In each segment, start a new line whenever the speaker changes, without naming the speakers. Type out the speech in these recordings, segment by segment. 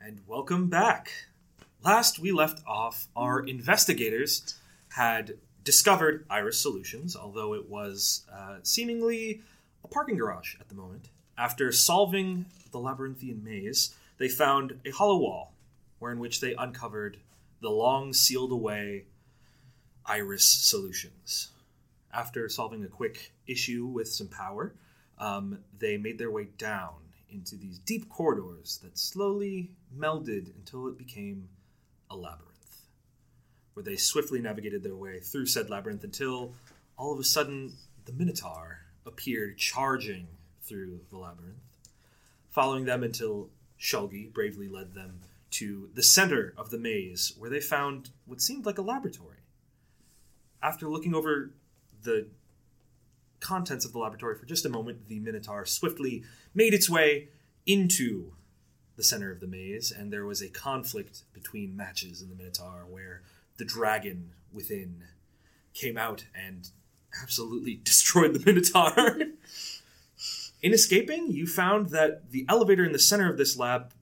And welcome back. Last we left off, our investigators had discovered Iris Solutions, although it was uh, seemingly a parking garage at the moment. After solving the labyrinthian maze, they found a hollow wall, wherein which they uncovered the long sealed away Iris Solutions. After solving a quick issue with some power, um, they made their way down into these deep corridors that slowly melded until it became a labyrinth, where they swiftly navigated their way through said labyrinth until all of a sudden the Minotaur appeared charging through the labyrinth, following them until Shulgi bravely led them to the center of the maze, where they found what seemed like a laboratory. After looking over the contents of the laboratory for just a moment, the Minotaur swiftly made its way into the center of the maze, and there was a conflict between matches in the Minotaur where the dragon within came out and absolutely destroyed the Minotaur. in escaping, you found that the elevator in the center of this lab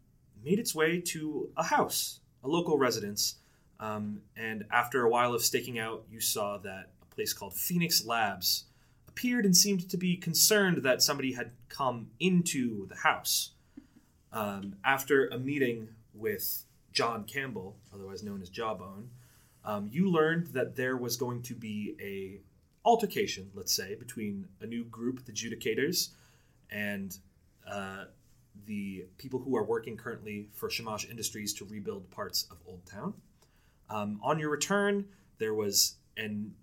made its way to a house, a local residence. Um, and after a while of staking out, you saw that a place called Phoenix Labs appeared and seemed to be concerned that somebody had come into the house. Um, after a meeting with John Campbell, otherwise known as Jawbone, um, you learned that there was going to be a altercation, let's say, between a new group, the Judicators, and uh, the people who are working currently for Shamash Industries to rebuild parts of Old Town. Um, on your return, there was an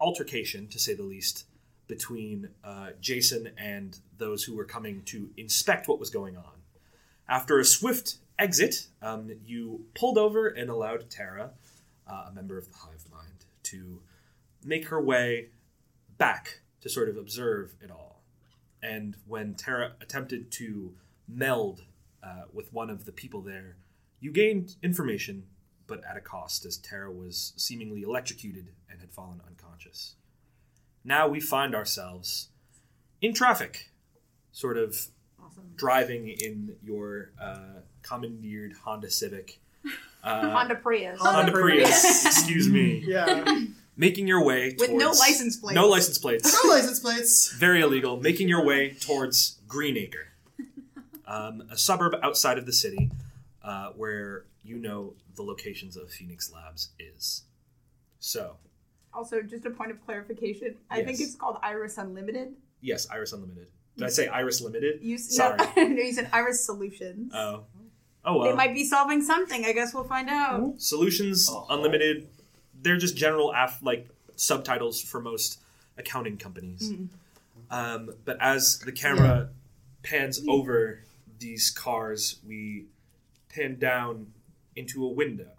altercation, to say the least, between uh, Jason and those who were coming to inspect what was going on. After a swift exit, um, you pulled over and allowed Tara, uh, a member of the Hive Mind, to make her way back to sort of observe it all. And when Tara attempted to meld uh, with one of the people there, you gained information, but at a cost, as Tara was seemingly electrocuted and had fallen unconscious. Now we find ourselves in traffic, sort of
Awesome.
driving in your uh, commandeered Honda Civic. Uh,
Honda Prius.
Honda Prius, excuse me.
Yeah.
Making your way
With no
towards-
license plate.
No license plates.
no license plates.
Very illegal. Making your way towards Greenacre, um, a suburb outside of the city, uh, where you know the locations of Phoenix Labs is. So
Also, just a point of clarification. I think
Yes.
it's called Iris Unlimited.
yes, Iris Unlimited. Did I say Iris Limited?
You, s-
Sorry.
No, no, you said Iris Solutions.
Oh, oh
They
well.
might be solving something. I guess we'll find out.
Solutions
Oh.
Unlimited. They're just general af- like subtitles for most accounting companies.
Mhm.
Um, but as the camera pans over these cars, we pan down into a window,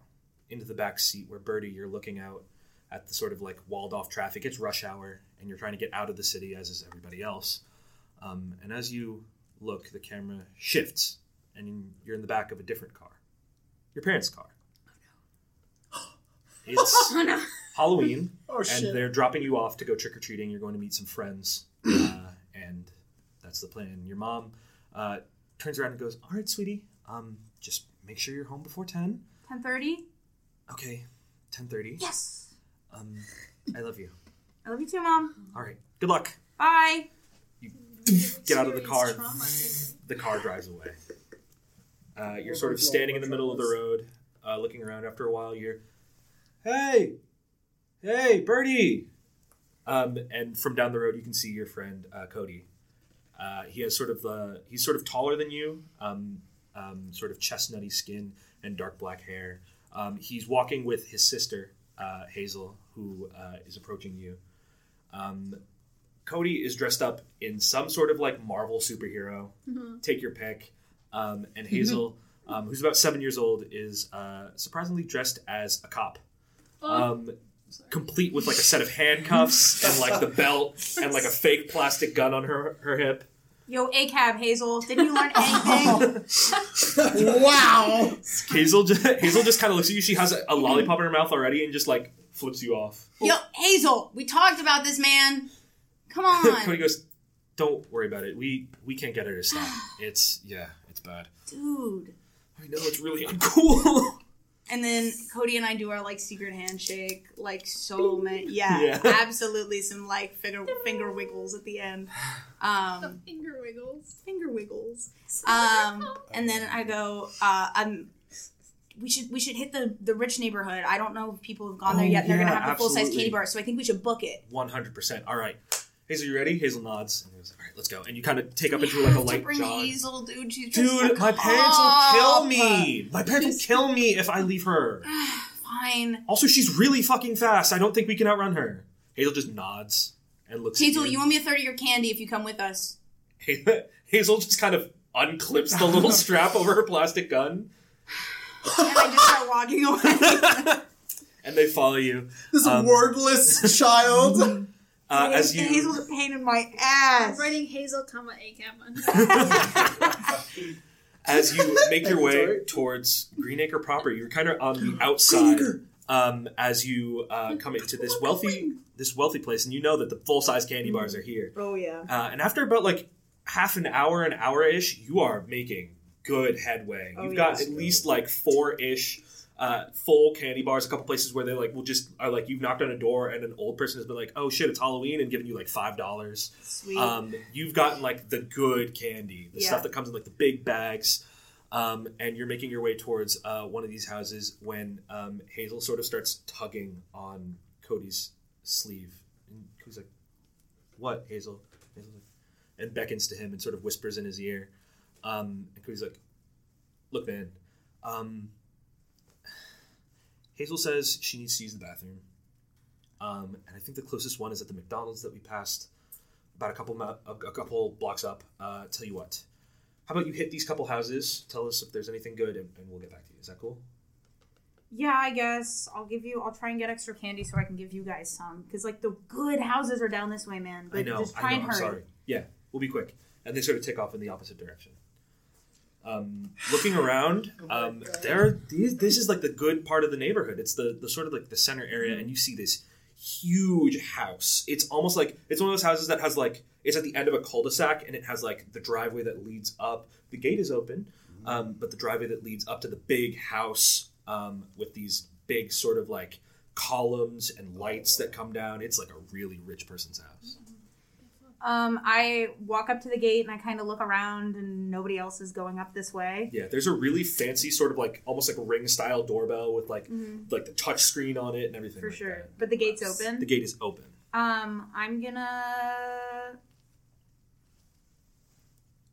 into the back seat where Bertie, you're looking out at the sort of like walled off traffic. It's rush hour, and you're trying to get out of the city, as is everybody else. Um, and as you look, the camera shifts, and you're in the back of a different car, your parents' car. It's
Oh no.
Halloween
Oh
and
shit.
they're dropping you off to go trick or treating. You're going to meet some friends, uh, and that's the plan. Your mom uh, turns around and goes, "All right, sweetie, um, just make sure you're home before ten.
Ten thirty.
Okay, ten thirty.
Yes.
Um, I love you.
I love you too, mom.
All right, good luck.
Bye.
Get out of the car.
Experience
The car drives away. Uh, you're
Oh,
sort of
my God,
standing in the
what's
middle of the
up?
road, uh, looking around. After a while, you're, "Hey, hey, Birdie!" Um, and from down the road, you can see your friend uh, Cody. Uh, he has sort of the he's sort of taller than you, um, um, sort of chestnutty skin and dark black hair. Um, he's walking with his sister uh, Hazel, who uh, is approaching you. Um, Cody is dressed up in some sort of like Marvel superhero. Take your pick. Um, and Hazel, um, who's about seven years old, is uh, surprisingly dressed as a cop. Um, complete with like a set of handcuffs and like the belt and like a fake plastic gun on her her hip.
Yo, A cab Hazel. Didn't you learn anything?
wow.
Hazel just Hazel just kind of looks at you. She has a, a lollipop in
Mm-hmm.
her mouth already and just like flips you off.
Yo, Hazel, we talked about this, man. Come on,
Cody goes, "Don't worry about it. We we can't get her to stop. It's yeah, it's bad."
Dude.
I know it's really uncool.
And then Cody and I do our like secret handshake, like so many, yeah,
Yeah.
absolutely. Some like finger finger wiggles at the end, um,
Finger wiggles.
finger wiggles.
Is
Uh,
that what
Um,
they're called?
and then I go, uh, I'm. We should we should hit the the rich neighborhood. I don't know if people have gone there
Oh,
yet. They're
yeah,
gonna have the full size
absolutely.
candy bar, so I think we should book it.
One hundred percent. All right, Hazel, you ready? Hazel nods and goes, "All right, let's go." And you kind of take up
We
into like a
have to
light
bring
jog.
Hazel, dude. She's dressed
Dude,
like
my
a
parents will kill
cop.
me. My parents will kill me if I leave her.
Fine,
Also, she's really fucking fast. I don't think we can outrun her. Hazel just nods and looks. at
Hazel, you owe me a third of your candy if you come with us.
Hazel just kind of unclips the little strap over her plastic gun,
And I just start walking away.
and they follow you
This
Um,
wordless child.
uh,
It
as
is- it is
you.
a pain in my ass.
I'm writing Hazel, comma ACAB on.
as you make your way
Sorry.
towards Greenacre proper, you're kind of on the outside. Um, as you uh, come into this wealthy this wealthy place, and you know that the full size candy bars are here.
Oh yeah.
Uh, and after about like half an hour, an hour ish, you are making good headway.
Oh,
You've
yeah.
got at least like four ish uh, full candy bars. A couple places where they like will just are like you've knocked on a door and an old person has been like, "Oh shit, it's Halloween," and given you like five dollars.
Sweet.
Um, you've gotten like the good candy, the
Yeah.
stuff that comes in like the big bags. Um, and you're making your way towards uh, one of these houses when um, Hazel sort of starts tugging on Cody's sleeve. And Cody's like, What, Hazel? Hazel's like, and beckons to him and sort of whispers in his ear. Um, and Cody's like, Look, man. Um, Hazel says she needs to use the bathroom. Um, and I think the closest one is at the McDonald's that we passed about a couple mou- a, a couple blocks up. Uh, tell you what, how about you hit these couple houses? Tell us if there's anything good, and, and we'll get back to you. Is that cool?
Yeah, I guess I'll give you. I'll try and get extra candy so I can give you guys some. Because like the good houses are down this way, man. But
I know.
Just try
I know.
and
I'm
hurry.
sorry. Yeah, we'll be quick. And they sort of take off in the opposite direction. Um, looking around,
my
um,
God.
there are these, this is like the good part of the neighborhood. It's the, the sort of like the center area, and you see this huge house. It's almost like it's one of those houses that has like it's at the end of a cul-de-sac, and it has like the driveway that leads up. The gate is open, um, but the driveway that leads up to the big house um, with these big sort of like columns and lights that come down. It's like a really rich person's house.
Um, I walk up to the gate and I kind of look around, and nobody else is going up this way.
Yeah, there's a really fancy sort of like almost like a ring style doorbell with like like the touch screen on it and everything.
For
like
sure.
that.
But the gate's
The
open.
gate is open.
Um, I'm gonna.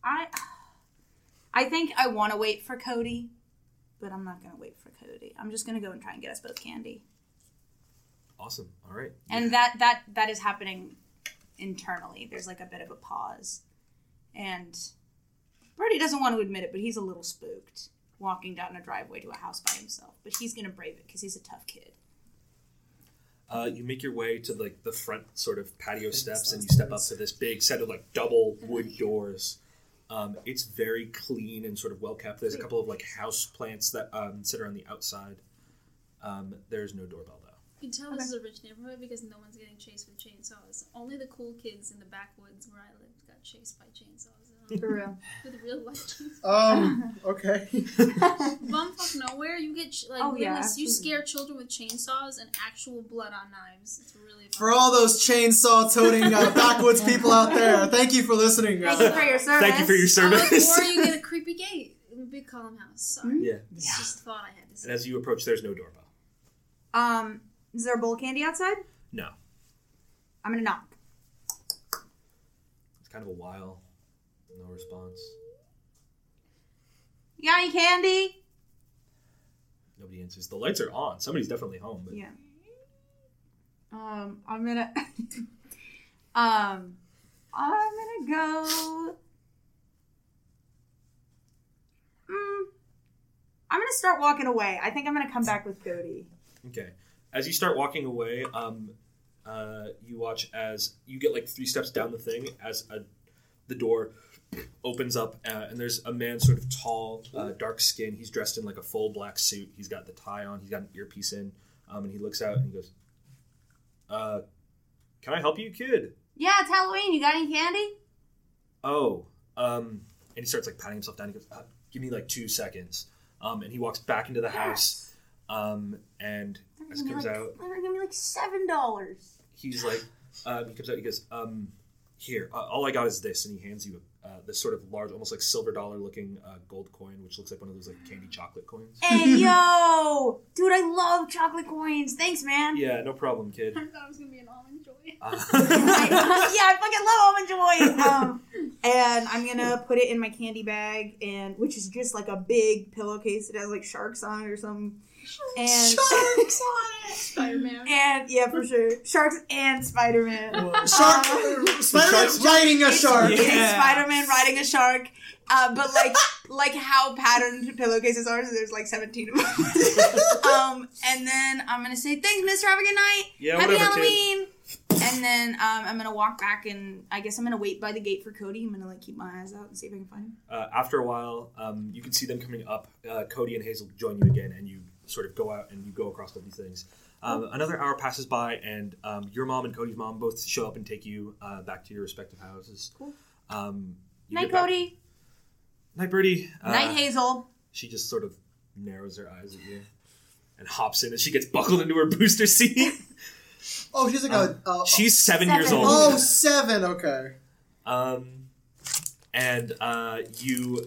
I. I think I want to wait for Cody, but I'm not gonna wait for Cody. I'm just gonna go and try and get us both candy.
Awesome. All right.
and that that that is happening internally there's like a bit of a pause and Brody doesn't want to admit it but he's a little spooked walking down a driveway to a house by himself but he's gonna brave it because he's a tough kid
Uh, you make your way to like the front sort of patio steps, and you step up to this big set of like double wood doors. Um, it's very clean and sort of well kept. There's a couple of like house plants that um, sit around the outside. Um, there's no doorbell though.
You can tell this is a rich neighborhood because no one's getting chased with chainsaws. Only the cool kids in the backwoods where I lived got chased by chainsaws. and all-
For real.
with real life chainsaws.
Um. Okay.
Bumfuck nowhere. You get ch- like
Oh, yeah,
goodness, you
absolutely.
scare children with chainsaws and actual blood on knives. It's really fun.
For all those chainsaw-toting uh, backwoods people out there, thank you for listening. uh,
Thank you
guys.
for your service.
Thank you for your service.
Uh, or you get a creepy gate in the big column house. Sorry,
Mm-hmm.
yeah.
it's just a thought I had to
And
say.
as you approach, there's no doorbell.
Um, is there a bowl of candy outside?
No.
I'm gonna knock.
It's kind of a while. No response.
You got any candy?
Nobody answers. The lights are on. Somebody's definitely home. But
Yeah. Um, I'm gonna. um, I'm gonna go. Mm, I'm gonna start walking away. I think I'm gonna come back with Cody.
Okay. As you start walking away, um, uh, you watch as you get like three steps down the thing as a, the door opens up uh, and there's a man sort of tall, uh, dark skin. He's dressed in like a full black suit. He's got the tie on. He's got an earpiece in. Um, and he looks out and he goes, uh, "Can I help you, kid?"
Yeah, it's Halloween. You got any candy?
oh um and he starts like patting himself down he goes uh, give me like two seconds Um, and he walks back into the house. Um, and
They're
as
gonna be
comes
like,
out,
They're gonna be like seven dollars.
he's like, um, he comes out. He goes, um, "Here, uh, all I got is this," and he hands you uh, this sort of large, almost like silver dollar looking uh, gold coin, which looks like one of those like candy chocolate coins.
Hey yo, dude, I love chocolate coins. Thanks, man.
Yeah, no problem, kid.
I thought it was gonna be an almond joy.
I-
Uh,
yeah, I fucking love almond joy. Um, and I'm gonna put it in my candy bag, and which is just like a big pillowcase that has like sharks on it or something. And
Sharks on it!
Spider-Man.
and yeah, for sure, sharks and Spider Man.
Shark!
Uh,
Um,
Spider-Man's riding a shark!
Yeah.
Spider Man riding a shark, uh, but like like how patterned pillowcases are. So there's like 17 of them. um, and then I'm gonna say thanks, Mister. Have a good night.
yeah,
Happy
whatever, kid.
Halloween! And then um, I'm gonna walk back and I guess I'm gonna wait by the gate for Cody. I'm gonna like keep my eyes out and see if I can find him.
Uh, after a while, um, you can see them coming up. Uh, Cody and Hazel join you again, and you sort of go out and you go across all these things. Um, another hour passes by, and um, your mom and Cody's mom both show up and take you uh, back to your respective houses.
Cool.
Um, you
Night,
get back-
Cody.
Night, Birdie. Uh,
Night, Hazel.
She just sort of narrows her eyes at you and hops in, and she gets buckled into her booster seat.
Oh, she's like a. Uh,
Um, She's seven,
Seven.
years old.
oh, seven, okay.
Um, and uh, you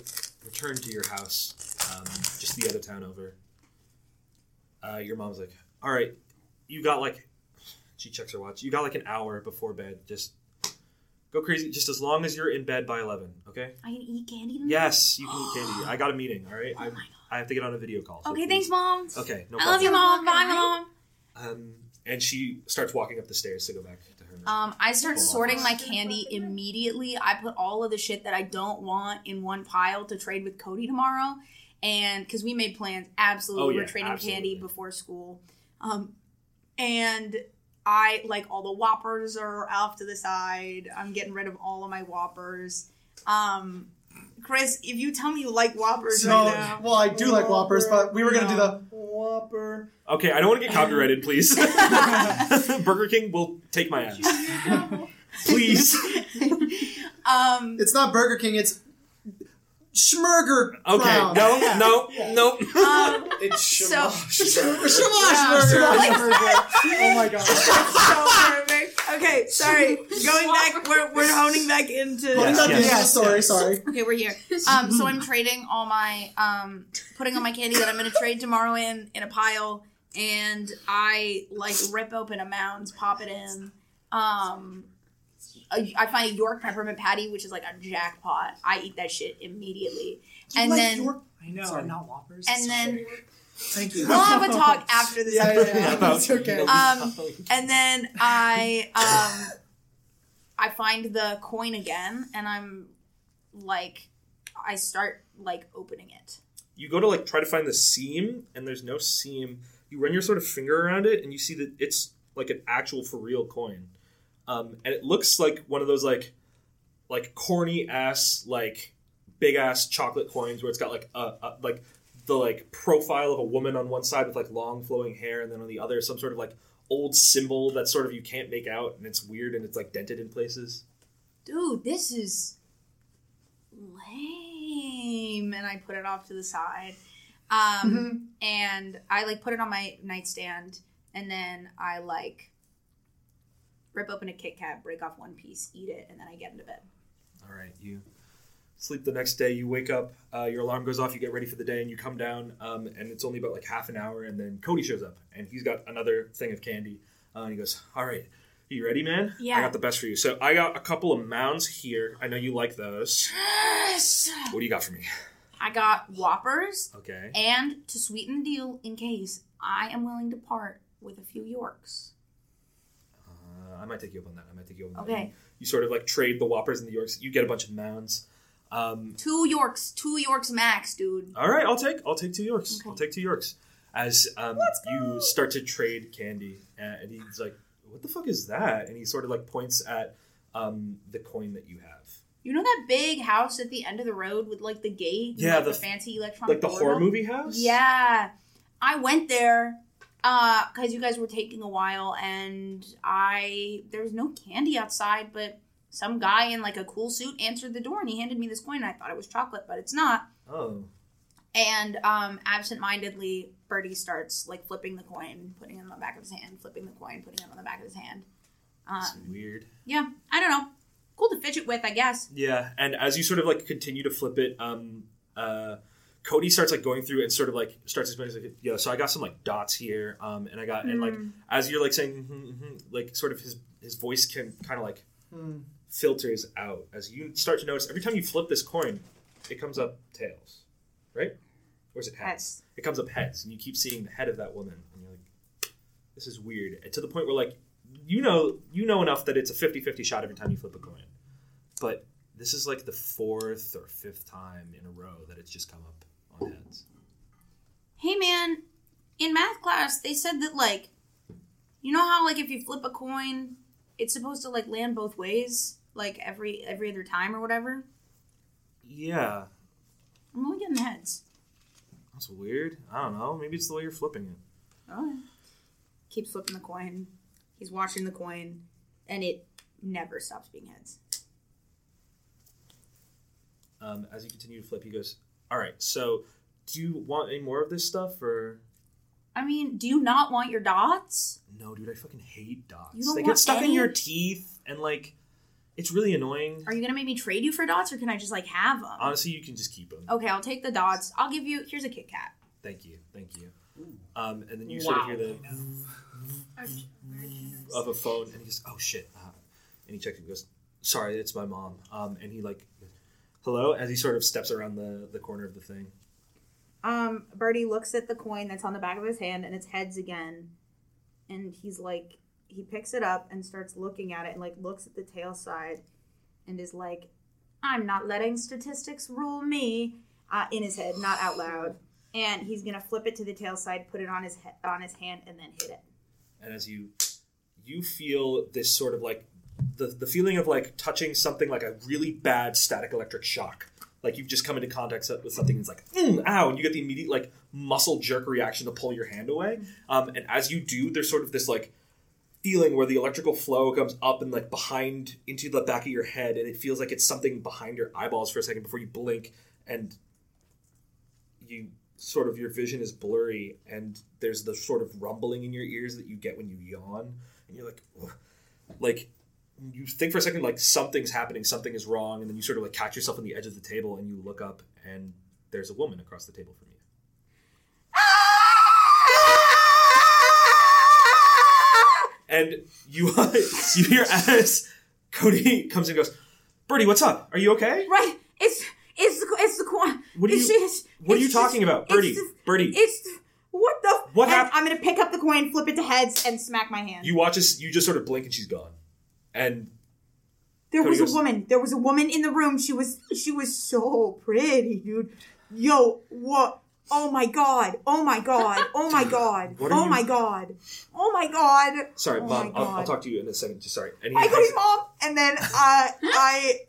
return to your house, um, just the other town over. Uh, your mom's like, "All right, you got like," she checks her watch. You got like an hour before bed. Just go crazy. Just as long as you're in bed by eleven, okay?
I can eat candy. tonight?
Yes, you can eat candy. I got a meeting. All right, I'm, I have to get on a video call. so
Oh Okay,
please-
thanks, mom.
Okay, no
I
problem.
love you, mom.
Okay,
Bye,
night.
mom.
Um, and she starts walking up the stairs to go back to her.
Um, I start
Hold on.
sorting my candy immediately. I put all of the shit that I don't want in one pile to trade with Cody tomorrow, and because we made plans, absolutely,
Oh, yeah,
we're trading
absolutely.
candy before school. Um, and I like all the whoppers are off to the side. I'm getting rid of all of my whoppers. Um, Chris, if you tell me you like whoppers
So,
right now,
well, I do like Whoppers, but we were gonna do the Whopper.
okay, I don't want to get copyrighted, please. Burger King will take my ass. please.
um,
It's not Burger King, it's Schmurger
Okay,
Brown.
no, no,
Yeah.
no.
um,
It's
So-
Schmosh
Yeah.
Burger.
Like-
oh my god.
so perfect. Okay, sorry. Going back, we're, we're honing back into.
Oh,
Yes,
not-
yes,
yeah, sorry, sorry.
Okay, we're here.
Uh,
Um, so I'm trading all my, um, putting all my candy that I'm going to trade tomorrow in in a pile, and I like rip open a mound, pop it in. Um, I I find a York peppermint patty, which is like a jackpot. I eat that shit immediately,
You
and
like
then
York-
I know,
Sorry.
and not Whoppers.
and then
Thank you.
we'll have a talk after this.
Yeah, yeah, yeah.
About-
It's okay.
Um, and then I um I find the coin again and I'm like I start like opening it.
You go to like try to find the seam, and there's no seam. You run your sort of finger around it, and you see that it's like an actual for real coin, um, and it looks like one of those like, like corny ass like big ass chocolate coins where it's got like a, a like the like profile of a woman on one side with like long flowing hair, and then on the other some sort of like old symbol that sort of you can't make out, and it's weird and it's like dented in places.
Dude, this is lame and I put it off to the side. Um and I like put it on my nightstand and then I like rip open a Kit Kat, break off one piece, eat it, and then I get into bed.
All right, you sleep the next day. You wake up, uh, your alarm goes off, you get ready for the day, and you come down. Um, and it's only about like half an hour, and then Cody shows up, and he's got another thing of candy. Uh, and he goes, "All right, you ready, man? I
Yeah.
got the best for you. So I got a couple of mounds here. I know you like those. What do you got for me?
I got Whoppers
Okay.
And to sweeten the deal, in case I am willing to part with a few Yorks.
Uh, I might take you up on that. I might take you up on that.
Okay.
You, you sort of like trade the Whoppers and the Yorks. You get a bunch of mounds. Um,
Two Yorks, two Yorks max, dude.
All right, I'll take I'll take two Yorks. I'll
Okay.
take two Yorks. As um, you start to trade candy, uh, and he's like, "What the fuck is that?" And he sort of like points at um, the coin that you have,
You know that big house at the end of the road with like the gate? and,
Yeah,
like,
the
the,
f-
fancy electronic.
like the
doorbell?
horror movie house.
Yeah. I went there because you guys were taking a while and I there was no candy outside, but some guy in like a cool suit answered the door and he handed me this coin. I thought it was chocolate, but it's not.
Oh,
And um, absentmindedly, Birdie starts like flipping the coin, putting it on the back of his hand, flipping the coin, putting it on the back of his hand.
It's
Um,
weird.
yeah, I don't know. Cool to fidget with, I guess.
Yeah, and as you sort of like continue to flip it, um, uh, Cody starts like going through and sort of like starts explaining like, yo, so I got some like dots here, um, and I got and like
Hmm.
as you're like saying, mm-hmm, mm-hmm, like sort of his his voice can kind of like
Hmm.
filters out as you start to notice every time you flip this coin, it comes up tails, right? Or is it heads?
That's
It comes up heads, and you keep seeing the head of that woman, and you're like, this is weird. And to the point where like you know you know enough that it's a 50-50 shot every time you flip a coin, but this is like the fourth or fifth time in a row that it's just come up on heads.
hey man, in math class they said that like, you know how like if you flip a coin, it's supposed to like land both ways, like every every other time or whatever.
Yeah,
I'm only getting heads.
that's weird. I don't know. Maybe it's the way you're flipping it.
Oh. Keeps flipping the coin. He's watching the coin, and it never stops being heads.
um, as you continue to flip, he goes, "All right, so do you want any more of this stuff, or
I mean, do you not want your dots?
no, dude? I fucking hate dots.
You don't
they
want
get stuck in
any?
your teeth, and like, it's really annoying.
Are you gonna make me trade you for dots, or can I just like have them?
Honestly, you can just keep them.
okay, I'll take the dots. I'll give you. Here's a Kit Kat.
Thank you, thank you." Um, and then you sort of hear the
Oh,
Our ch- very generous.
of a phone, and he goes, "Oh shit!" Uh, and he checks it. He goes, "Sorry, it's my mom." Um, and he like, "Hello," as he sort of steps around the the corner of the thing.
Um, Bertie looks at the coin that's on the back of his hand, and it's heads again, and he's like, he picks it up and starts looking at it, and like looks at the tail side, and is like, "I'm not letting statistics rule me." Uh, in his head, not out loud, and he's gonna flip it to the tail side, put it on his he- on his hand, and then hit it.
and as you you feel this sort of like the, the feeling of like touching something like a really bad static electric shock like you've just come into contact with something that's like mm, ow and you get the immediate like muscle jerk reaction to pull your hand away um, and as you do there's sort of this like feeling where the electrical flow comes up and like behind into the back of your head and it feels like it's something behind your eyeballs for a second before you blink and you sort of your vision is blurry and there's the sort of rumbling in your ears that you get when you yawn and you're like "Ugh." like you think for a second like something's happening something is wrong and then you sort of like catch yourself on the edge of the table and you look up and there's a woman across the table from you and you you hear as cody comes in and goes bertie what's up are you okay
Right? It's it's the- it's the coin.
What are
it's,
you-
it's-
what are you
it's just-
talking about
it's
bertie
just-
bertie
It's what the
What
and
hap-
I'm gonna pick up the coin, flip it to heads, and smack my hand.
you watch us you just sort of blink and she's gone and
there
Cody
was a
goes-
woman. There was a woman in the room. She was she was so pretty, dude. Yo, what? Oh my god! Oh my god! Oh my god!
What are
Oh
you-
my god! Oh my god!
Sorry,
Oh
mom.
my
I'll, I'll
God.
talk to you in a second. Just sorry. And he
I go to
has-
his mom, and then uh, I,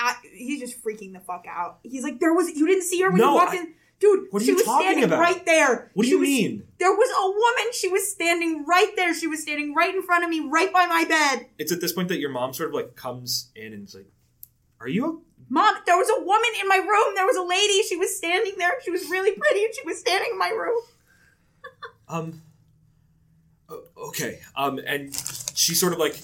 I, he's just freaking the fuck out. He's like, "There was you didn't see her when
No,
you walked
I-
in, dude.
What are
she
you
was
talking
standing
about?
right there.
what do
She
you
was-
mean?
There was a woman. She was standing right there. She was standing right in front of me, right by my bed.
It's at this point that your mom sort of like comes in and is like, "Are you?"
Mom, there was a woman in my room. There was a lady. She was standing there. She was really pretty, and she was standing in my room.
Um. o- Okay. Um. And she sort of like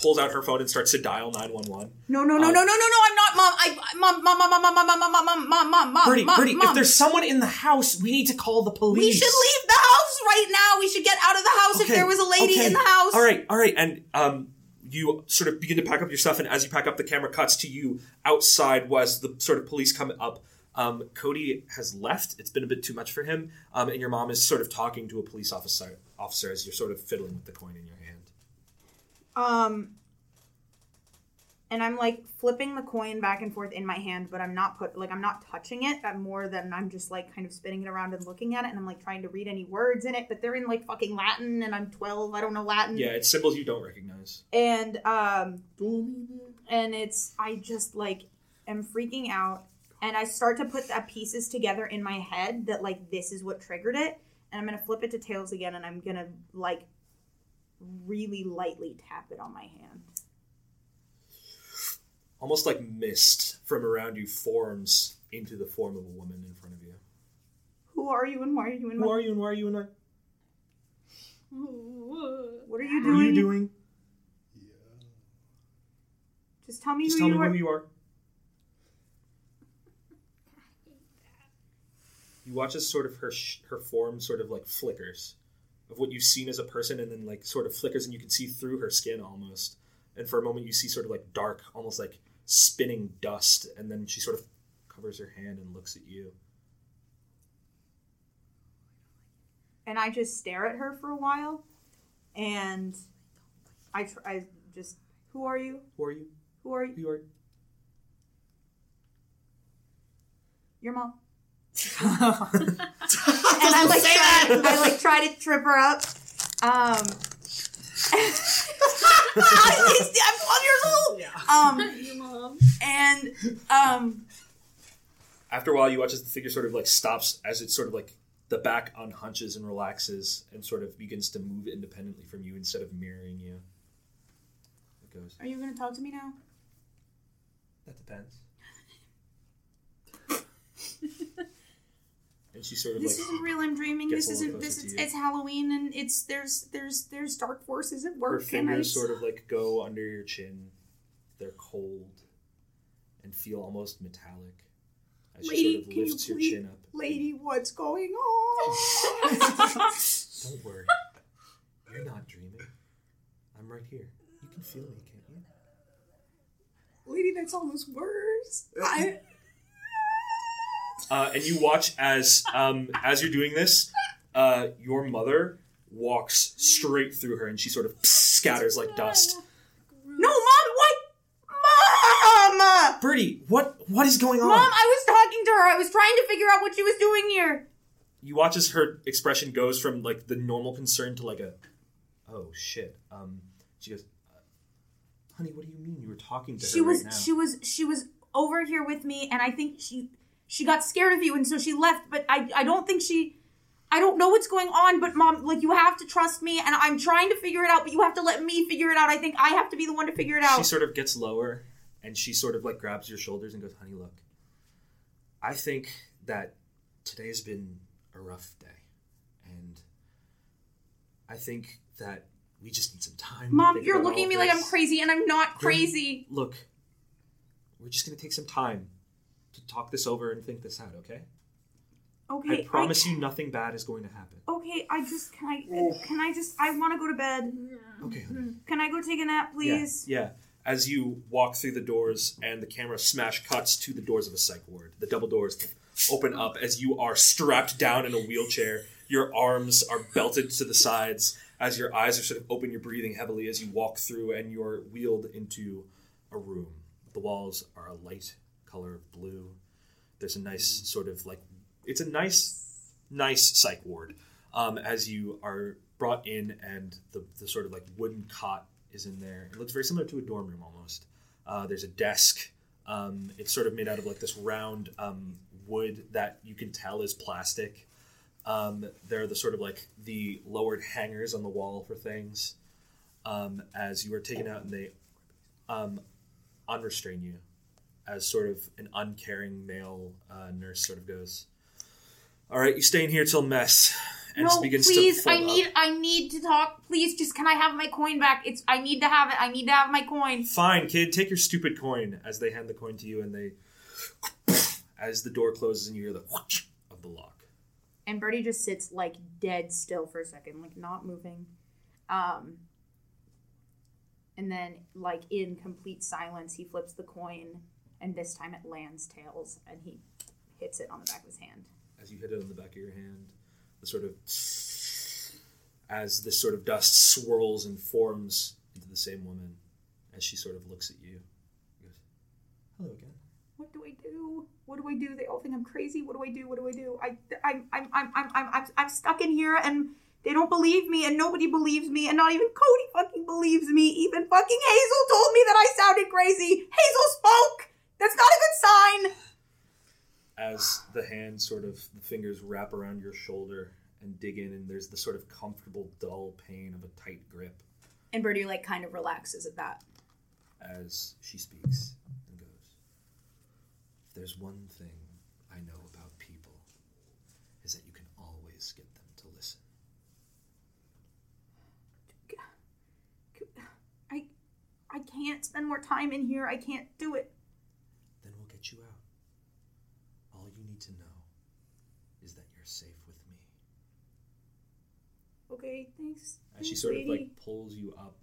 pulls out her phone and starts to dial nine one one.
No, no, no,
Um,
no, no, no, no. I'm not, mom. I, I- mom, mom, mom, mom, mom, mom, mom, mom, mom, mom, mom, mom,
Bertie,
Uh, mom,
Bertie,
mom.
if there's someone in the house, we need to call the police.
we should leave the house right now. We should get out of the house if
Okay,
there was a lady
okay.
in the house.
All right, all right, and um, you sort of begin to pack up your stuff, and as you pack up, the camera cuts to you outside was the sort of police come up. Um, Cody has left. It's been a bit too much for him, um, and your mom is sort of talking to a police officer. Officer, as you're sort of fiddling with the coin in your hand.
Um, and I'm like flipping the coin back and forth in my hand, but I'm not put like I'm not touching it. I'm more than I'm just like kind of spinning it around and looking at it, and I'm like trying to read any words in it, but they're in like fucking Latin, and I'm 12. I don't know Latin.
Yeah, it's symbols you don't recognize.
And um, and it's I just like am freaking out, and I start to put the pieces together in my head that like this is what triggered it, and I'm gonna flip it to tails again, and I'm gonna like really lightly tap it on my hand.
Almost like mist from around you forms into the form of a woman in front of you.
Who are you and why are you in my
Who are you and why are you and why?
What are
What
you
are
doing?
you doing?
Just tell me
Just tell
who
me
you are.
who you are. You watch as sort of her sh- her form sort of like flickers of what you've seen as a person, and then like sort of flickers, and you can see through her skin almost. And for a moment, you see sort of like dark, almost like spinning dust, and then she sort of covers her hand and looks at you.
and I just stare at her for a while, and I tr- I just who are you?
Who are you?
Who are you?
Who are
Your mom.
you?
and I like try, I like try to trip her up. Um, Obviously, I'm 12 years old. Um,
Your mom.
and um,
After a while, you watch as the figure sort of like stops as it's sort of like the back unhunches and relaxes and sort of begins to move independently from you instead of mirroring you. It goes,
are you gonna talk to me now?
that depends. and she sort of
This
like,
isn't real. I'm dreaming.
gets
This
a little
isn't. This
closer
is,
to you.
it's Halloween, and it's there's there's there's dark forces at
her
work. and I,
fingers sort of like go under your chin. They're cold and feel almost metallic as
Lady,
she sort of
can you
lifts your
please-
chin up.
lady, what's going on?
Don't worry. You're not dreaming. I'm right here. You can feel me, can't you?
lady, that's almost worse. I,
Uh, and you watch as um, as you're doing this, uh, your mother walks straight through her, and she sort of scatters like dust.
no, mom, what? Mom,
Bertie, what what is going on?
mom, I was talking to her. I was trying to figure out what she was doing here.
You watch as her expression goes from like the normal concern to like a, oh shit. Um, she goes, honey, what do you mean you were talking to
she
her
was
right now?
she was she was over here with me and i think she she got scared of you and so she left but i i don't think she i don't know what's going on but mom like you have to trust me and i'm trying to figure it out but you have to let me figure it out i think i have to be the one to figure it
She
out
sort of gets lower and she sort of like grabs your shoulders and goes, Honey, look, I think that today's been a rough day. And I think that we just need some time. to
mom
think
you're
about
looking
all
at me like i'm
this.
crazy and i'm not crazy
Look, we're just going to take some time to talk this over and think this out, okay?
okay
I promise you nothing bad is going to happen.
okay i just can i can i just i want to go to bed
Okay, honey.
can i go take a nap please
Yeah, yeah. As you walk through the doors and the camera smash cuts to the doors of a psych ward, the double doors open up as you are strapped down in a wheelchair. Your arms are belted to the sides as your eyes are sort of open, you're breathing heavily as you walk through and you're wheeled into a room. The walls are a light color of blue. There's a nice sort of like, it's a nice, nice psych ward um, as you are brought in, and the, the sort of like wooden cot is in there. It looks very similar to a dorm room almost. Uh, there's a desk. Um, it's sort of made out of like this round um, wood that you can tell is plastic. Um, there are the sort of like the lowered hangers on the wall for things. Um, as you are taken out, and they um, unrestrain you, as sort of an uncaring male uh, nurse sort of goes, "All right, you stay in here till mess," and
No,
just begins
please.
to uh, fold
I
up.
need. I need to talk. Please, just can I have my coin back? It's. I need to have it. I need to have my coin.
Fine, kid, take your stupid coin as they hand the coin to you and they as the door closes and you hear the whoosh of the lock.
And Bertie just sits like dead still for a second, like not moving. Um and then like in complete silence, he flips the coin and this time it lands tails and he hits it on the back of his hand.
As you hit it on the back of your hand, the sort of as this sort of dust swirls and forms into the same woman as she sort of looks at you. She goes, Hello again.
What do I do? What do I do? They all think I'm crazy. What do I do? What do I do? I I'm I'm I'm I'm I'm I'm, I'm stuck in here and they don't believe me and nobody believes me and not even Cody fucking believes me. Even fucking Hazel told me that I sounded crazy. Hazel spoke. That's not a good sign.
as the hand sort of the fingers wrap around your shoulder and dig in and there's the sort of comfortable dull pain of a tight grip
And Birdie like kind of relaxes at that.
as she speaks and goes, If there's one thing I know about people, is that you can always get them to listen.
I can't spend more time in here. I can't do it.
Then we'll get you out. All you need to know is that you're safe with me.
Okay, thanks.
As she
thanks,
sort of
lady.
like pulls you up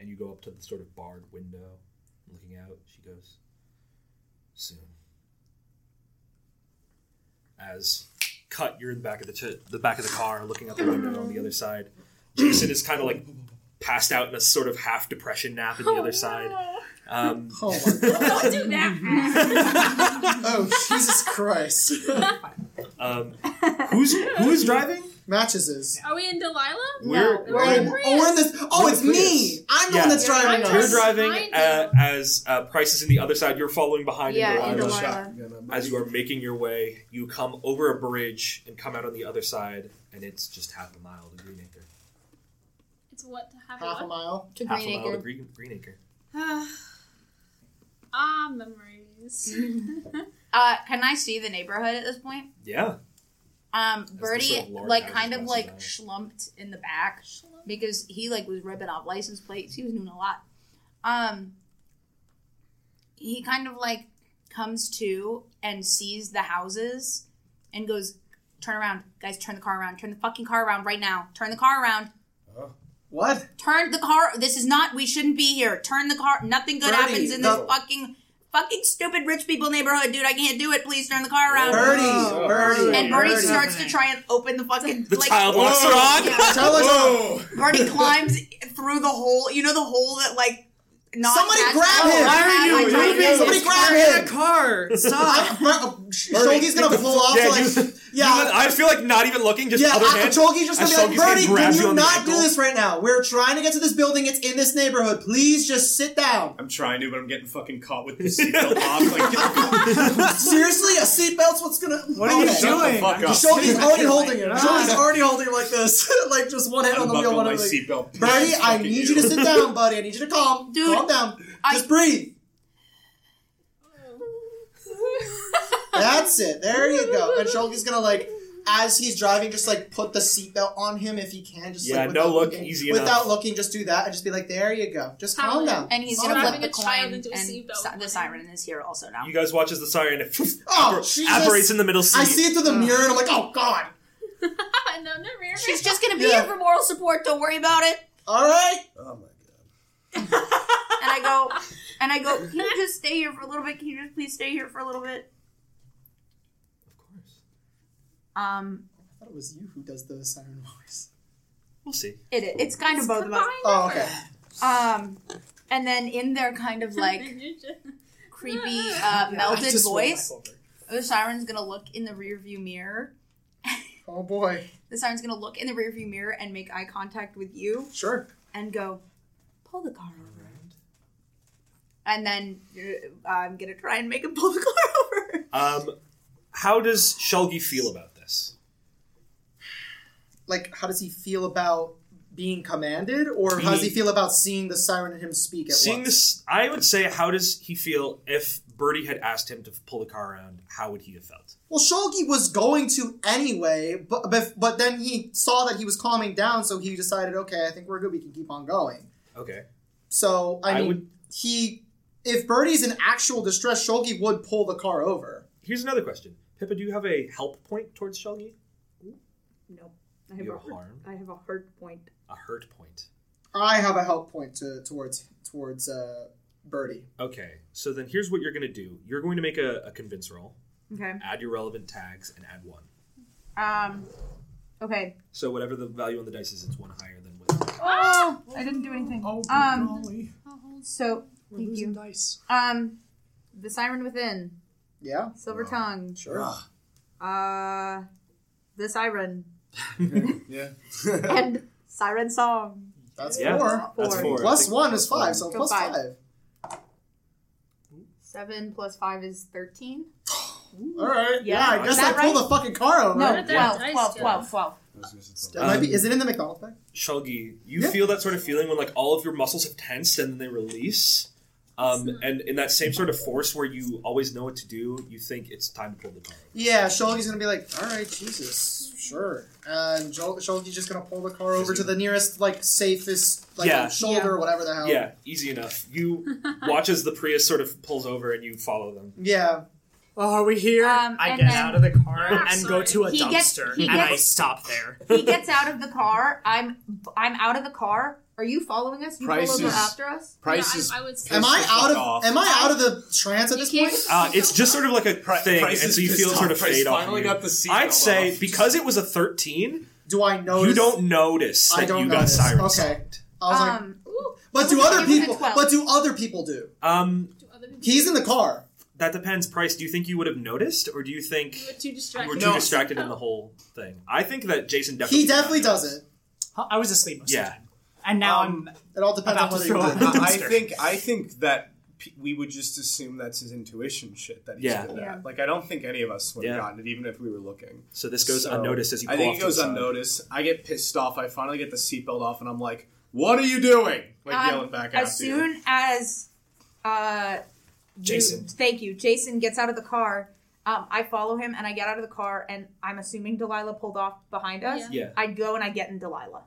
and you go up to the sort of barred window looking out, she goes, Soon. As cut, you're in the back of the ch- the back of the car, looking out the window on the other side. Jason is kind of like passed out in a sort of half depression nap in the other side. Um,
Oh my god.
Don't do that.
Oh, Jesus Christ.
um, who's who's driving?
Matches is.
Are we in Delilah?
We're-
We're in-
Prius.
oh, we're in this. Oh,
We're in
it's
the
me.
Prius.
I'm the
Yeah.
one that's
Yeah,
driving
I'm
You're
us.
driving.
driving
Behind
uh,
you.
as uh, Price is in the other side. You're following behind. in
Yeah, in
Delilah.
Delilah.
as you are making your way, you come over a bridge and come out on the other side, and it's just half a mile to Greenacre.
It's what half,
half a
what?
mile.
To
half a mile to
Greenacre.
Green, Greenacre.
ah memories. Oh.
Uh, can I see the neighborhood at this point?
Yeah,
Um,
the
Birdie,
sort of large
like,
house
kind of
passes
like
by.
slumped in the back because he like was ripping off license plates. He was doing a lot. Um, he kind of like comes to and sees the houses and goes, "Turn around, guys! Turn the car around! Turn the fucking car around right now! Turn the car around!
What?
Turn the car! This is not. We shouldn't be here. Turn the car. Nothing good
Birdie,
happens in
no.
this fucking." Fucking stupid rich people neighborhood, dude. I can't do it. Please turn the car around.
Birdie,
Oh.
birdie,
And Birdie
birdie.
starts to try and open the fucking
the
like
child locks are on.
Yeah.
Oh,
Tell us.
Birdie climbs through the hole. You know the hole that like. Not
Somebody
that's-
grab
I
him! Why
are you
tried to-
moving?
Somebody grab him!
car.
Stop. Shulgi's Oh, gonna pull off
Yeah,
to like.
you-
yeah.
you- I feel like not even looking, just
yeah,
other
I-
hand.
Shulgi's just
and
gonna be
Shulgi's gonna
like, Birdie,
grab
can
you
you
on the
not do
ankle."
this right now? We're trying to get to this building. It's in this neighborhood. Please just sit down.
I'm trying to, but I'm getting fucking caught with the seatbelt off. Like, get the
Seriously, a seatbelt's what's gonna. Oh,
fuck-
Okay.
shut the fuck up.
Shulgi's already holding it.
Ah.
Shulgi's already holding it like this, like just one hand on the wheel,
Unbuckle
one
my
on the.
seatbelt.
Birdie,
Fucking
I need you to sit down, buddy. I need you to calm,
Dude,
calm down.
I-
Just breathe. That's it. There you go. And Shulgi's gonna like, as he's driving, just like put the seatbelt on him if he can. Just
Yeah,
like,
no
without
look,
looking,
easy
without
enough.
looking, just do that and just be like, there you go. Just
Howling.
calm down.
And he's
Calm
gonna
down.
flip the
Slapping a child
coin, and
into a seatbelt
si- the
with
siren is here also now.
You guys watch as the siren apparates
Oh, Jesus.
in the middle seat.
I see it through the mirror and I'm like, oh god.
Ah, no, no, rare.
She's just gonna be
Yeah.
here for moral support. Don't worry about it.
All right.
Oh my god.
And I go, and I go. Can you just stay here for a little bit? Can you just please stay here for a little bit?
Of course,
Um,
I thought it was you who does the siren voice.
we'll see.
it it's kind of both of us.
Oh, okay.
Um, and then in their kind of like creepy uh,
I
melded
just rolled my
voice,
folder.
the siren's gonna look in the rearview mirror.
Oh boy.
The siren's gonna look in the rearview mirror and make eye contact with you.
Sure.
and go, pull the car over. And then uh, I'm going to try and make him pull the car over.
Um, how does Shulgi feel about this?
Like, how does he feel about being commanded, or how does he feel about seeing the siren and him speak at
Seeing
once?
this, I would say, how does he feel if Birdie had asked him to pull the car around? How would he have felt?
Well, Shulgi was going to anyway, but, but but then he saw that he was calming down, so he decided, okay, I think we're good. We can keep on going.
Okay.
So I,
I
mean,
would-
he if Birdie's in actual distress, Shulgi would pull the car over.
Here's another question. Pippa, do you have a help point towards Shulgi?
No. I
You have harm,
I have a hard point.
a hurt point.
I have a help point to towards towards uh, Birdie.
Okay, so then here's what you're going to do. You're going to make a, a convince roll,
Okay.
add your relevant tags, and add one.
Um. Okay.
So whatever the value on the dice is, it's one higher than what.
Oh, I didn't do anything. um.
golly,
So
we're
thank you.
dice.
Um. The Siren Within,
Yeah,
Silver
Wow.
Tongue.
sure.
Uh. The Siren
Yeah.
and Siren Song.
That's
Yeah,
four.
that's
Four.
four. I
Plus
think
one is five, so
So
plus
five.
five.
Seven plus five is thirteen.
All right.
Yeah.
Yeah, I guess
Is
I
that
pulled
right?
the fucking car over.
No,
What did that
12,
dice
12,
do?
12, 12.
That might be-
Um,
is it in the McDonald's bag?
Shulgi, you
Yeah.
feel that sort of feeling when like all of your muscles have tensed and then they release. Um, and in that same sort of force where you always know what to do, you think it's time to pull the car.
Yeah, Shulgi's gonna be like, all right, Jesus, sure. And Shul- Shulgi's just gonna pull the car over to the nearest, like, safest, like,
Yeah.
shoulder, or whatever the hell.
Yeah, easy enough. You watch as the Prius sort of pulls over and you follow them.
Yeah.
Oh, are we here?
Um,
I
and
get
then-
out of the car
Ah,
and go
sorry.
to a
He gets-
dumpster,
he
and I
gets-
stop there.
He gets out of the car. I'm I'm out of the car. Are you following us? You
Price
pull over
is-
after us?
Price
Yeah,
is
I, I would say
Am I
the fuck
out of
off.
am I out of the trance at
You
this
can't-
point?
Uh, it's just sort of like a thing, and
Price is
so you feel
pissed
it sort of
off. Price
fade off.
Finally
you.
got the seatbelt
I'd say
off.
because it was a 13,
Do I notice?
you don't notice
I
that
don't
you
notice.
got sirens.
Okay. I was like,
Um,
but do
it was a-
other
it was a
people?
12.
But do other people do?
Um,
do other people
He's in the car.
that depends. Price, do you think you would have noticed, or do you think
You were too
you
distracted.
were too
No.
distracted in the whole thing? I think that Jason definitely
He definitely
got
doesn't.
Huh, I was asleep most of the
Yeah.
time. And now
Um,
I'm.
It all depends
About
on
to
whether
throw
you
up.
do it.
I I
dumpster.
think I think that p- we would just assume that's his intuition shit that he's
Yeah.
good
Yeah.
at. Like I don't think any of us would have
Yeah.
gotten it even if we were looking.
So this goes
So,
unnoticed as you.
I
pull
think
off to
it
the
goes
side.
unnoticed. I get pissed off. I finally get the seatbelt off, and I'm like, "What are you doing?" Like
Um,
yelling back at
as
you.
soon as uh, you-
Jason.
thank you, Jason gets out of the car. Um, I follow him and I get out of the car and I'm assuming Delilah pulled off behind us.
Oh, Yeah.
Yeah,
I go and I get in Delilah.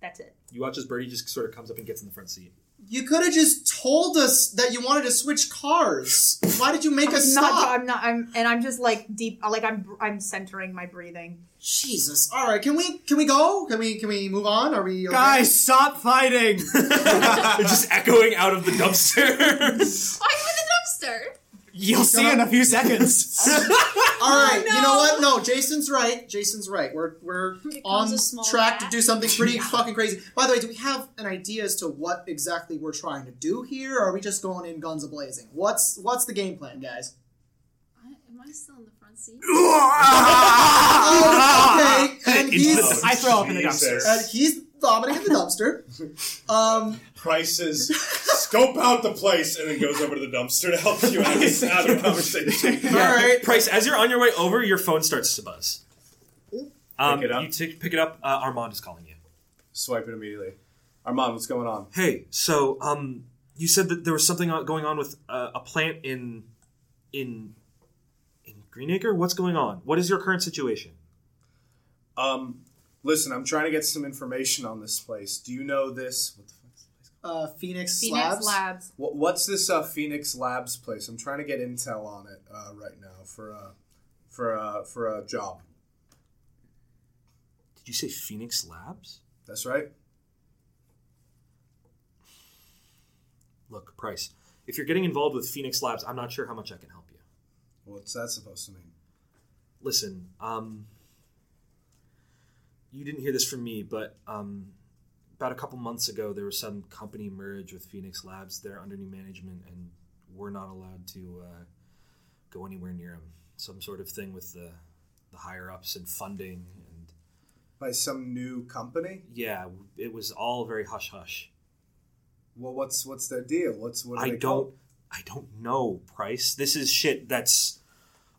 That's it.
you watch as Birdie just sort of comes up and gets in the front seat.
You could have just told us that you wanted to switch cars. Why did you make
I'm
us
not.
stop?
I'm not. I'm and I'm just like deep. Like I'm. I'm centering my breathing.
Jesus. All right. Can we can we go? Can we can we move on? Are we okay?
Guys, stop fighting!
it's just echoing out of the dumpster.
Why are you in the dumpster?
You'll see in a few seconds.
All
oh,
right. You know what? No, Jason's right. Jason's right. We're we're
Here
on
comes a small
track to
rat.
do something pretty fucking crazy. By the way, do we have an idea as to what exactly we're trying to do here? Or are we just going in guns a blazing? What's what's the game plan, guys?
I, am I still in the front seat?
Oh, okay. And
Into the
he's
I throw up in the
Jesus.
dumpster.
and he's vomiting in the dumpster. Um,
Prices scope out the place and then goes over to the dumpster to help you out of, out of conversation.
all right.
Price, as you're on your way over, your phone starts to buzz. Um,
Pick it up.
You t- pick it up. Uh, Armand is calling you.
Swipe it immediately. Armand, what's going on?
Hey, so um, you said that there was something on- going on with uh, a plant in in in Greenacre. What's going on? What is your current situation?
Um, listen, I'm trying to get some information on this place. Do you know this? What the fuck? is this place
Uh,
called?
Phoenix,
Phoenix
slabs.
Labs.
What, what's this uh, Phoenix Labs place? I'm trying to get intel on it uh, right now for uh, for uh, for a job.
Did you say Phoenix Labs?
That's right.
Look, Price, if you're getting involved with Phoenix Labs, I'm not sure how much I can help you.
What's that supposed to mean?
Listen, um, you didn't hear this from me, but um, about a couple months ago, there was some company merge with Phoenix Labs. They're under new management, and we're not allowed to uh, go anywhere near them. Some sort of thing with the the higher ups and funding, and
By some new company?
yeah, it was all very hush hush.
Well, what's what's their deal? What's what? Are
I
they
don't,
called?
I don't know, Price. This is shit that's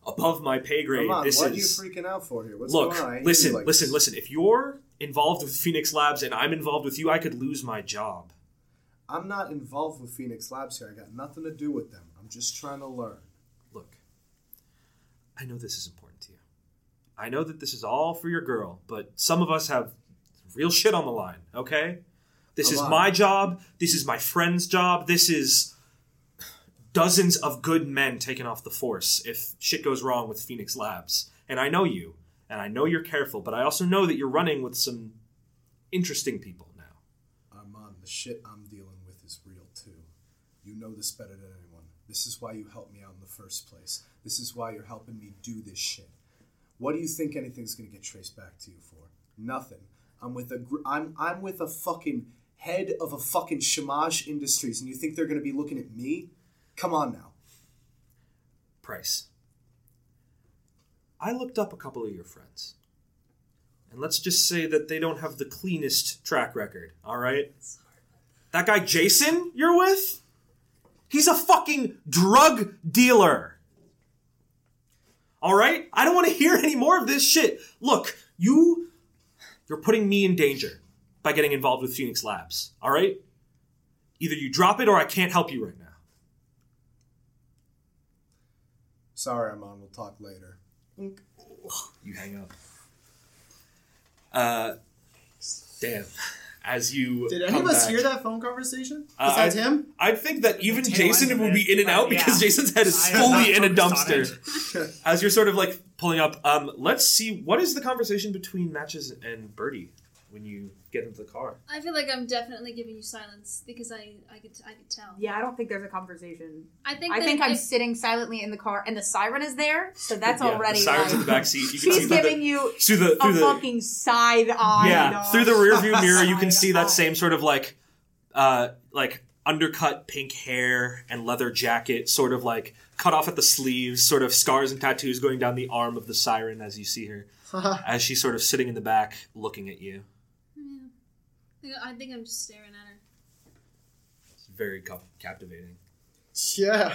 above my pay grade.
Armand,
this
what
is.
are you freaking out for here? What's
Look,
going on? I ain't
listen,
do like
listen,
this.
listen. If you're involved with Phoenix Labs and I'm involved with you, I could lose my job.
I'm not involved with Phoenix Labs here. I got nothing to do with them. I'm just trying to learn.
Look, I know this is important to you. I know that this is all for your girl, but some of us have real shit on the line, okay? This
A
is
lot.
my job. This is my friend's job. This is dozens of good men taken off the force if shit goes wrong with Phoenix Labs. And I know you, and I know you're careful, but I also know that you're running with some interesting people now.
Armand, the shit I'm dealing with is real too. You know this better than anyone. This is why you helped me out in the first place. This is why you're helping me do this shit. What do you think anything's gonna get traced back to you for? Nothing. I'm with a gr- I'm I'm with a fucking head of a fucking Shamash Industries, and you think they're gonna be looking at me? Come on now.
Price. I looked up a couple of your friends. And let's just say that they don't have the cleanest track record, all right? That guy Jason you're with? He's a fucking drug dealer. All right? I don't want to hear any more of this shit. Look, you you're putting me in danger by getting involved with Phoenix Labs, all right? Either you drop it or I can't help you right now.
Sorry, Amon. We'll talk later.
You hang up. Uh, damn. As you
Did
come
any of us
back-
hear that phone conversation?
Uh,
Besides
I-
him?
I think that even
tail end
Jason
of
would
it,
be in and
but
out because
yeah.
Jason's head is
I am not
fully in a
focused on
dumpster. As you're sort of like pulling up, um, let's see what is the conversation between Matches and Birdie when you get into the car.
I feel like I'm definitely giving you silence because I, I could I could tell.
Yeah, I don't think there's a conversation.
I think
I
that
think I'm
if-
sitting silently in the car, and the siren is there, so that's
Yeah,
already.
the sirens
like,
in the back seat. You can see
she's
through
giving
the,
you
through the
a
through the
fucking side eye.
yeah
dog.
through the rearview mirror. You can
Side
see
eye.
that same sort of like uh, like undercut pink hair and leather jacket, sort of like cut off at the sleeves, sort of scars and tattoos going down the arm of the siren as you see her as she's sort of sitting in the back looking at you.
I think I'm just staring at her.
It's very cap- captivating.
yeah.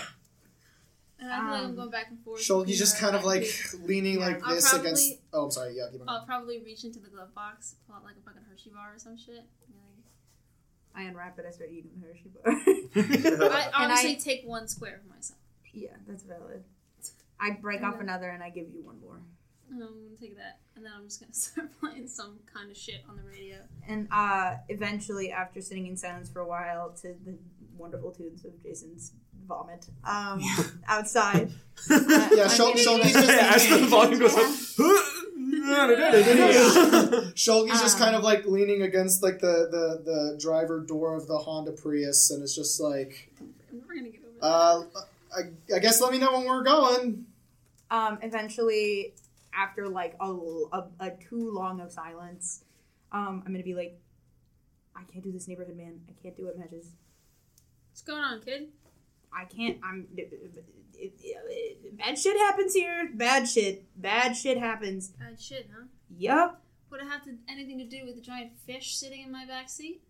And I feel like I'm
Um,
going back and forth.
Shulky's
between
just
her
kind of
and
like
you.
leaning
Yeah,
like
I'll
this
probably-
against. Oh, I'm sorry. Yeah, keep going.
I'll probably reach into the glove box, pull out like a fucking Hershey bar or some shit. and be like-
I unwrap it. I start eating the Hershey bar.
I honestly take one square for myself.
yeah, that's valid. I break off another and I give you one more.
And I'm gonna take that, and then I'm just gonna start playing some kind of shit on the radio.
And uh, eventually, after sitting in silence for a while to the wonderful tunes of Jason's vomit um, outside. uh,
Yeah,
I'm
Shul-
gonna-
Shulky's
As
just
the volume goes up.
Shulky's just
Um,
kind of like leaning against like the, the the driver door of the Honda Prius, and it's just like,
I'm never gonna get over that.
uh, I, I guess let me know when we're going.
um, eventually, after like a, a, a too long of silence, um, I'm gonna be like, I can't do this neighborhood, man. I can't do it, matches.
What's going on, kid?
I can't. I'm. It, it, it- bad shit happens here. Bad shit. Bad shit happens.
Bad shit, huh?
Yup.
Would it have to, anything to do with the giant fish sitting in my back seat?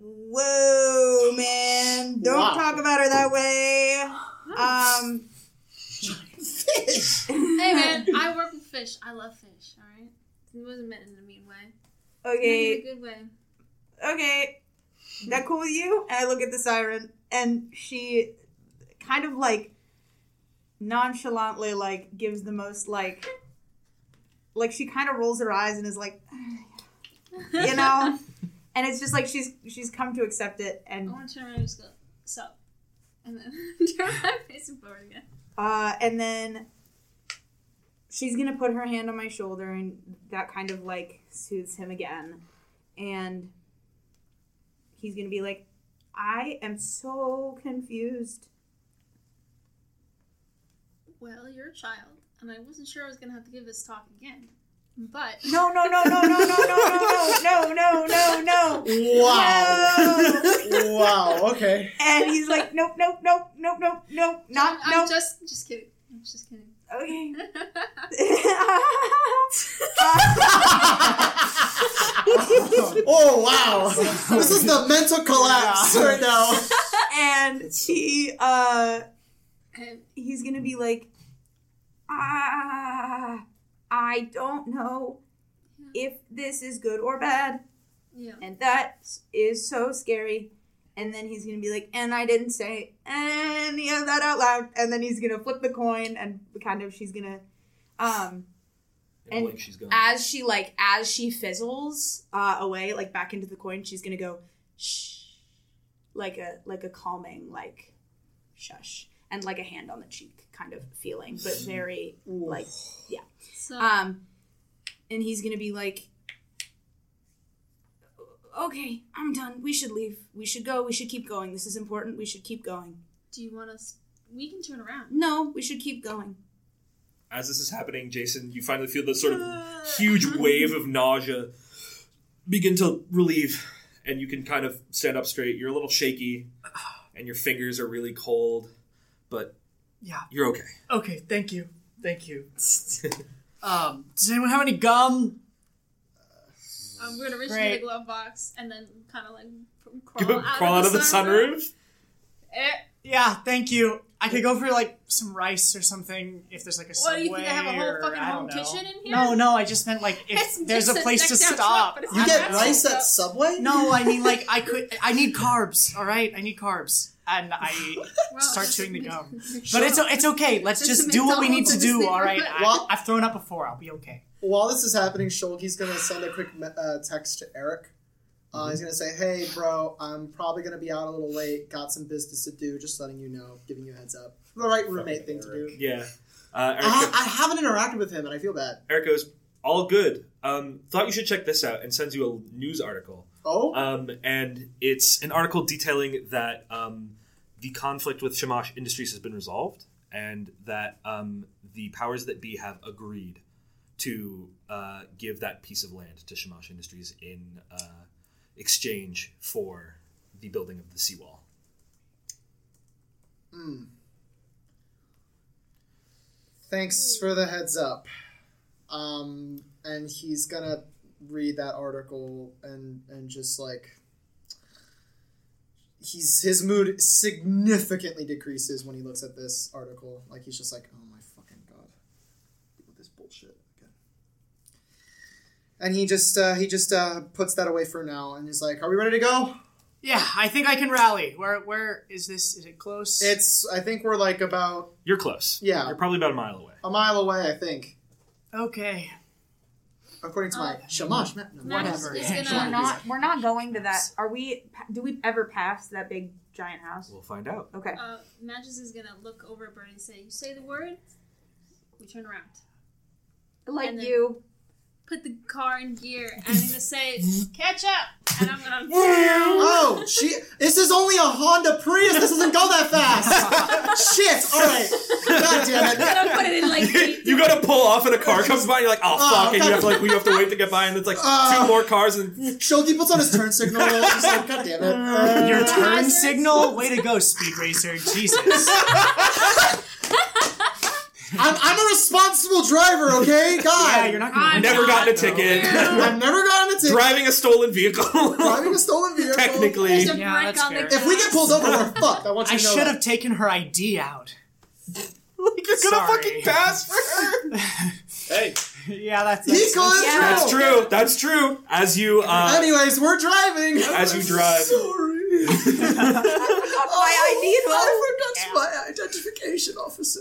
Whoa, man. Don't
Wow.
talk about her that way. Um.
Hey man, I work with fish. I love fish. All right, it wasn't meant in a mean way. It
Okay.
was in a good way.
Okay. That cool with you? And I look at the siren, and she, kind of like, nonchalantly like gives the most like, like she kind of rolls her eyes and is like, you know, and it's just like she's she's come to accept it
I
and
want to turn around and just go sup, and then turn my face forward again.
Uh, and then she's gonna put her hand on my shoulder, and that kind of like soothes him again. And he's gonna be like, "I am so confused."
Well, you're a child, and I wasn't sure I was gonna have to give this talk again, but
No, no, no, no, no, no, no, no, no, no, no, no, no.
Wow, wow, okay.
And he's like, "Nope, nope, nope, nope, nope, nope, not
I'm
nope."
just just kidding. I'm just kidding.
Okay.
Oh wow, this is the mental collapse right now.
and she, uh.
And
he's gonna be like, ah, I don't know if this is good or bad,
yeah,
and that is so scary. And then he's gonna be like, and I didn't say any of that out loud. And then he's gonna flip the coin and kind of she's gonna, um,
And Blake, she's going.
as she like as she fizzles uh, away like back into the coin she's gonna go shh like a like a calming like shush and like a hand on the cheek kind of feeling but very like
so
um and he's gonna be like okay i'm done we should leave we should go we should keep going this is important we should keep going
do you want us? We can turn around.
no we should keep going
As this is happening, Jason, you finally feel the sort of huge wave of nausea begin to relieve, and you can kind of stand up straight. You're a little shaky, and your fingers are really cold, but
Yeah.
you're okay.
Okay, thank you. Thank you. um, does anyone have any gum?
Um, we're gonna reach into
Great.
the glove box and then kind of like pr-
Crawl out, of the
sunroom.
sunroof.
Eh,
Yeah, thank you. I could go for like some rice or something if there's like a
What do
subway.
you think? I have a whole
or,
fucking
I don't
home
know.
kitchen in here?
No, no. I just meant like
It's
if there's a
just a
place to
next-down truck,
stop.
but it's
You
not
get
that
rice
cheap,
at
so-
Subway?
No, I mean like I could. I need carbs. All right, I need carbs, and I
Well,
start
it's-
chewing the gum. But
Sure.
it's it's okay. Let's
There's
just
some
do what we need to
McDonald's in
do.
this
All right.
neighborhood.
I,
Well-
I've thrown up before. I'll be okay.
While this is happening, Shulgi's gonna send a quick me- uh, text to Eric. Uh, He's gonna say, "Hey, bro, I'm probably gonna be out a little late. Got some business to do. Just letting you know, giving you a heads up. The right roommate thing to do."
Yeah. Uh, Eric,
I, I haven't interacted with him, and I feel bad.
Eric goes, all good. Um, thought you should check this out and sends you a news article.
Oh,
Um, and it's an article detailing that um, the conflict with Shamash Industries has been resolved and that um, the powers that be have agreed to uh, give that piece of land to Shamash Industries in uh, exchange for the building of the seawall.
thanks for the heads up. Um, and he's gonna read that article and and just like he's his mood significantly decreases when he looks at this article. Like he's just like, oh my fucking god, Deal with this bullshit again. And he just uh, he just uh, puts that away for now and is like, are we ready to go?
Yeah, I think I can rally. Where where is this? Is it close?
It's I think we're like about
You're close.
Yeah.
You're probably about a mile away.
a mile away. I think
okay.
according to my
Uh,
Shamash. map- no,
Max
Whatever.
is
Yeah,
gonna-
We're not. We're not going to that. Are we? Do we ever pass that big giant house?
We'll find out.
Okay.
Uh, Matches is gonna look over at Bird and say, "You say the word, we turn around,
Like
and then-
you.
put the car in gear, and I'm gonna say, catch up, and I'm gonna
Oh, she. This is only a Honda Prius. This doesn't go that fast. Shit. All right. God damn it.
I'm gonna put it in like eight.
you gotta pull off and a car comes by and you're like, oh,
Oh,
fuck, and you have to like we have to wait to get by and it's like
Oh.
two more cars and
Shulky puts on his turn signal. She's like, God damn it. Uh,
Your turn
Hazards.
signal. Way to go, Speed Racer. Jesus.
I'm, I'm a responsible driver, okay? God.
Yeah, you're not gonna.
I'm
win
never
that.
gotten a
No.
ticket.
I've never gotten a ticket.
Driving a stolen vehicle.
Driving a stolen vehicle.
Technically.
There's a
Yeah,
brick
that's
on the
fair.
If we get pulled over, we're fucked. I want you
I
to know.
should
that.
have taken her ID out.
You're
Sorry.
pass for her.
Hey,
yeah, that's.
He
that's-
could.
Yeah.
That's true. That's true. As you uh,
Anyways, we're driving.
as you drive.
Sorry.
Oh,
Oh,
my ID is
I forgot my identification, officer.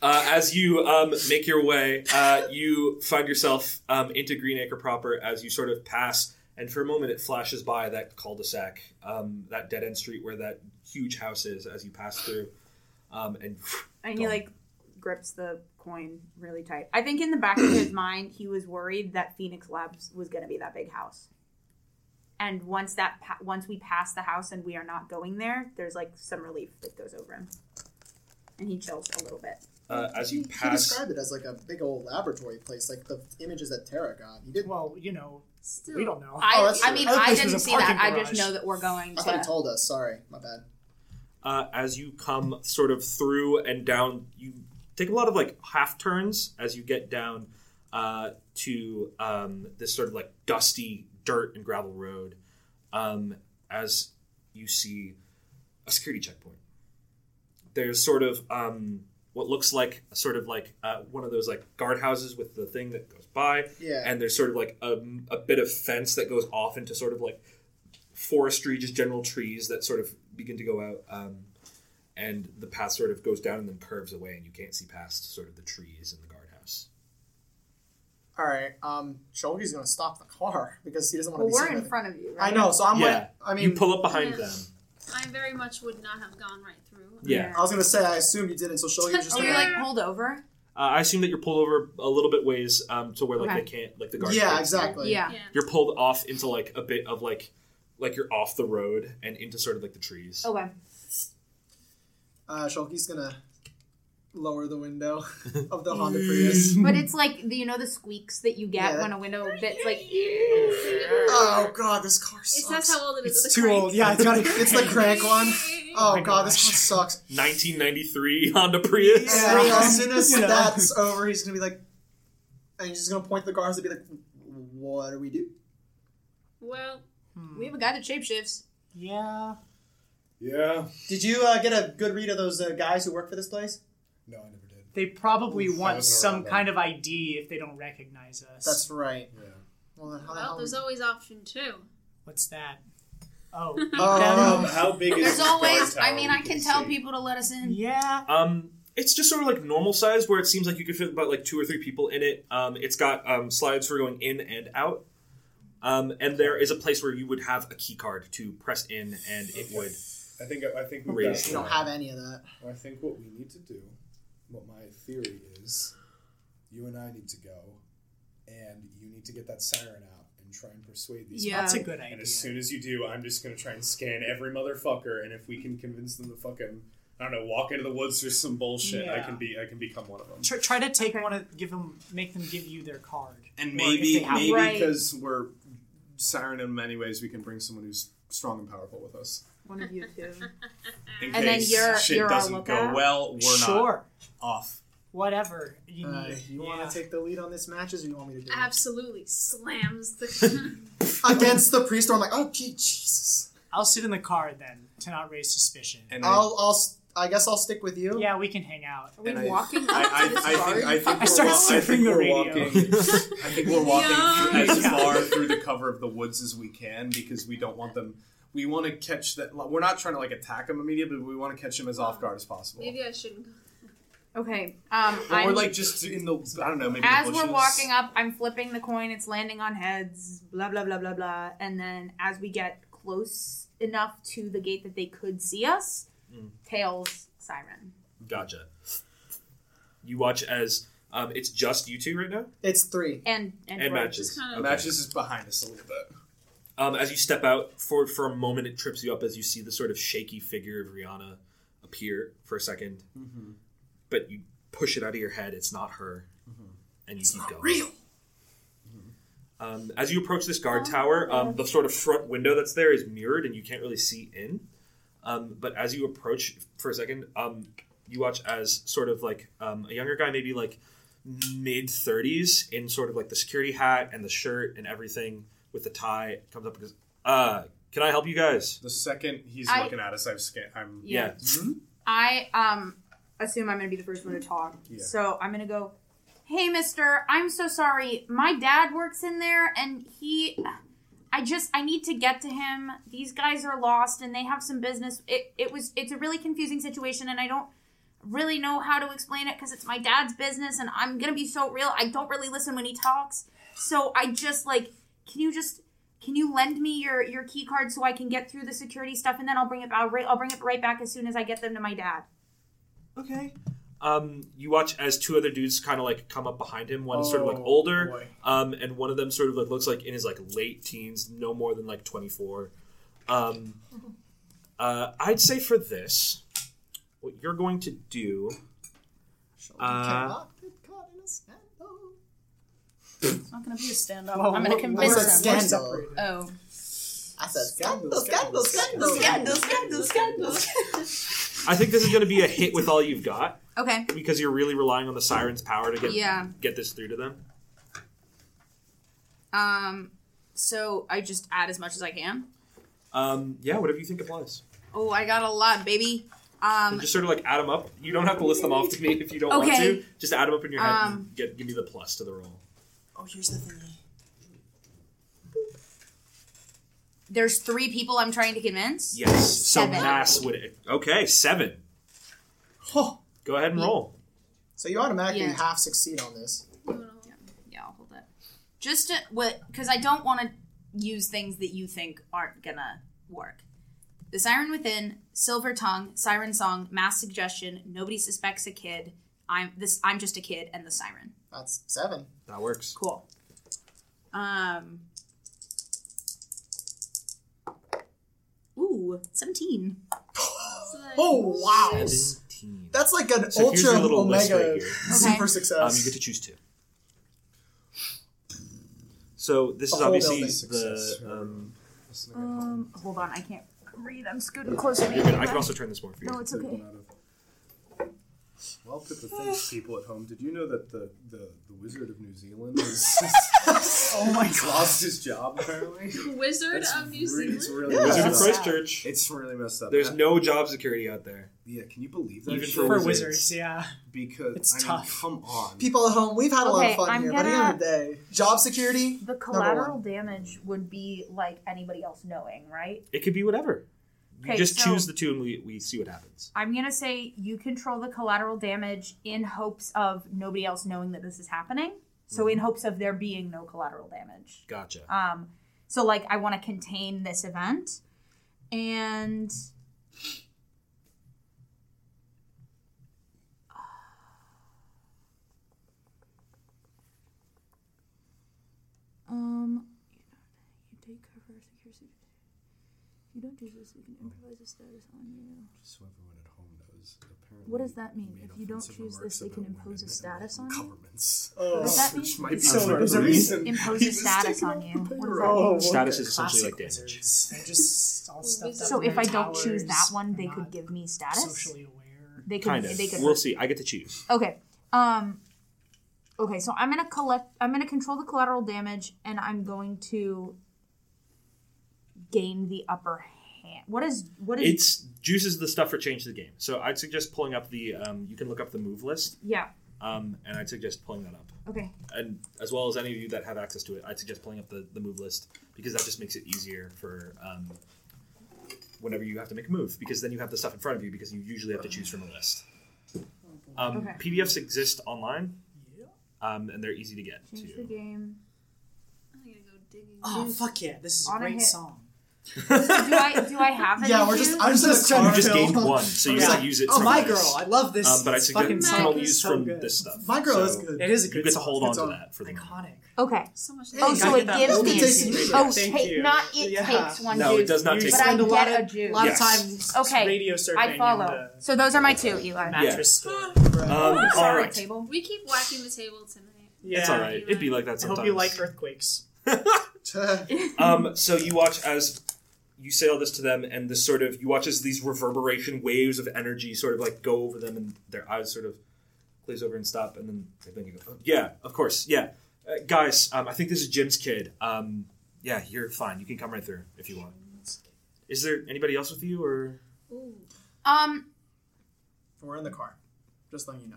uh, as you um, make your way, uh, you find yourself um, into Green Acre proper as you sort of pass, and for a moment it flashes by that cul-de-sac, um, that dead end street where that huge house is. As you pass through, um, and
And he like grips the coin really tight. I think in the back of his mind, he was worried that Phoenix Labs was going to be that big house. And once that pa- once we pass the house and we are not going there, there's like some relief that goes over him, and he chills a little bit.
uh, as you
He
pass,
described it as like a big old laboratory place, like the images that Tara got. He didn't.
Well, you know,
Still,
we don't know.
I,
Oh, that's
I
true.
mean,
I thought
I,
this was
didn't
a
see that.
parking
I just
garage.
know that we're going
I thought he
to.
told us. Sorry, my bad.
uh, as you come sort of through and down, you take a lot of like half turns as you get down uh, to um, this sort of like dusty dirt and gravel road. Um, as you see a security checkpoint, there's sort of um, what looks like a sort of like uh, one of those like guardhouses with the thing that goes by,
Yeah.
and there's sort of like a, a bit of fence that goes off into sort of like forestry, just general trees that sort of begin to go out. Um, and the path sort of goes down and then curves away, and you can't see past sort of the trees in the guardhouse.
All right. Um, Shulgi's gonna stop the car because he doesn't want
Well,
to be.
we're
seen
in
with it.
front of you,
I
right?
know. So I'm
yeah,
like, I
you
mean,
pull up behind
Yeah.
them.
I very much would not have gone right through.
Yeah,
I was gonna say, I assume you didn't. So Shulgi's just
Oh,
like,
you're like pulled over.
Uh, I assume that you're pulled over a little bit ways um, to where like
Okay.
they can't like the guard. can't
yeah,
see.
exactly.
Yeah.
Yeah.
You're pulled off into like a bit of like like you're off the road and into sort of like the trees.
Oh.
Okay.
Uh, Shulgi's gonna lower the window of the Honda Prius.
But it's like the- you know the squeaks that you get
Yeah.
when a window that's like
Oh God, this car sucks.
It's that's how old it is.
It's
with the
too
crank.
old. Yeah, it's got a.
It's the crank one.
Oh
Oh
my
God, this car
gosh.
sucks.
1993 Honda Prius.
And
Yeah.
as soon as
You know.
that's over, he's gonna be like, and he's just gonna point to the cars and be like, "What do we do?"
Well,
we have a guy that shapeshifts.
Yeah.
Yeah.
Did you uh, get a good read of those uh, guys who work for this place?
No, I never did.
They probably
Oof, I
want
wasn't
some
around then.
kind of ID if they don't recognize us.
That's right.
Yeah.
Well, then how the
Well,
hell?
there's always option two.
What's that? Oh,
Oh.
Um, how big is
There's
this
always,
guard
I
tower
mean,
we
I can tell
see?
people to let us in.
yeah.
Um, it's just sort of like normal size where it seems like you could fit about like two or three people in it. Um, it's got um, slides for going in and out. Um, and there is a place where you would have a key card to press in and it would.
I think I think we
Raise
We don't have any of that.
I think what we need to do, what my theory is, you and I need to go, and you need to get that siren out and try and persuade these.
Yeah.
That's a good
And
idea.
as soon as you do, I'm just gonna try and scan every motherfucker, and if we can convince them to fucking, I don't know, walk into the woods or some bullshit, I
Yeah.
can be, I can become one of them.
Try, try to take one of give them make them give you their card.
And
Or
maybe-
if they have
maybe-
Right.
Because we're siren in many ways, we can bring someone who's strong and powerful with us.
One of you two.
In
And then
case
you're-
shit
you're our
doesn't go
lookout?
well, we're not
sure
off.
whatever you need.
Uh, you
Yeah.
want to take the lead on this matches, or you want me to do it?
Absolutely slams the.
Against the priest, or I'm like, oh, gee, Jesus.
I'll sit in the car then to not raise suspicion.
And
I'll, I'll, s- I guess I'll stick with you.
yeah, we can hang out.
Are we
And I-
walking up to
I,
this
I, I
guard?
think, I think
I
we're
started
wa- I
surfing
think
the
we're
radio.
walking. I think we're walking
Yeah.
as far through the cover of the woods as we can because we don't want them. We want to catch that. We're not trying to like attack them immediately, but we want to catch them as off guard as possible.
Maybe I shouldn't go.
Okay. Um,
But
I'm,
we're like just in the. I don't know. Maybe
as
the
we're
bushes.
walking up, I'm flipping the coin. It's landing on heads. Blah blah blah blah blah. And then as we get close enough to the gate that they could see us, tails siren.
Gotcha. You watch as um, it's just you two right now
It's three.
And and,
and,
Roy.
matches.
Just kinda-
Okay.
Matches is behind us a little bit.
Um, as you step out for for a moment, it trips you up as you see the sort of shaky figure of Rihanna appear for a 2nd but you push it out of your head. It's not her, and you keep going. Real. Um, as you approach this guard tower, um, the sort of front window that's there is mirrored, and you can't really see in. Um, but as you approach for a second, um, you watch as sort of like um, a younger guy, maybe like mid thirties, in sort of like the security hat and the shirt and everything with the tie, comes up and goes, "Uh, can I help you guys?"
The second he's
I-
looking at us, I've scan. I'm. Hmm?
Yeah. I um assume I'm gonna be the first one to talk.
Yeah.
So I'm gonna go, Hey mister, I'm so sorry. My dad works in there and he I just I need to get to him. These guys are lost and they have some business. It it was it's a really confusing situation and I don't really know how to explain it because it's my dad's business and I'm gonna be so real. I don't really listen when he talks. So I just like can you just can you lend me your your key card so I can get through the security stuff and then I'll bring it I'll, ri- I'll bring it right back as soon as I get them to my dad.
Okay. Um, you watch as two other dudes kind of like come up behind him. One is sort of like
Oh,
older,
boy.
um, and one of them sort of like looks like in his like late teens, no more than like twenty four. Um, uh, I'd say for this, what you're going to do.
Shall we
Uh,
cannot get caught in a scandal?
It's not going to be a stand up.
Well,
I'm going to
we're-
I
convince
said
them.
scandal.
Oh.
I said scandal, scandal, scandal,
Scandal, scandal, scandal.
I think this is going to be a hit with all you've got
okay.
because you're really relying on the siren's power to get
Yeah.
get this through to them.
Um. So I just add as much as I can.
Um, yeah, whatever you think applies.
Oh, I got a lot, baby.
And
Um.
just sort of like add them up. You don't have to list them off to me if you don't want
Okay.
to. Just add them up in your head
Um,
and get, give me the plus to the roll.
Oh, here's the thingy.
There's three people I'm trying to convince.
Yes.
Seven.
So mass would. Okay, seven.
Oh.
Go ahead and roll.
So you automatically
Yeah.
half succeed on this.
You know,
Yeah, I'll hold that. Just to, what? Because I don't want to use things that you think aren't gonna work. The Siren Within, Silver Tongue, Siren Song, Mass Suggestion, Nobody Suspects a Kid. I'm this. I'm just a kid, and the Siren.
That's seven.
That works.
Cool. Um. Ooh, 17.
so like-
Oh wow!
Seventeen.
That's like an
So here's
ultra
your little list
omega
right here.
super
Um,
success.
you get to choose two. So this
The
Oh,
is
whole
obviously
building
the.
success.
Um,
Oh.
Um, hold on, I can't read. I'm scooting closer.
you're good. I can also turn this more for you.
it's okay.
Well, Pippa, thanks, people at home. Did you know that the, the, the Wizard of New Zealand is,
Oh my
has lost his job, apparently?
Wizard
That's
of New
re-
Zealand.
It's really
Wizard of
messed up.
Christchurch.
It's really messed up.
There's
Uh,
no job security out there.
yeah, can you believe that?
Even
shit?
for
For
Wizards.
wizards, yeah.
because
It's
I
tough.
mean, come on.
People at home, we've had a lot
Okay,
of fun
I'm
here, but at the end of the day, job security.
The collateral damage would be like anybody else knowing, right?
It could be whatever. You
Okay,
just
so-
choose the two and we, we see what happens.
I'm gonna say you control the collateral damage in hopes of nobody else knowing that this is happening. So
Mm-hmm.
in hopes of there being no collateral damage.
Gotcha.
Um, so like I want to contain this event, and um, you take cover, secure. You don't do this. We can improvise a status on you.
Just so everyone at home knows. Apparently
What does that mean?
made
If you don't
offensive
choose
remarks
this, they can
about
impose
women
a
and
status on you?
governments.
Oh,
Does that mean-
Which might be
So
for
there's
a
a
reason.
Impose
He
a
was
status
taking
on
off
you.
the
What does
paper.
that mean?
Status is essentially like
Classic
damage.
wizards. They're just all stuffed up
So
in
if
their
I don't choose that
towers,
one, they
not
uh,
could give me status.
Socially aware.
They could.
Kind of.
They could.
We'll see. I get to choose.
Okay. Um Okay, so I'm gonna collect I'm gonna control the collateral damage and I'm going to gain the upper hand. What is what is
It's juices the stuff for change the game. So I'd suggest pulling up the um, you can look up the move list,
yeah.
um, and I'd suggest pulling that up.
Okay.
And as well as any of you that have access to it, I'd suggest pulling up the, the move list because that just makes it easier for um, whenever you have to make a move, because then you have the stuff in front of you because you usually have to choose from a list. Um,
Okay.
PDFs exist online,
Yeah.
um, and they're easy to get
Change the
too.
game.
I'm gonna go digging.
Oh fuck yeah! This is a
On a
great
hit.
song.
Do I do I have any?
Yeah, we're just.
here?
I'm
You
just
just
trying
You
to
just
fill-
gained one, so you
Yeah.
gotta use it.
Oh
from
my
this.
girl, I love this.
Um, but I
fucking
suggest you can
My
song
all
is
use
so
from
good.
this stuff.
My girl
So
is good.
It is a good.
You get to hold on
It's
to
on.
that for the moment.
Iconic.
Okay.
So much.
Hey,
Oh,
gotta
so
get
it
that
gives
little
me a
taste of
juice.
music.
Oh,
Thank
take,
you.
not it
Yeah.
takes one
No, it
juice.
does not
You
take.
But
that.
I
spend a lot
get a
of-
juice.
lot
Yes.
of time.
Okay,
Radio surfing.
I follow.
and,
So those are my two,
uh,
Eli.
mattress store.
Um, all
Sorry,
right,
table.
We keep whacking the table tonight.
Yeah.
it's all right. It'd be like that
I
sometimes.
hope you like earthquakes.
Um, so you watch as you say all this to them, and this sort of you watch as these reverberation waves of energy sort of like go over them, and their eyes sort of glaze over and stop, and then they blink and go, "Oh, "Yeah, of course, yeah, uh, guys. Um, I think this is Jim's kid. Um, yeah, you're fine. You can come right through if you want. Is there anybody else with you, or
Ooh.
Um
We're in the car. Just letting you know.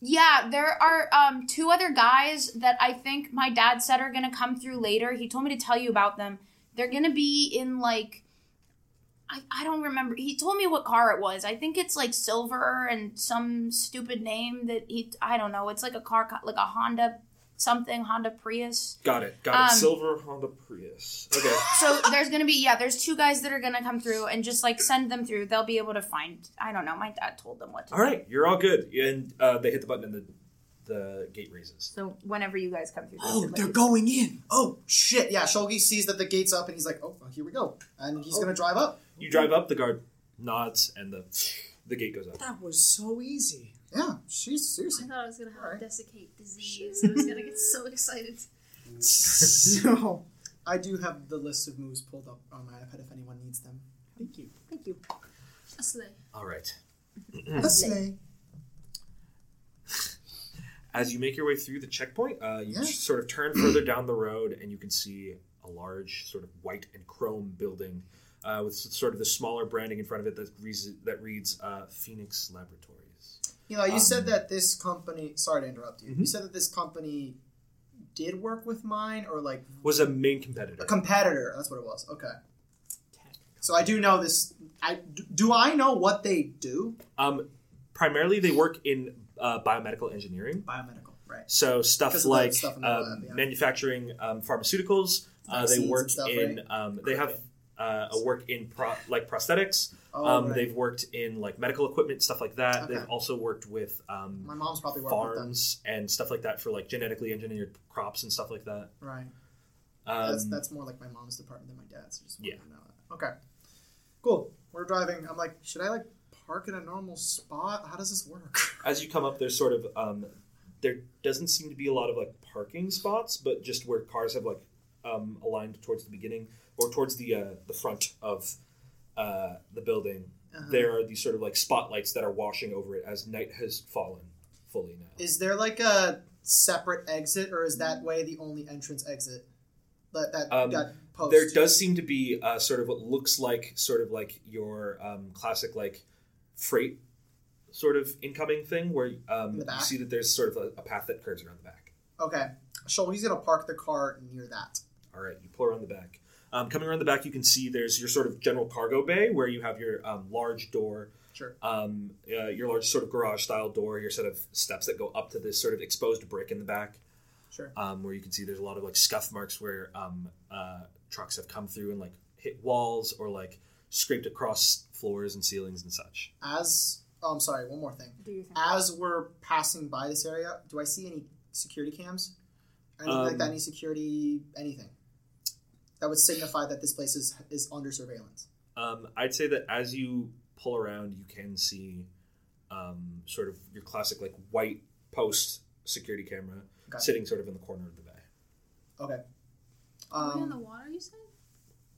Yeah, there are um, two other guys that I think my dad said are going to come through later. He told me to tell you about them. They're going to be in like, I, I don't remember. He told me what car it was. I think it's like silver and some stupid name that he, I don't know. It's like a car, co- like a Honda something, Honda Prius.
got it, got it,
Um,
silver Honda Prius? Okay,
So there's going to be, yeah, there's two guys that are going to come through and just like send them through. They'll be able to find, I don't know. My dad told them what to
all right, you're all good. And uh, they hit the button, and the the gate raises.
so whenever you guys come through. those
Oh,
are my
they're
two.
going in. Oh shit! Yeah, Shulgi sees that the gate's up, and he's like, "Oh, here we go!" And he's gonna drive up.
You drive up, the guard nods, and the the gate goes up.
That was so easy.
Yeah, she's
I
seriously.
thought I was gonna have
Alright.
desiccate disease. I was gonna get so excited.
so, I do have the list of moves pulled up on my iPad if anyone needs them.
Thank you.
Thank you.
A sleigh.
All right. Hmm.
Let's say
As you make your way through the checkpoint, uh, you
Yeah.
sort of turn further down the road, and you can see a large, sort of white and chrome building uh, with s- sort of the smaller branding in front of it that reads, that reads uh, Phoenix Laboratories.
Eli, you
Um,
said that this company. Sorry to interrupt you. You
Mhm.
said that this company did work with mine, or like
Was a main competitor.
a competitor. That's what it was. Okay.
Tech.
So I do know this. I do I know what they do?
um, primarily, they work in uh, biomedical engineering.
Biomedical, right?
So stuff
Because of the
like
stuff in the
um,
lab, yeah.
manufacturing um, pharmaceuticals. Uh, they
Vaccines and
work
stuff,
in.
right?
Um, they have uh, a work in pro- like prosthetics.
Oh,
um,
right.
They've worked in like medical equipment stuff like that.
Okay.
They've also worked with um,
My mom's probably worked with them,
farms and stuff like that for like genetically engineered crops and stuff like that.
right?
Um,
that's that's more like my mom's department than my dad's. I just wanted
Yeah.
to know that. Okay. Cool. We're driving. I'm like, should I like park in a normal spot? How does this work?
As you come up, there's sort of um, there doesn't seem to be a lot of like parking spots, but just where cars have like um, aligned towards the beginning or towards the uh, the front of uh, the building,
Uh-huh.
there are these sort of like spotlights that are washing over it as night has fallen fully now.
Is there like a separate exit, or is that way the only entrance exit? That that
Um,
got post.
There does seem to be uh, sort of what looks like sort of like your um, classic like freight sort of incoming thing where um,
In
you
the back?
see that there's sort of a, a path that curves around the back.
Okay, Shoal. He's gonna park the car near that.
All right, you pull around the back. Um, coming around the back, you can see there's your sort of general cargo bay where you have your um, large door,
Sure.
um, uh, your large sort of garage style door, your set of steps that go up to this sort of exposed brick in the back.
Sure.
Um, where you can see there's a lot of like scuff marks where um, uh, trucks have come through and like hit walls or like scraped across floors and ceilings and such.
As oh, I'm sorry. One more thing.
Do you think?
As we're passing by this area, do I see any security cams? Anything like
Um,
that? Any security? Anything that would signify that this place is is under surveillance?
Um, I'd say that as you pull around, you can see um, sort of your classic like white post security camera
Got it.
sitting sort of in the corner of the bay.
Okay.
Are we on the
Um,
water, you said?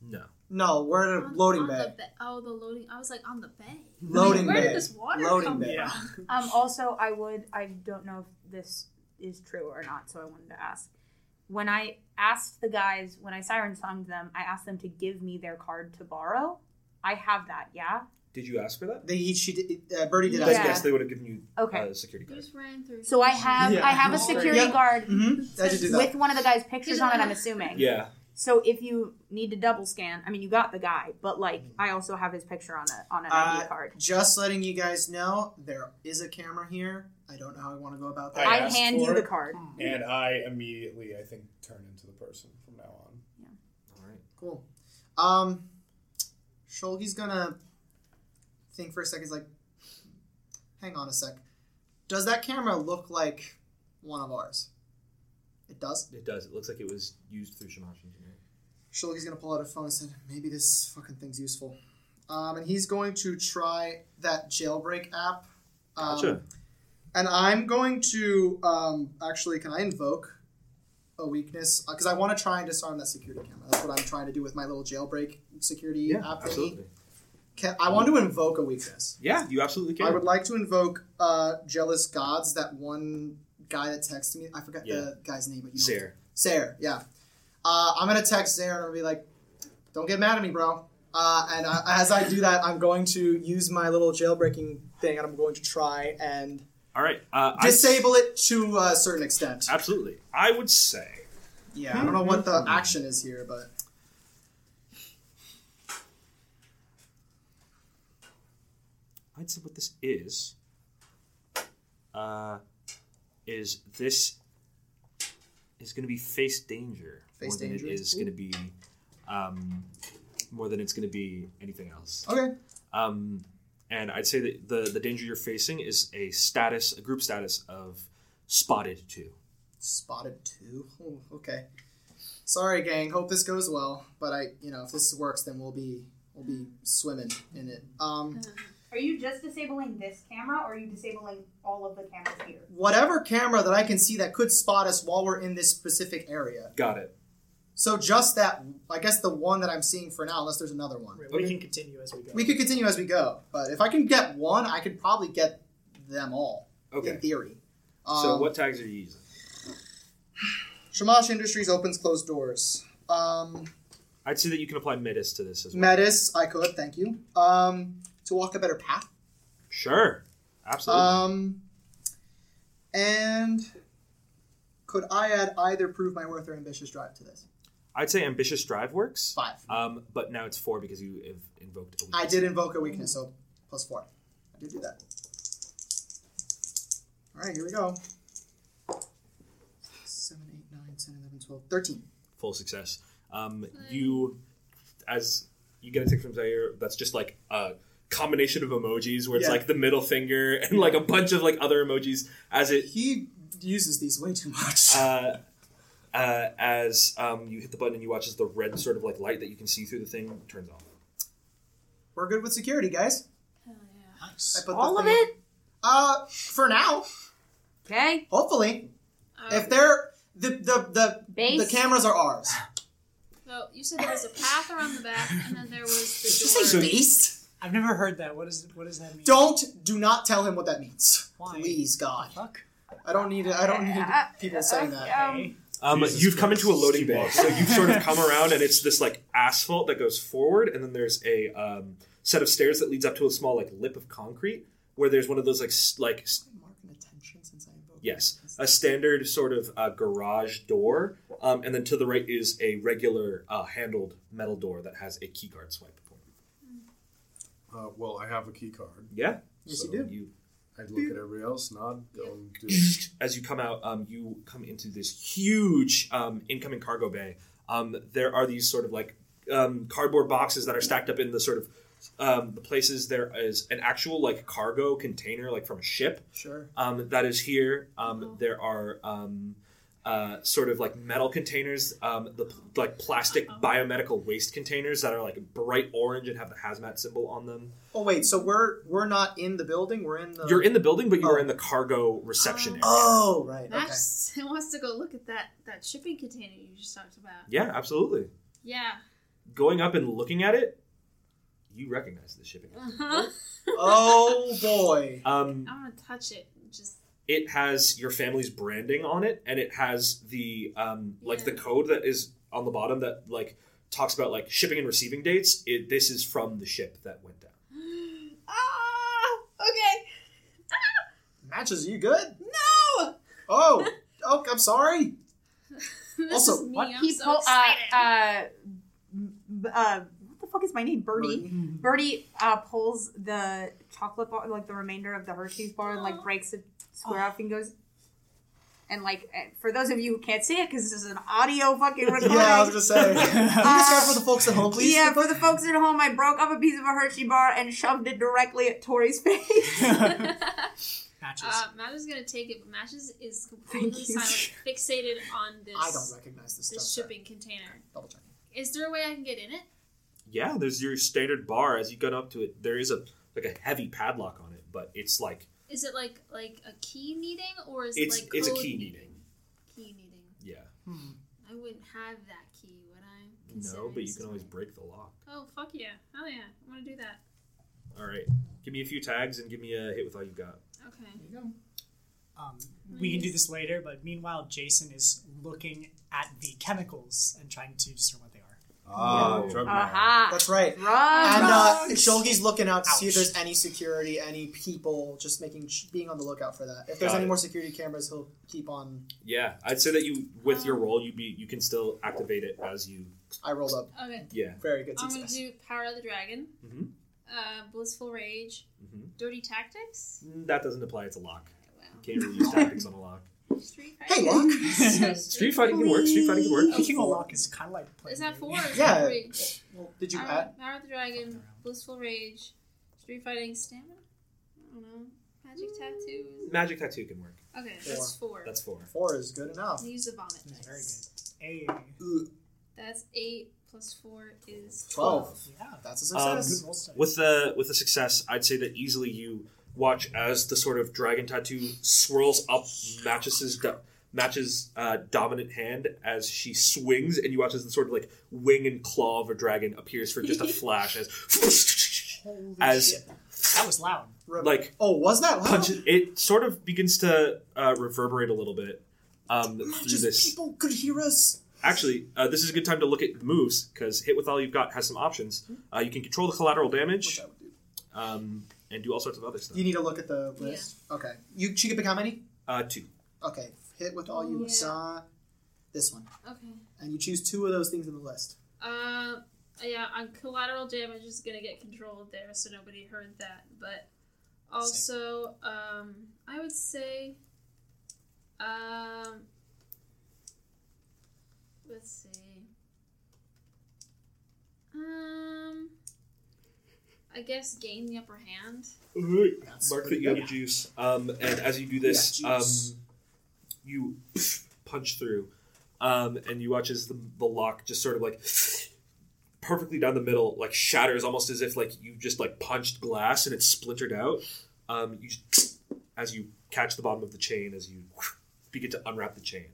No.
no, we're at
On-
a loading
on
bay.
The ba- oh, the loading. I was like, on the bay.
Loading
Where
bay.
did this water
Loading
come
bay.
from?
Um, also, I would. I don't know if this is true or not, so I wanted to ask. When I asked the guys, when I siren songed them, I asked them to give me their card to borrow. I have that, yeah?
Did you ask for that?
They, she did, uh, Birdie did
I
Yeah.
ask.
guess they would have given you
Okay.
uh, security
You
card.
just ran through.
So I have
Yeah.
I have a
Alright.
security
Yep.
guard
Mm-hmm. I should do that.
with one of the guys' pictures on it, I'm assuming.
Yeah.
So if you need to double scan, I mean you got the guy, but like I also have his picture on a on an
Uh,
ID card.
Just letting you guys know, there is a camera here. I don't know how I want to go about that.
I
I,
asked
hand
for
you the
it.
card.
And I immediately, I think, turn into the person from now on.
All right.
Cool. Um, Shulgi's gonna think for a second. He's like, hang on a sec. Does that camera look like one of ours? It does.
It does. It looks like it was used through Shamash engineering.
Shulgi's gonna pull out a phone and said, maybe this fucking thing's useful. Um, and he's going to try that jailbreak app. Um,
Gotcha.
And I'm going to um, actually, can I invoke a weakness? Because I want to try and disarm that security camera. That's what I'm trying to do with my little jailbreak security app thingy.
absolutely.
Can, I want to invoke a weakness.
Yeah, you absolutely can.
I would like to invoke uh, jealous gods. That one guy that texted me, I forgot
Yeah.
the guy's name, but you know,
Sarah.
Sayre, yeah. Uh, I'm gonna text Sayre and I'm gonna be like, "Don't get mad at me, bro." Uh, and I, as I do that, I'm going to use my little jailbreaking thing, and I'm going to try and
All right. Uh, I-
disable it to a certain extent.
absolutely. I would say
Yeah, I don't know what the action is here, but
I'd say what this is uh, is this is going to be face danger
Face
more
danger.
than it is going to be um, more than it's going to be anything else.
okay,
Um, and I'd say that the the danger you're facing is a status, a group status of spotted two.
spotted two. Oh, okay, sorry, gang. Hope this goes well, but I, you know, if this works, then we'll be we'll be swimming in it. Um,
Are you just disabling this camera or are you disabling all of the cameras here?
whatever camera that I can see that could spot us while we're in this specific area.
Got it.
So just that, I guess the one that I'm seeing for now, unless there's another one.
Right, we can continue as we go.
We could continue as we go, but if I can get one, I could probably get them all in
Okay.
theory. Um,
So what tags are you using?
Shamash Industries opens closed doors. Um,
I'd say that you can apply Metis to this as well.
Metis, I could, thank you. Um, to walk a better path.
Sure. Absolutely.
Um, and could I add either prove my worth or ambitious drive to this?
I'd say ambitious drive works.
Five.
Um, but now it's four because you have invoked. A
I
weakness.
did invoke a weakness, so plus four. I did do that. All right, here we go. Seven, eight, nine, ten, eleven, twelve, thirteen.
full success. Um, you, as you get a tick from Zaire, that's just like a combination of emojis where it's
Yeah.
like the middle finger and like a bunch of like other emojis as it
He uses these way too much.
uh, uh, as um, you hit the button and you watch as the red sort of like light that you can see through the thing turns off.
We're good with security, guys.
Hell yeah.
I
Nice.
put the
All of
thing-
it?
Uh, for now,
Okay.
hopefully.
All
If
right.
they're the the the,
Base.
the cameras are ours.
So you said there was a path around the back, and then there was
Did
the
you
door.
say beast?
I've never heard that. What is what does that mean?
Don't do not tell him what that means.
Why?
Please, God.
Fuck.
I don't need it. I don't need
Uh,
people saying that.
Um,
Um,
Jesus
you've come
Christ,
into a loading
Steve
bay,
Austin.
so you've sort of come around, and it's this like asphalt that goes forward, and then there's a um, set of stairs that leads up to a small like lip of concrete where there's one of those like s- like s-
Mark an attention since I invoked
yes
this.
a standard sort of uh, garage door, um, and then to the right is a regular uh, handled metal door that has a keycard swipe. point.
Uh, well, I have a key card.
Yeah,
Yes,
so
you do.
you
I'd look at everybody else, nod, go
Yeah.
and do it.
as you come out, um, you come into this huge um, incoming cargo bay. Um, there are these sort of like um, cardboard boxes that are stacked up in the sort of um, the places there is an actual like cargo container, like from a ship,
Sure.
um, that is here. Um,
Oh.
There are um, uh, sort of like metal containers, um, the p- like plastic biomedical waste containers that are like bright orange and have the hazmat symbol on them.
Oh wait, so we're we're not in the building. We're in the.
You're in the building, but you are
Oh.
in the cargo reception area.
Oh right. Okay.
Max wants to go look at that that shipping container you just talked about.
Yeah, absolutely.
Yeah.
going up and looking at it, you recognize the shipping.
Uh-huh.
Oh boy.
Um,
I want to touch it. Just
it has your family's branding on it, and it has the um, like
Yeah.
the code that is on the bottom that like talks about like shipping and receiving dates. It, this is from the ship that went down.
ah okay.
Matches, you good?
No.
Oh. Oh, I'm sorry.
This
Also,
is me.
what
I'm
he
so
pull- uh,
excited.
uh, b- uh, what the fuck is my name? Birdie. Birdie uh, pulls the chocolate bar, like the remainder of the Hershey's bar, and like
Aw. Oh.
breaks it square off and goes. And like, eh, for those of you who can't see it, because this is an audio fucking recording.
Yeah, I was gonna say. Can
Uh,
you describe for the folks at home, please?
Yeah, for the folks at home, I broke up a piece of a Hershey bar and shoved it directly at Tori's face.
Matches.
Uh, Matt is gonna take it, but Matches is completely
you.
silent, fixated on this
I don't recognize this stuff.
this
sorry.
shipping container.
Double check.
Is there a way I can get in it?
Yeah, there's your standard bar. As you get up to it, there is a like a heavy padlock on it, but it's like
Is it like like a key needing or is
it's
it like
it's a
code
key needing.
Key needing.
Yeah,
Hmm.
I wouldn't have that key, would I?
no,
Considering
but you
this
can
is
always
my-
break the lock.
Oh fuck yeah! Oh yeah! I want to do that.
All right, give me a few tags and give me a hit with all you got.
Okay.
There you go.
Um, we can do this later, but meanwhile, Jason is looking at the chemicals and trying to discern what they are.
Ah,
Yeah.
drug man.
Aha!
Oh, That's right.
Oh,
And
Run!
uh, Shulgi's looking out to see if
Ouch.
there's any security, any people, just making sh- being on the lookout for that. If there's
Got
any
it.
more security cameras, he'll keep on.
Yeah, I'd say that you with your roll, you be you can still activate it as you.
I rolled up.
Okay.
Yeah.
Very good
I'm gonna
success.
do Power of the Dragon,
Mhm.
uh, Blissful Rage,
Mhm.
Dirty Tactics.
Mm, That doesn't apply. It's a lock.
Wow.
You can't really use tactics on a lock.
Street
Hey,
Fighting.
look.
Street fighting can work. Street fighting can work.
Picking a lock is kind of like. playing
Is that
a
four?
game.
Or is
Yeah.
that three?
Well, did you
Power,
add?
Power of the Dragon, Blissful Rage, Street Fighting Stamina. I don't know. Magic Tattoos.
Magic tattoo can work.
Okay, that's four.
That's four.
Four is good
I'll
enough.
Use the vomit.
That's very
dice.
good. A
That's eight plus four is
Twelve.
yeah.
That's a
Um,
success.
Good roll study.
With the with the success, I'd say that easily you watch as the sort of dragon tattoo swirls up Matches's do- Matches uh, dominant hand as she swings, and you watch as the sort of like wing and claw of a dragon appears for just a flash as
Holy
as
shit.
that was loud.
Re-
like
oh, was that loud?
punches. It sort of begins to uh, reverberate a little bit um, through
Just
this.
people could hear us.
Actually, uh, this is a good time to look at the moves because hit with all you've got has some options. Uh, you can control the collateral damage
Which I would do.
um, and do all sorts of other stuff.
You need to look at the list. Okay. You she could pick how many?
Uh, two.
Okay. Hit with all you
Yeah.
got. This one,
okay.
and you choose two of those things in the list.
Uh, yeah, on collateral damage is gonna get controlled there, so nobody heard that. But also, um, I would say, um, let's see, um, I guess gain the upper hand.
That's
Mark that
pretty
you have
good.
a juice. Um, and as you do this,
Yeah,
um,
juice.
you punch through, um, and you watch as the, the lock just sort of like perfectly down the middle, like shatters almost as if like you just like punched glass and it's splintered out. Um, you as you catch the bottom of the chain as you begin to unwrap the chain,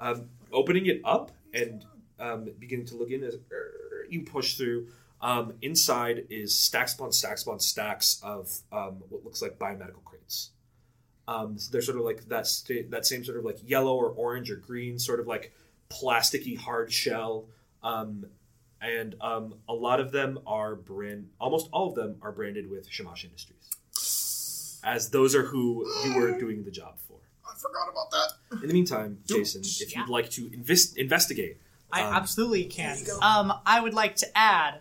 um, opening it up and um, beginning to look in as er, you push through. Um, inside is stacks upon stacks upon stacks of um, what looks like biomedical crates. Um, so they're sort of like that sta- that same sort of like yellow or orange or green sort of like plasticky hard shell, um, and um, a lot of them are brand. Almost all of them are branded with Shamash Industries, as those are who you were doing the job for.
I forgot about that.
In the meantime, Jason, if
Yeah.
you'd like to invest- investigate,
I
Um,
absolutely can.
there you go.
Um, I would like to add,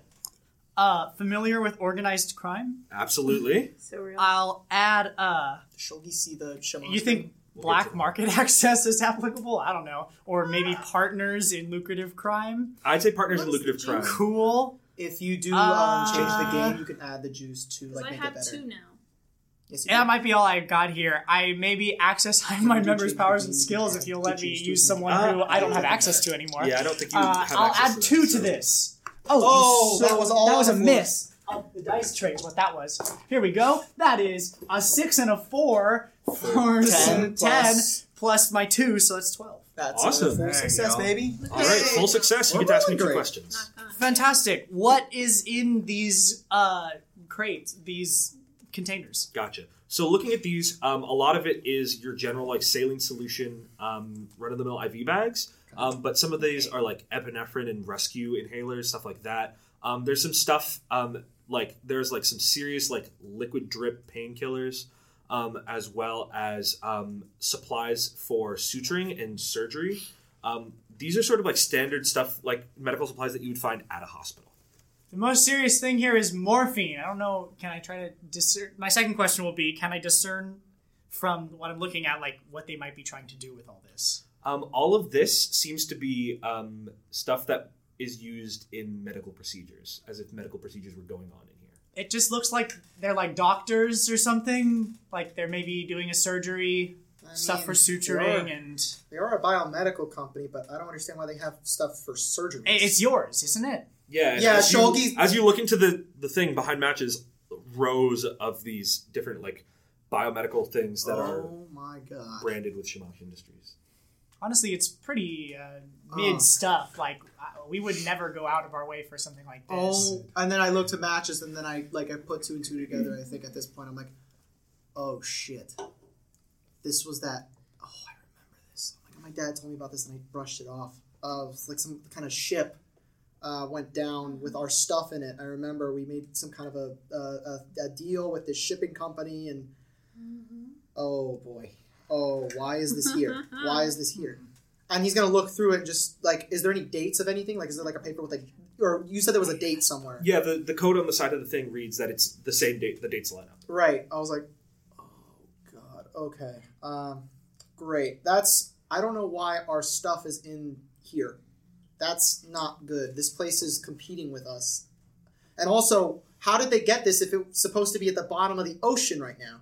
uh, familiar with organized crime.
absolutely.
So real.
I'll add, uh,
Does Shulgi see the Shamash?
you think
We'll get
black
to that.
market access is applicable? I don't know, or maybe
Ah.
partners in lucrative crime.
I'd say partners in
What is
lucrative
the
crime.
Cool.
If you do um,
Uh,
change the game, you can add the Jews to
Because
like
I
make it
have
better.
two now.
Yes, you
And that
do.
might be all I got here. I maybe access high my
You do
members'
change the
powers
game,
and
you
skills
can
if you'll
add
let
the
me
Jews to
use
it.
someone
Ah,
who I don't have
yeah.
access to anymore.
Yeah, I don't think you
Uh,
have
I'll
access
add
to that,
two to
so-
this. Oh,
Oh,
so
that was all
That was a
on the floor.
miss of the dice tray. What that was. Here we go. That is a six and a four for
Ten
ten,
plus-
plus my two, so that's twelve.
That's
Awesome.
a
There you
full success,
go.
baby.
All right, full success. You
We're
get to ask me
rolling
two
great.
questions.
Knock on.
Fantastic. What is in these uh, crates? These containers.
Gotcha. So looking at these, um, a lot of it is your general like saline solution, um, run of the mill IV bags. Um, but some of these are like epinephrine and rescue inhalers, stuff like that. Um, there's some stuff um, like there's like some serious like liquid drip painkillers, um, as well as um, supplies for suturing and surgery. Um, these are sort of like standard stuff, like medical supplies that you would find at a hospital.
The most serious thing here is morphine. I don't know. Can I try to discern? My second question will be: Can I discern from what I'm looking at, like what they might be trying to do with all this?
Um, all of this seems to be um, stuff that is used in medical procedures, as if medical procedures were going on in here.
It just looks like they're like doctors or something. Like they're maybe doing a surgery,
I
stuff
mean,
for
they
suturing,
are-
and
They are a biomedical company, but I don't understand why they have stuff for surgery.
Hey, it's yours, isn't it?
Yeah, and
Yeah,
As you,
Shulgi's-
as you look into the the thing behind matches, rows of these different like biomedical things that are
oh my god.
branded with Shamash Industries.
Honestly, it's pretty uh, mid
Oh.
stuff. Like uh, we would never go out of our way for something like this.
Oh, and then I looked at matches, and then I like I put two and two together. I think at this point I'm like, oh shit, this was that. Oh, I remember this. Oh my, God, my dad told me about this, and I brushed it off. Uh, it was like some kind of ship uh, went down with our stuff in it. I remember we made some kind of a a, a, a deal with this shipping company, and oh boy, oh why is this here? why is this here? And he's gonna look through it, and just like, is there any dates of anything? Like, is there like a paper with like, or you said there was a date somewhere?
Yeah, the, the code on the side of the thing reads that it's the same date. The dates line up.
Right. I was like, oh god. Okay. Um, great. That's. I don't know why our stuff is in here. That's not good. This place is competing with us. And also, how did they get this if it's supposed to be at the bottom of the ocean right now?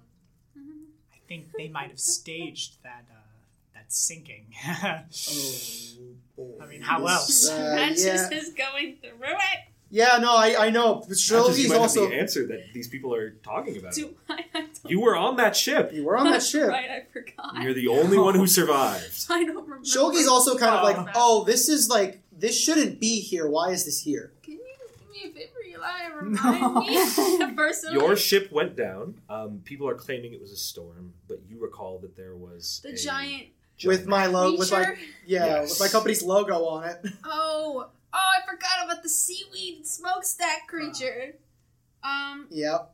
I think they might have staged that uh, that sinking.
Oh, boy.
I mean, how
This,
else?
uh,
Matches
yeah.
is going through it.
yeah, no, I, I know. But
Matches, you
Shilgi's
might have
also.
the answer that these people are talking about.
Do I have to
You were on that ship.
You were on that ship.
Right, I forgot.
and You're the only one who survived.
I don't remember.
Shulgi's also kind of like,
Wow.
oh, this is like, this shouldn't be here. Why is this here?
Can you do me a favor, Eli? Remind me the person.
Your ship went down. Um, people are claiming it was a storm, but you recall that there was
the
a
giant
With my logo, with my
creature.
yeah,
Yes.
with my company's logo on it.
Oh, oh, I forgot about the seaweed smokestack creature. Um,
Yep.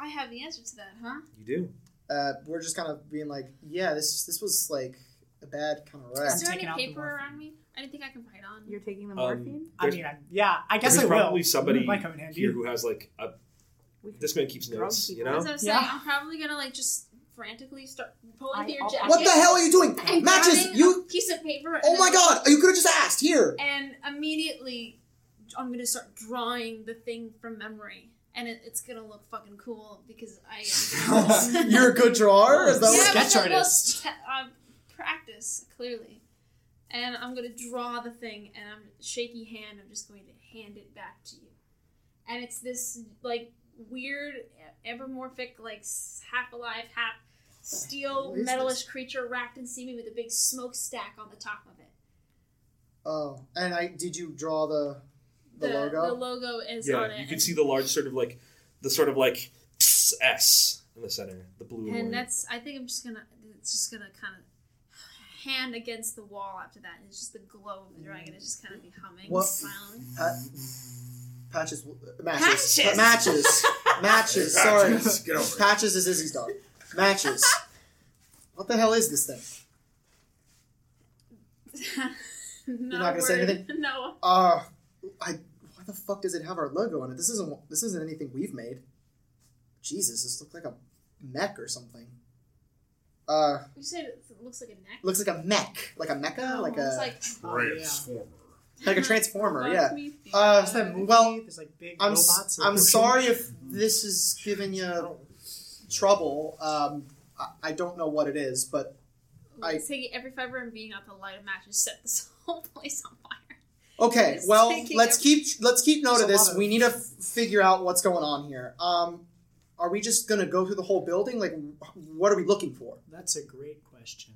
I have the answer to that, huh?
You do.
Uh, we're just kind of being like, yeah, this this was like a bad kind of wreck.
Is there any
taking out the
paper
morphine.
around me? Anything I can write on?
You're taking the
Um,
morphine?
I
there's-
mean, I, yeah, I guess
there's
I will.
probably somebody
It might come in handy.
here who has like a.
We can-
This man keeps
Drug
notes, you
people.
know.
As I was
Yeah.
saying, I'm probably gonna like just frantically start pulling
I-
through your
I'll-
jacket.
What the hell are you doing?
and
Matches,
grabbing
you.
a piece of paper.
Oh
and
my
then-
god, you could have just asked here.
And immediately, I'm gonna start drawing the thing from memory, and it, it's gonna look fucking cool because I. Am
You're a good drawer. Is that
Yeah,
what-
because,
sketch
well,
artist.
te- uh, practice clearly, and I'm gonna draw the thing, and I'm shaky hand. I'm just going to hand it back to you, and it's this like weird, e- evermorphic, like s- half alive, half steel
What is
metalish creature wrapped in seaweed with a big smokestack on the top of it.
Oh, and I did you draw the the, logo?
is on
Yeah,
it.
you can see the large sort of like the sort of like pss, S in the center, the blue
and
one.
that's I think I'm just gonna it's just gonna kind of hand against the wall after that. And it's just the glow of the dragon is just kind of be humming
What-
silently.
Uh, patches, matches,
Patches!
matches, matches. Sorry,
Patches, get over it.
patches is Izzy's dog. Matches. What the hell is this thing?
You're
not gonna say anything?
No.
Uh, I. Why the fuck does it have our logo on it? This isn't. This isn't anything we've made. Jesus, this looks like a mech or something. Uh,
You said it looks like a neck.
looks like a mech, like a mecha, like
It's
a
like
Oh,
Transformer.
like a transformer. Yeah.
Fuck me.
Uh,
What's that movie?
well,
There's like big
I'm,
robots.
s-
or-
I'm sorry if this is giving you trouble. Um, I, I don't know what it is, but I-
It's taking every fiber and being out the light of matches set this whole place on fire.
okay.
It's
Well,
taking
let's
a-
keep let's keep note of
There's a
this.
lot of-
We need to f- figure out what's going on here. Um, are we just gonna go through the whole building? Like, wh- what are we looking for?
That's a great question.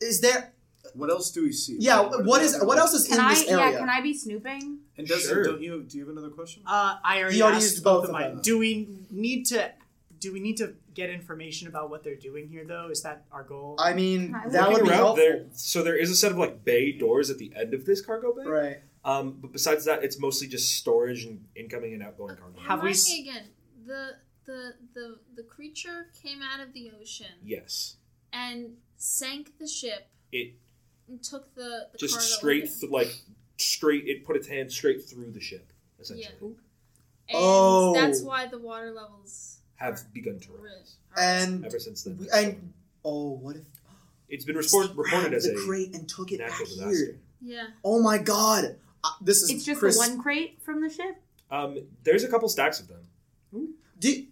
Is there?
What else do we see?
Yeah. What is? What else is in
Can I?
this
Yeah.
area?
Can I be snooping?
And does
Sure.
don't you do you have another question?
Uh, I already,
You already
asked
used both of
mine.
them.
Do we need to? Do we need to get information about what they're doing here, though? Is that our goal?
I mean,
I
that
look
would be helpful,
There, so there is a set of like bay doors at the end of this cargo bay.
right?
Um, but besides that, it's mostly just storage and incoming and outgoing cargo.
Have we
Remind
s-
me again. The the the the creature came out of the ocean
Yes,
and sank the ship.
It-
and took the, the
just
cargo
straight
with it.
th- like straight. It put its hand straight through the ship. Essentially,
And
Oh.
that's why the water levels
have
are-
begun to
Really?
rise
And
ever since then.
and oh, what if
it's been report- reported as
the
a
crate and took it back
natural
here?
disaster.
yeah.
Oh my god! Uh, this is
It's just
Chris.
the one crate from the ship.
Um, there's a couple stacks of them.
Did,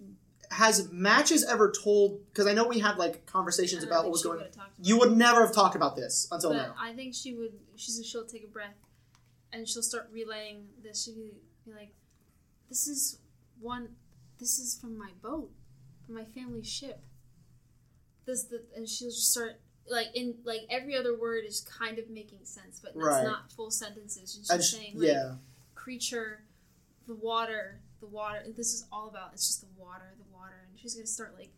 has matches ever told? Because I know we had like conversations
I don't
about what
think
was
she
going.
would've talked about
You
it.
would never have talked about this until
but
now.
I think she would. She's she'll take a breath, and she'll start relaying this. She'll be, be like, "This is one. This is from my boat, from my family's ship. This the and she'll just start like in like every other word is kind of making sense, but that's
Right.
not full sentences. And she's
And sh-
saying like,
yeah,
creature, the water, the water. This is all about. It's just the water, the water, and she's gonna start like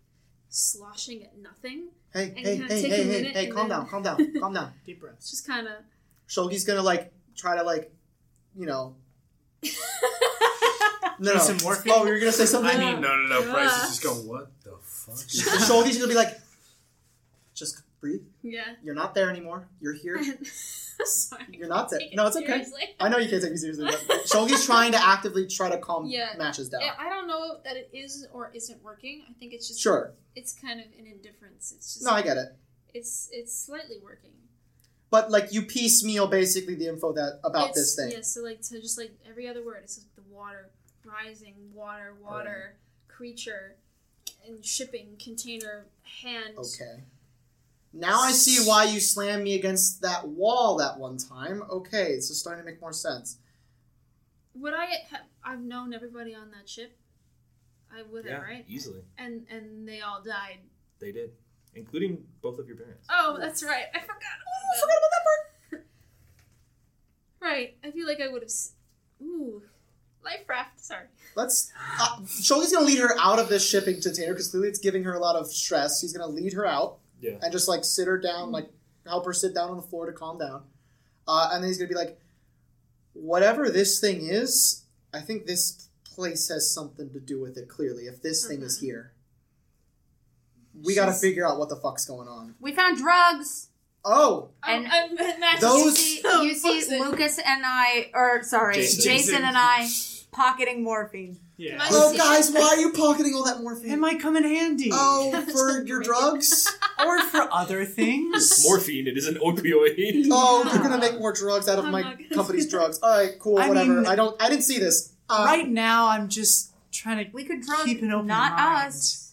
sloshing at nothing.
hey,
and
hey,
kinda
hey,
take a
hey, hey,
minute
hey,
and
calm
then-
down, calm down, calm down.
Deep breaths.
It's just kind of
Shulgi's gonna like try to like, you know. No, no.
Need some morphine?
Oh, you're gonna say something.
I mean,
No, no, no. Bryce
Uh.
is just going. What the fuck? Is this?
Shulgi's gonna be like, just breathe.
yeah.
You're not there anymore. You're here.
Sorry.
You're not there.
Take it
No, it's okay.
seriously.
I know you can't take me seriously. But Shulgi's trying to actively try to calm
Yeah.
matches down.
I I don't know that it is or isn't working. I think it's just
Sure.
it's kind of an indifference. It's just
No, I get it.
it's it's slightly working.
But like you piecemeal basically the info that about
It's-
this thing.
Yeah, so like so just like every other word, it's like the water, rising, water, water, creature, and shipping, container, hand.
Okay. Now I see why you slammed me against that wall that one time. Okay, it's just starting to make more sense.
Would I have I've known everybody on that ship? I would
yeah,
have, right?
easily
And and they all died.
they did, including both of your parents.
Oh, that's right. I forgot.
Oh, I forgot about that part.
Right. I feel like I would have. S- Ooh, life raft. Sorry.
Let's. Uh, Shulgi's gonna lead her out of this shipping container because clearly it's giving her a lot of stress. He's gonna lead her out
Yeah.
and just like sit her down, like help her sit down on the floor to calm down. Uh, and then he's gonna be like, "Whatever this thing is, I think this place has something to do with it. Clearly, if this thing is here, we gotta
Mm-hmm. She's-
figure out what the fuck's going on."
We found drugs.
Oh,
And-
um, um, that's
Those-
You see, you see Lucas and I, or sorry,
Jason.
Jason. and I pocketing morphine.
Yeah.
Am I-
oh,
see
guys,
it.
why are you pocketing all that
It
morphine?
might come in handy.
Oh, for your drugs?
Or for other things.
Morphine. It is an opioid.
Oh, you're gonna make more drugs out of
I'm
my
not gonna
company's
say
drugs. All right, cool,
I
whatever.
mean-
I don't. I didn't see this. Uh,
right now, I'm just trying to
We could drug
keep an open
not
mind.
us.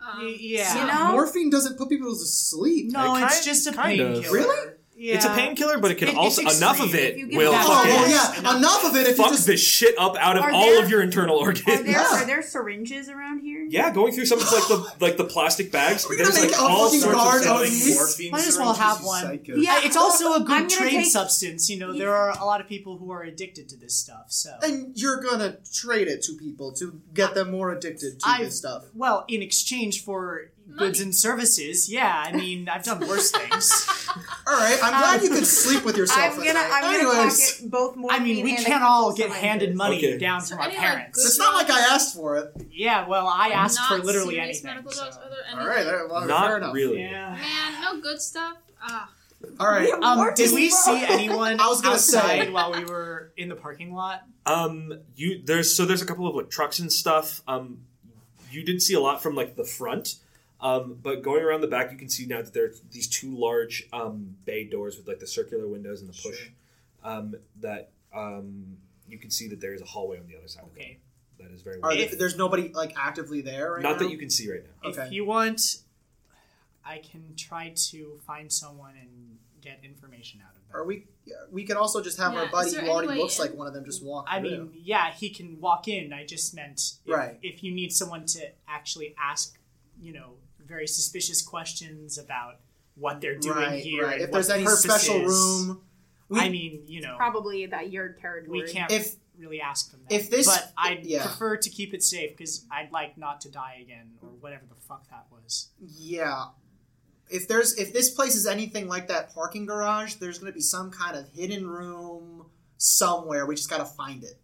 Um,
Y- yeah.
You know?
Morphine doesn't put people to sleep.
No,
It
it's
kind-
just a
kind of.
painkiller.
Really?
Yeah.
It's a painkiller, but it can
It- it's
also enough of
extreme.
it
If you give
will
it
Oh,
fucking
well,
back-
yeah. Enough of it if you
fuck
just.
this shit up out of
Are
all
there-
of your internal
Are
organs.
there,
Yeah.
are there syringes around here?
Yeah, going through some of like the like the plastic bags.
We're gonna
There's
make
like
a
all
fucking
sorts
guard
of stuff.
of these?
Morphine
Might as well
syringes,
have
you
one.
psycho.
Yeah.
It's also a
I'm
good
gonna
trade
take-
substance. You know, there are a lot of people who are addicted to this stuff. So,
And you're gonna trade it to people to get them more addicted to
I-
this stuff.
well, in exchange for goods
Money.
and services, yeah. I mean, I've done worse things.
All right, I'm glad
Um,
you could sleep with yourself.
I'm
at
gonna,
night.
I'm gonna
Anyways,
pocket both more.
I mean, we can't all get handed money
Okay.
down from
So
our
any, like,
parents.
good-
it's not like I asked for it.
yeah, well, I asked
Not
for literally
serious
anything.
medical
so-
drugs, are there
All right,
anything-
there- well, fair
Not
enough.
really.
Yeah.
Man, no good stuff. Ah,
All right,
Um, did we see anyone
I was gonna say-
outside while we were in the parking lot?
Um, you there's so there's a couple of like trucks and stuff. Um, you didn't see a lot from like the front, um, but going around the back, you can see now that there are these two large um, bay doors with like the circular windows and the push. Um, that um, you can see that there is a hallway on the other side.
Okay.
of that. that is very.
Are
well-
th- there's nobody like actively there right
Not
now?
that you can see right now.
Okay.
If you want, I can try to find someone and get information out of them.
Or we yeah, we could also just have
Yeah,
our
is
buddy
there
who
any
already
way
looks
in?
like one of them just walk.
I
through.
mean, yeah, he can walk in. I just meant if,
Right.
if you need someone to actually ask, you know, very suspicious questions about what they're doing
right,
here.
right.
and
If
what
there's any
purpose
special
is.
room, we-
I mean, you know,
Probably that your territory.
we can't
if
really ask them that.
if this-
but I'd
yeah.
prefer to keep it safe because I'd like not to die again or whatever the fuck that was.
yeah, if there's if this place is anything like that parking garage, there's going to be some kind of hidden room somewhere. We just got to find it.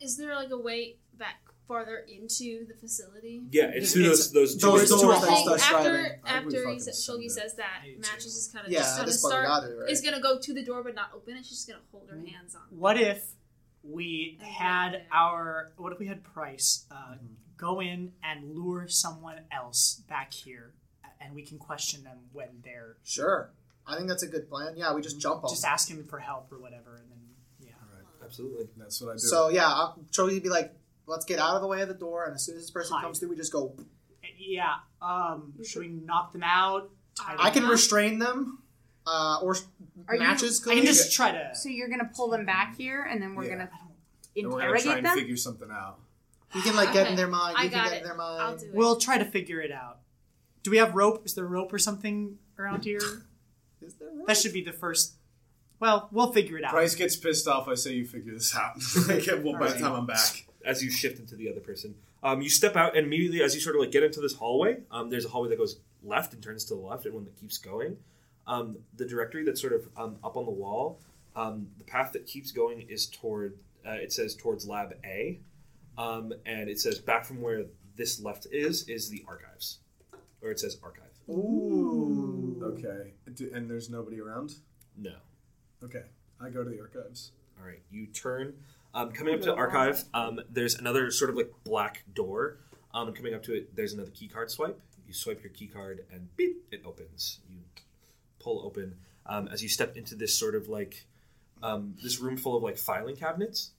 is there like a way back farther into the facility?
Yeah, it's through
It's-
those those two. windows.
those doors
I
that
think
start
after
striving.
I would
after he
fucking
sa-
send
Shogi
it.
says that,
I do
Matches
too.
is kind of
Yeah,
just
at
gonna
this point we
start.
got it right.
Is gonna go to the door but not open it. She's just gonna hold her hands on.
What if we
I
had
like that.
our? What if we had Price uh, go in and lure someone else back here, a- and we can question them when they're
Sure, I think that's a good plan. Yeah, we just jump on.
just ask him for help or whatever, and then yeah.
Absolutely.
That's what I do.
so yeah, I'm sure you'd be like, let's get out of the way of the door, and as soon as this person
Hide.
comes through, we just go.
Yeah. Um, should we knock them out? Tie
I
them
can
up?
restrain them, uh, or
Are you-
matches. could
I can
be-
just try to.
So you're gonna pull them back here, and then we're
Yeah.
gonna
and we're gonna try
interrogate
and
them.
figure something out.
You can like get in
Okay,
their mind.
I
You can
got
get in
it.
their mind.
I'll do it.
We'll try to figure it out. Do we have rope? Is there rope or something around here?
Is there room?
That should be the first. Well, we'll figure it out.
Price gets pissed off. I say you figure this out. Like, well, by the time I'm back,
as you shift into the other person. Um, you step out, and immediately as you sort of like get into this hallway, um, there's a hallway that goes left and turns to the left, and one that keeps going. Um, the directory that's sort of um, up on the wall, um, the path that keeps going is toward. Uh, it says towards Lab A, um, and it says back from where this left is is the archives, or it says archive.
Ooh.
okay. Do- And there's nobody around.
No.
Okay, I go to the archives.
All right, you turn. Um, coming up to the archive, um, there's another sort of like black door. Um, and coming up to it, there's another key card swipe. You swipe your key card and beep, it opens. You pull open. Um, as you step into this sort of like um, this room full of like filing cabinets,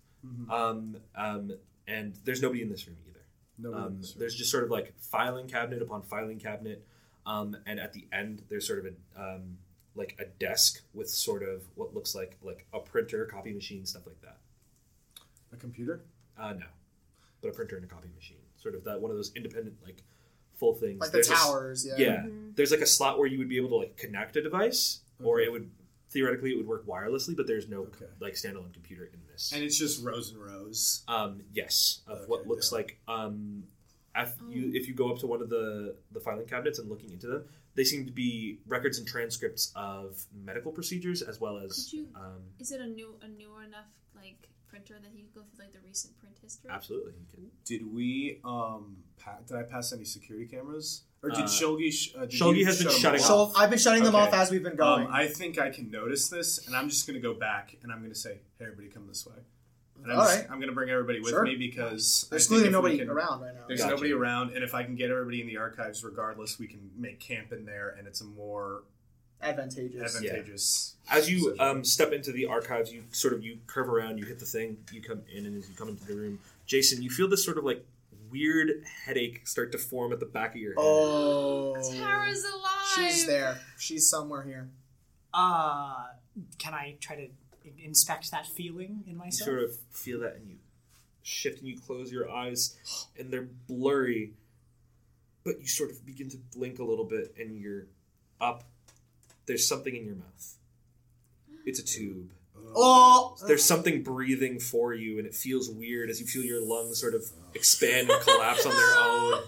um, um, and there's nobody in this room either.
Nobody in
Um,
this room.
there's just sort of like filing cabinet upon filing cabinet, um, and at the end there's sort of a um, like a desk with sort of what looks like like a printer, copy machine, stuff like that.
a computer.
Uh, no, but a printer and a copy machine, sort of that one of those independent like full things.
Like the
There's
Mm-hmm.
a s-
towers.
yeah, there's like a slot where you would be able to like connect a device, or
Okay.
it would theoretically it would work wirelessly, but there's no
Okay.
like standalone computer in this.
And it's just rows and rows.
Um, yes, of
Okay,
what looks
yeah.
like um, if you
Um.
if you go up to one of the the filing cabinets and looking into them, they seem to be records and transcripts of medical procedures as well as
Could you-
um,
Is it a new a newer enough like printer that you go through like the recent print history?
absolutely. You can.
Did we? Um, pa- did I pass any security cameras? Or did
Uh,
Shogi? Sh- uh, did
Shogi
you
has been
shut 'em
shutting
off?
So I've been shutting them
Okay.
off as we've been going.
Um, I think I can notice this, and I'm just going to go back and I'm going to say, "Hey, everybody, come this way." And I'm,
All
just-
right.
I'm going to bring everybody with
Sure.
me because I
There's
think
clearly
if we
nobody
can-
around right now.
There's
Gotcha.
nobody around, and if I can get everybody in the archives, regardless, we can make camp in there, and it's a more
Advantageous.
advantageous.
As you
Sure.
um, step into the archives, you sort of you curve around, you hit the thing, you come in, and as you come into the room, Jason, you feel this sort of like weird headache start to form at the back of your head.
Oh.
Tara's alive.
She's there. She's somewhere here.
Uh, can I try to in- inspect that feeling in
You
myself?
sort of feel that and you shift and you close your eyes and they're blurry, but you sort of begin to blink a little bit and you're up. There's something in your mouth. It's a tube.
Oh,
There's something breathing for you and it feels weird as you feel your lungs sort of expand and collapse on their own.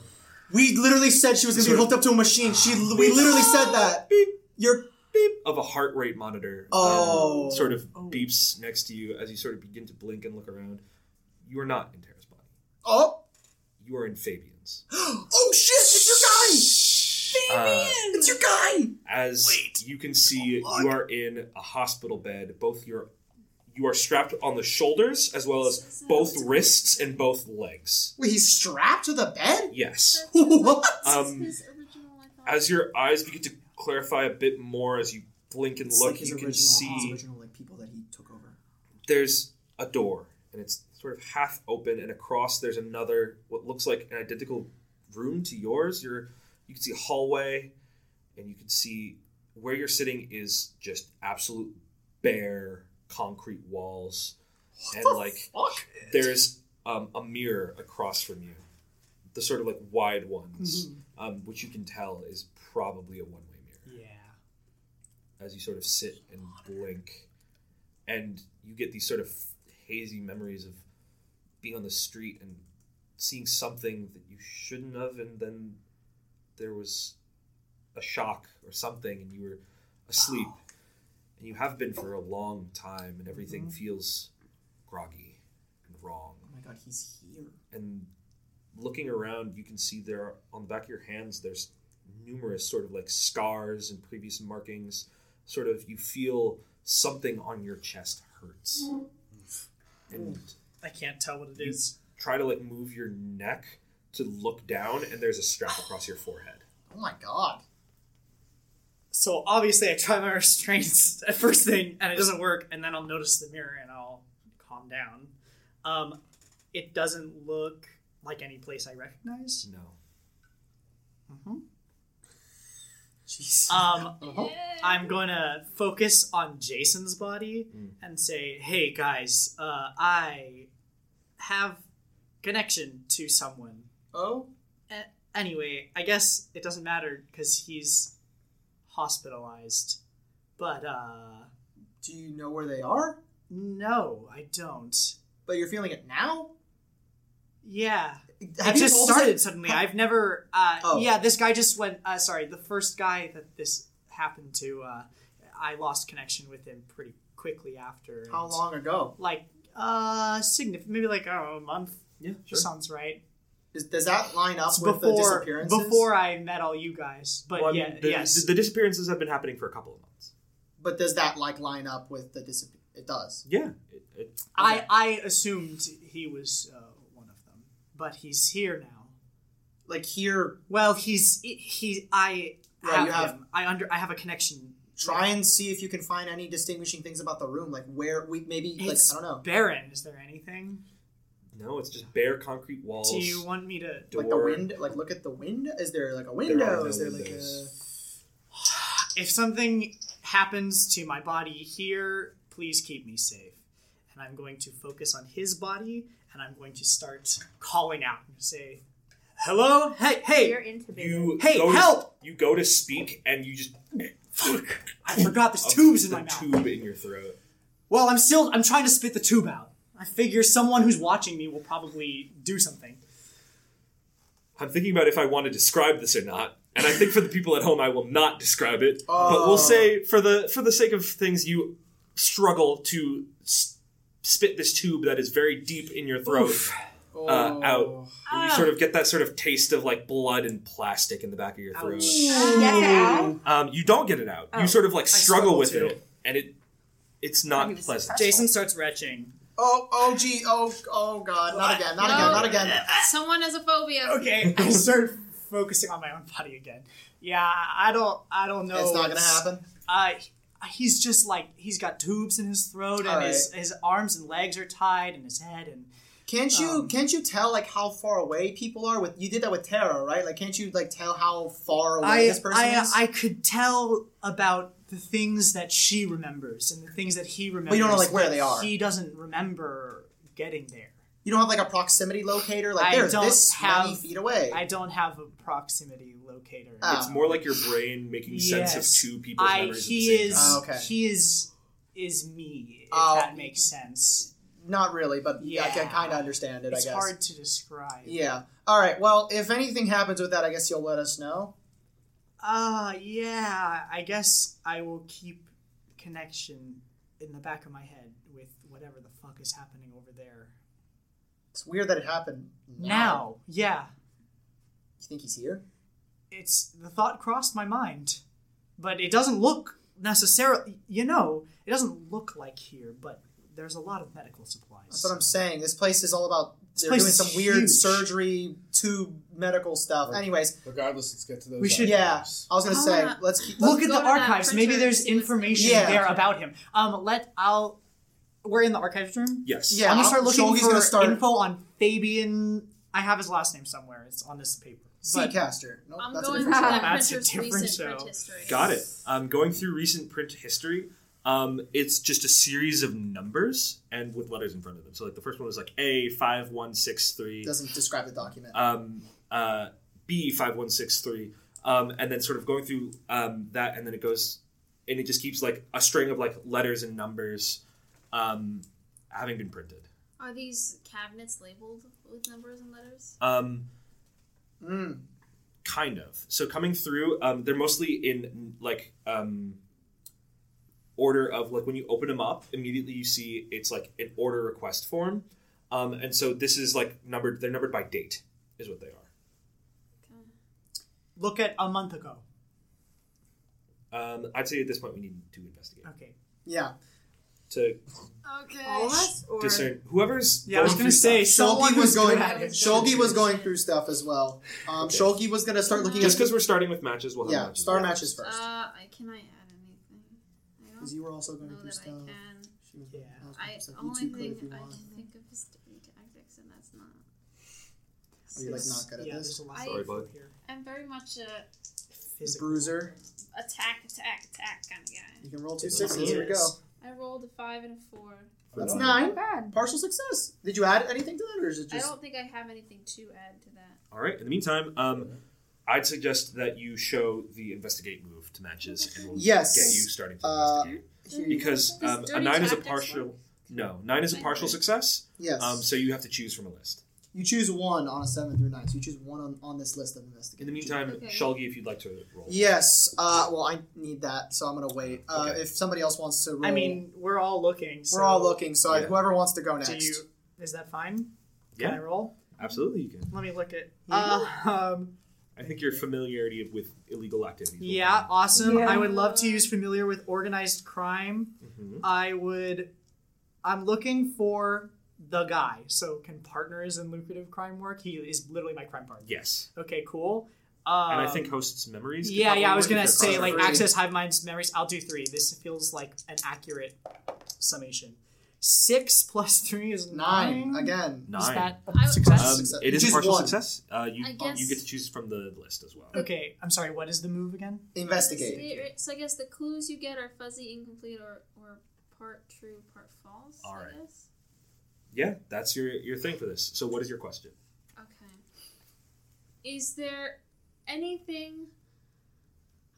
We literally said she was going to be
Sort of-
hooked up to a machine. She we literally said that.
Beep.
You're
of a heart rate monitor
Oh.
um, sort of beeps next to you as you sort of begin to blink and look around. You are not in Terra's body.
oh
You are in Fabian's.
oh shit! It's your guy.
Uh,
It's your guy.
as you can see, you are in a hospital bed. Both your you are strapped on the shoulders as well as both wrists and both legs.
Wait, he's strapped to the bed.
Yes.
What?
Um,
his original, I thought.
As your eyes begin to clarify a bit more as you blink and
It's
look,
like his
you
original,
can
his
see
original like people that he took over.
there's a door and it's sort of half open and across there's another what looks like an identical room to yours you're you can see a hallway and you can see where you're sitting is just absolute bare concrete walls and like
fuck?
there's um, a mirror across from you the sort of like wide ones um, which you can tell is probably a one-way mirror
yeah.
as you sort of sit and blink and you get these sort of hazy memories of being on the street and seeing something that you shouldn't have and then there was a shock or something and you were asleep and you have been for a long time and everything feels groggy and wrong
Oh my god, he's here.
and looking around you can see there are, on the back of your hands there's numerous sort of like scars and previous markings sort of you feel something on your chest hurts and
I can't tell what it is.
try to like move your neck to look down and there's a strap across your forehead
Oh my god.
So obviously, I try my restraints at first thing, and it doesn't work. And then I'll notice the mirror, and I'll calm down. Um, it doesn't look like any place I recognize.
no
Jeez.
Um,
Uh-huh.
I'm going to focus on Jason's body
Mm.
and say, "Hey guys, uh, I have connection to someone.
Oh.
A- anyway, I guess it doesn't matter because he's hospitalized. But uh,
Do you know where they are?
no, I don't.
But you're feeling it now?
Yeah,
Have
it
you
just
told us
started
that-
suddenly.
Ha-
I've never. Uh,
Oh.
Yeah, this guy just went. Uh, sorry, the first guy that this happened to, uh, I lost connection with him pretty quickly after.
How
and-
long ago?
like uh significant maybe like I don't know, a month
yeah
sounds right
Is, does that line up
It's
with the
before
disappearances?
before i met all you guys but yeah
the,
yes
the disappearances have been happening for a couple of months
But does that like line up with the disappearance? It does.
yeah it, it,
i i assumed he was uh, one of them but he's here now
Like here,
well he's he i
Right,
have,
you have-
him i under i have a connection
try and see if you can find any distinguishing things about the room. Like where we maybe like
It's
I don't know.
barren is there anything
no it's just bare concrete walls
do you want me to
door.
Like the wind, like look at the window. Is there like a window?
There are no
Is there
windows.
if something happens to my body here, please keep me safe. And I'm going to focus on his body, and I'm going to start calling out and say, "Hello, hey,
You're
hey,
intubated.
you
Hey,
go to-
help!
you go to speak and you just
fuck! I forgot there's tubes in
the
my mouth.
tube in your throat
Well, I'm still I'm trying to spit the tube out. I figure someone who's watching me will probably do something.
I'm thinking about if I want to describe this or not, and I think for the people at home, I will not describe it. But we'll
Oh.
say for the for the sake of things, you struggle to s- spit this tube that is very deep in your throat
Like a,
uh,
oh.
out. And you sort of get that sort of taste of like blood and plastic in the back of your throat.
Yes, Al.
Um, you don't get it out.
Oh.
You sort of like struggle
struggle
with
too.
it, and it it's
Oh, he
not
was
pleasant.
Jason starts retching.
Oh, oh, gee, oh, oh, god, not again, not again,
No.
not again.
Someone has a phobia.
Okay, I start focusing on my own body again. Yeah, I don't I don't know.
it's not gonna
what's-
happen.
uh, he's just like he's got tubes in his throat and
All
his, his arms and legs are tied and his head and
Can't you
Um,
can't you tell like how far away people are? With you did that with Tara, right? Like, can't you like tell how far away
I,
this person
I,
is?
I could tell about the things that she remembers and the things that he remembers.
you don't know, like, where
that
they are.
He doesn't remember getting there.
you don't have like a proximity locator. Like,
I
they're
don't
this
have-
many feet away.
I don't have a proximity locator.
Ah.
It's more like your brain making sense
Yes.
of two people's
I
memories.
he
at the same
is
time.
time. Ah, Okay.
he is is me. If
Oh.
that makes sense.
Not really, but I can
Yeah.
kind of understand it. I
It's
guess.
hard to describe.
Yeah. All right. Well, if anything happens with that, I guess you'll let us know.
Uh yeah, I guess I will keep connection in the back of my head with whatever the fuck is happening over there.
It's weird that it happened
Now, yeah.
You think he's here?
It's the thought crossed my mind. But it doesn't look necessarily you know, it doesn't look like here, but there's a lot of medical supplies.
That's what I'm
so-
saying. This place is all about. They're
place
doing
is
some weird
huge.
surgery, tube medical stuff.
Right.
Anyways,
Regardless, let's get to those.
We should-
yeah.
archives.
I was gonna
I
say
wanna-
let's keep.
Look
Let's
at
go
the
to that
archives. Maybe
printer
there's
and see what's
information
there. Yeah.
there about him. Um, let I'll. We're in the archives room.
Yes.
Yeah.
I'm gonna start
I'll-
looking
Shulgi's
for
gonna start-
info on Fabian. I have his last name somewhere. It's on this paper. But
Seacaster. Nope,
I'm
that's a
going to
different show.
that
That's a
printer's
different
recent
show.
print history.
Got it. Um, going through recent print history, um, it's just a series of numbers and with letters in front of them. So like the first one was like A five one six three,
Doesn't describe the document.
um, uh, B five one six three, um, and then sort of going through um, that, and then it goes, and it just keeps like a string of like letters and numbers, um, having been printed.
Are these cabinets labeled with numbers and letters?
Um,
Mm.
kind of so coming through um, they're mostly in like um, order of like when you open them up immediately you see it's like an order request form um, and so this is like numbered they're numbered by date is what they
look at a month ago.
are um, i'd say at this point we need to investigate
Okay.
Yeah.
to
Okay.
All of us, or
discern whoever's
Yeah, I was
going
gonna
through
say
stuff.
someone
Shulgi was
who's
going.
good at it.
Shulgi was going through stuff as well. Um,
Okay.
Shulgi was gonna start looking.
just
at,
because we're starting with matches we'll have
yeah,
matches
star
later.
matches
Uh,
first.
I- can I add anything? I
Because
don't
you were also going
know
through
oh, that I
stuff.
can.
She was-
Yeah.
I was gonna
I
say, you
only
two could if you
thing I
want.
can think of is dirty tactics, and that's not.
Are you like not good at
yeah,
this?
there's a lot
Sorry,
of
bud.
here.
I'm very much a
Physical.
Bruiser.
attack, attack, attack kind of guy.
You can roll two
It
sixes. Here we go.
is.
I rolled a five and a four.
That's
Um,
nine.
not bad.
Partial success. Did you add anything to that, or is it
I
just
don't think I have anything to add to that.
all right in the meantime um, i'd suggest that you show the investigate move to matches and we'll
Yes.
get you starting to
Uh,
investigate
here you-
because
Does
um, a
dirty
nine is a
tactics
partial no nine is a partial success
yes?
Um, so you have to choose from a list.
you choose one on a seven through nine. So you choose one on, on this list of
In
investigators.
the meantime,
Okay.
Shulgi, if you'd like to roll.
Yes. Uh, well, I need that, so I'm gonna wait. Uh,
Okay.
If somebody else wants to roll,
I mean, we're all looking. So
we're all looking. So
Yeah.
whoever wants to go next.
Do you? Is that fine? Can
Yeah.
I roll?
Absolutely, you can.
Let me look at. Uh, um,
I think your familiarity with illegal activities. will
Yeah,
help.
awesome.
Yeah.
I would love to use familiar with organized crime.
Mhm.
I would. I'm looking for the guy. So can partners in lucrative crime work? He is literally my crime partner.
Yes,
Okay, cool. Um,
and I think hosts memories. could
Yeah, yeah. I was
probably
gonna
work if they're
say like
crossover.
access hive minds memories. I'll do three. This feels like an accurate summation. Six plus three is
nine
nine.
again?
Nine.
Is that
I-
a success?
Um,
Success.
it is
You
a
choose
partial
one.
success. Uh, you
I guess-
you get to choose from the list as well.
okay, I'm sorry. What is the move again?
Investigate.
So, it- so I guess the clues you get are fuzzy, incomplete, or, or part true, part false.
All right.
I guess.
Yeah, that's your your thing for this. So what is your question?
Okay. Is there anything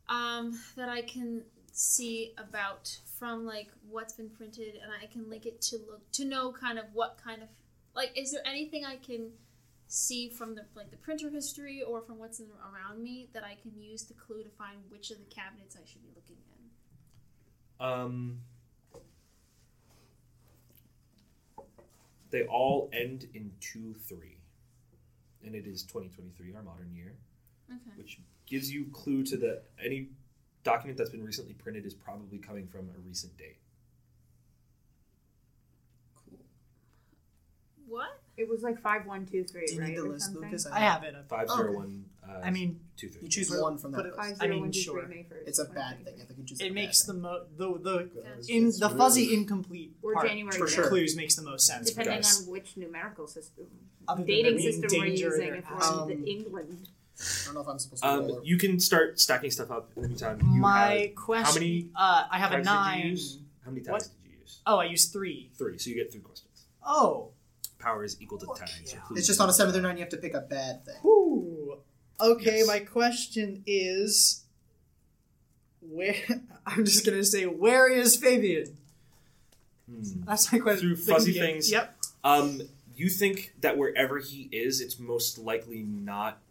um, that I can see about from like what's been printed, and I can link it to look to know kind of what kind of like is there anything I can see from the like the printer history or from what's in, around me that I can use the clue to find which of the cabinets I should be looking in?
Um, they all end in two three, and it is twenty twenty three, our modern year.
Okay.
which gives you clue to the any document that's been recently printed is probably coming from a recent date.
What?
It was like five one two three,
Do you
right?
need the
or
list,
something?
Lucas?
I have it.
Five zero one. Uh,
I mean,
two three.
You choose
But-
one from that
but-
list.
Five
I
zero
mean,
one two three
sure.
May first.
It's a bad thing. I think you choose. a
it
bad
makes the
thing.
mo the the
That's
in the
really-
fuzzy incomplete
Or
part
January
For sure.
clues makes the most sense.
Depending
for us.
on which numerical system,
Other than
dating
there being
system we're
danger,
using,
there
if
has-
we're in
Um,
the England.
I don't know if I'm supposed to. roll
Um,
or-
you can start stacking stuff up in the meantime. You had-
my question.
how many
Uh, I have
times
a
Did you
nine.
use? How many
What?
tags did you use?
Oh, I used three.
Three. So you get three questions.
Oh.
Power is equal to
Fuck
ten. so
yeah.
clues-
It's just on a seventh or nine. You have to pick a bad thing.
Ooh. Okay,
Yes.
my question is where I'm just gonna say where is Fabian?
Hmm.
That's my question.
Through fuzzy things.
Yep.
Um, you think that wherever he is, it's most likely not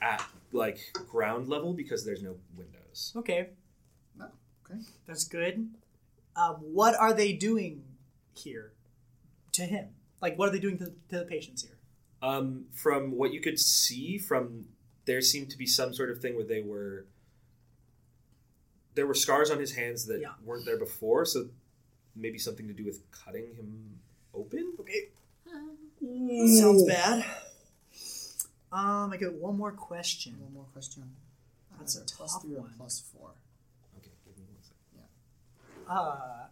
at like ground level because there's no windows.
Okay.
Oh, okay.
That's good. Um, what are they doing here to him? Like, what are they doing to, to the patients here?
Um, from what you could see, from there seemed to be some sort of thing where they were there were scars on his hands that
Yeah.
weren't there before, so maybe something to do with cutting him open.
Okay.
Uh,
Sounds bad. Um, I got one more question.
One more question.
That's
Either
a
plus
tough
three or
one.
plus four.
Okay, give me one second.
Uh,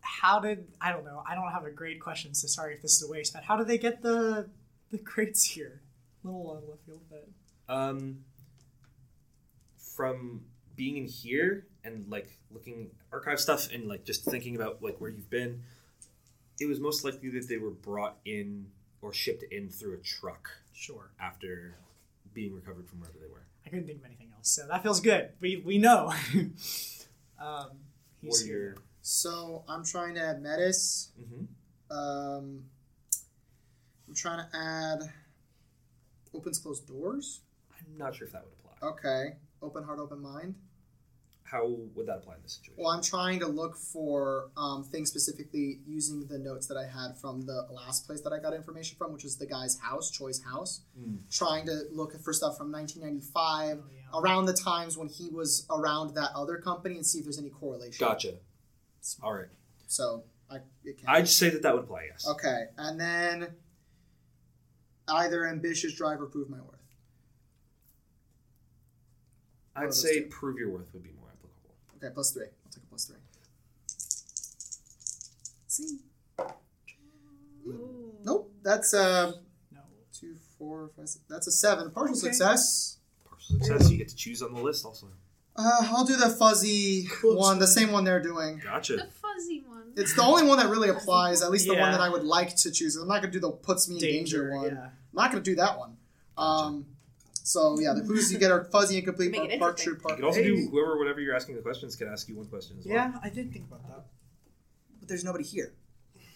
how did I don't know? I don't have a grade question, so sorry if this is a waste. But how did they get the the crates here? little out of left field, but
Um, from being in here and like looking at archive stuff and like just thinking about like where you've been, it was most likely that they were brought in or shipped in through a truck
sure.
after being recovered from wherever they were.
I couldn't think of anything else, so that feels good. We we know. um, he's
What are
here.
your-
So I'm trying to add Metis.
Mhm.
Um, I'm trying to add opens closed doors.
I'm not sure if that would apply.
Okay. Open heart, open mind.
How would that apply in this situation?
Well, I'm trying to look for um, things specifically using the notes that I had from the last place that I got information from, which is the guy's house, Choi's house.
Mm.
Trying to look for stuff from 1995,
Oh, yeah.
around the times when he was around that other company, and see if there's any correlation.
Gotcha. All right.
So I it can.
I'd say that that would apply. Yes.
okay, and then either ambitious drive or prove my worth. one
I'd
of those
say
two.
prove your worth would be more applicable.
Okay, plus three. I'll take a plus three. See?
ooh.
Nope. That's uh
No.
two, four, five, six. That's a seven. Partial
Okay.
success.
Partial success. You get to choose on the list. Also.
Uh, I'll do the fuzzy
Close.
one, the same one they're doing.
The
Gotcha.
fuzzy one.
It's the only one that really applies, at least the one
Yeah.
that I would like to choose. I'm not gonna do the puts me in danger,
Danger.
one.
Yeah.
I'm not gonna do that one. Um so yeah, the clues you get are fuzzy, incomplete,
Make
part,
it
part
interesting.
true,
You
part
can also
Hey,
do whoever, whatever you're asking the questions, can ask you one question as well.
Yeah, I did think about that.
But there's nobody here.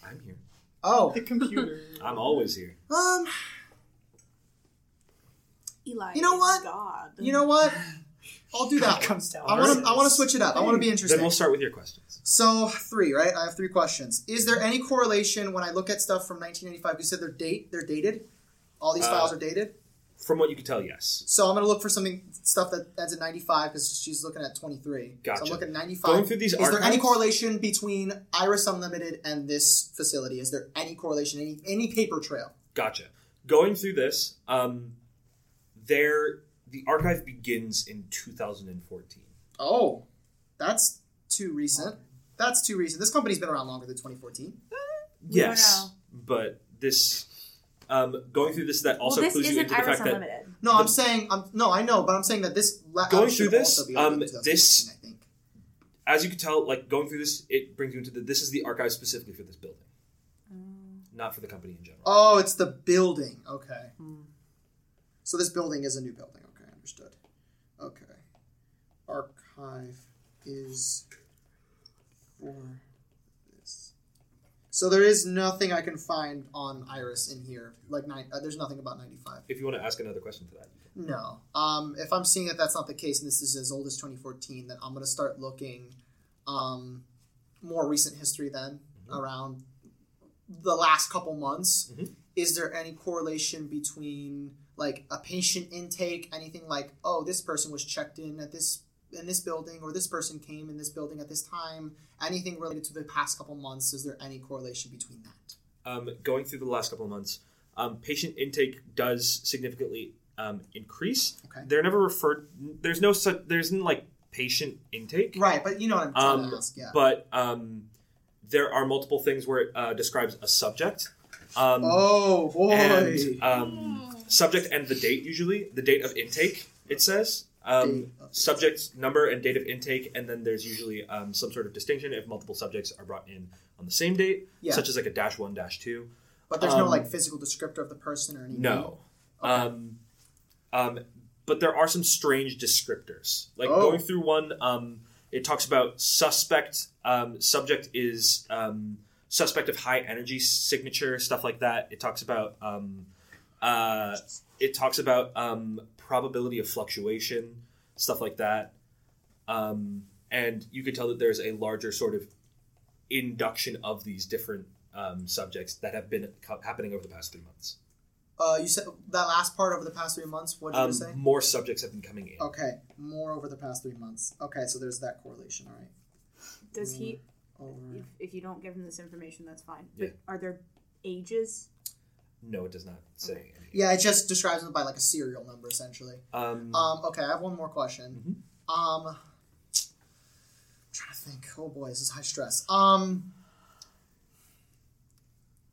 I'm here.
Oh.
The computer.
I'm always here.
Um,
Eli,
You know
is
what?
God.
you know what? I'll do that.
comes down.
I want to. I want to switch it up. I want to be interesting.
Then we'll start with your questions.
So three, right? I have three questions. Is there any correlation when I look at stuff from 1995? You said they're date, they're dated. All these
Uh,
files are dated.
From what you can tell, yes.
So I'm gonna look for something stuff that ends in 95 because she's looking at 23.
Gotcha.
So I'm looking at
Going
95.
through these
Is
archives,
there any correlation between Iris Unlimited and this facility? Is there any correlation? Any any paper trail?
Gotcha. Going through this, um, there the archive begins in 2014.
Oh, that's too recent. That's too recent. This company's been around longer than 2014.
yes, but this um, going through this that also
well, this
clues you
isn't
into the
Iris
fact that
Unlimited.
No, I'm saying I'm no, I know, but I'm saying that this la-
Going
should
through this,
also be older
um,
than 2014, I think.
as you can tell, like going through this, it brings you into the this is the archive specifically for this building,
Oh.
not for the company in general.
Oh, it's the building. Okay. So this building is a new building. Okay, understood. Okay. Archive is for this. So there is nothing I can find on Iris in here. Like, nine, uh, there's nothing about 95.
If you want to ask another question for that, you can.
No. Um, if I'm seeing that that's not the case and this is as old as 2014, then I'm going to start looking um, more recent history then around the last couple months.
Mhm.
Is there any correlation between like a patient intake, anything like, oh, this person was checked in at this in this building or this person came in this building at this time. Anything related to the past couple months? Is there any correlation between that?
um, going through the last couple of months, um, patient intake does significantly um, increase.
Okay.
They're never referred. There's no such. There's no, like patient intake,
Right, but you know what I'm trying
Um,
to ask. Yeah.
but um, there are multiple things where it uh, describes a subject. Um,
oh boy.
And um, subject and the date usually the date of intake it says um,
Date of-
subject number and date of intake and then there's usually um, some sort of distinction if multiple subjects are brought in on the same date
Yeah.
such as like a dash one dash two
but there's no
um,
like physical descriptor of the person or anything.
No.
Okay.
Um, um, but there are some strange descriptors. Like
Oh.
going through one, um, it talks about suspect. Um, subject is um, suspect of high energy signature, stuff like that. It talks about. Um, uh, it talks about um, probability of fluctuation, stuff like that. Um, and you could tell that there's a larger sort of induction of these different um, subjects that have been co- happening over the past three months.
Uh, you said that last part over the past three months. What did
Um,
you say? Oh.
more subjects have been coming in.
Okay, more over the past three months. Okay, so there's that correlation. All right.
Does he?
Over.
If, if you don't give him this information, that's fine.
Yeah.
But are there ages?
No, it does not say. any.
Yeah, it just describes them by like a serial number essentially.
Um,
Um, okay, I have one more question.
Mm-hmm.
Um, I'm trying to think. Oh boy, this is high stress. Um,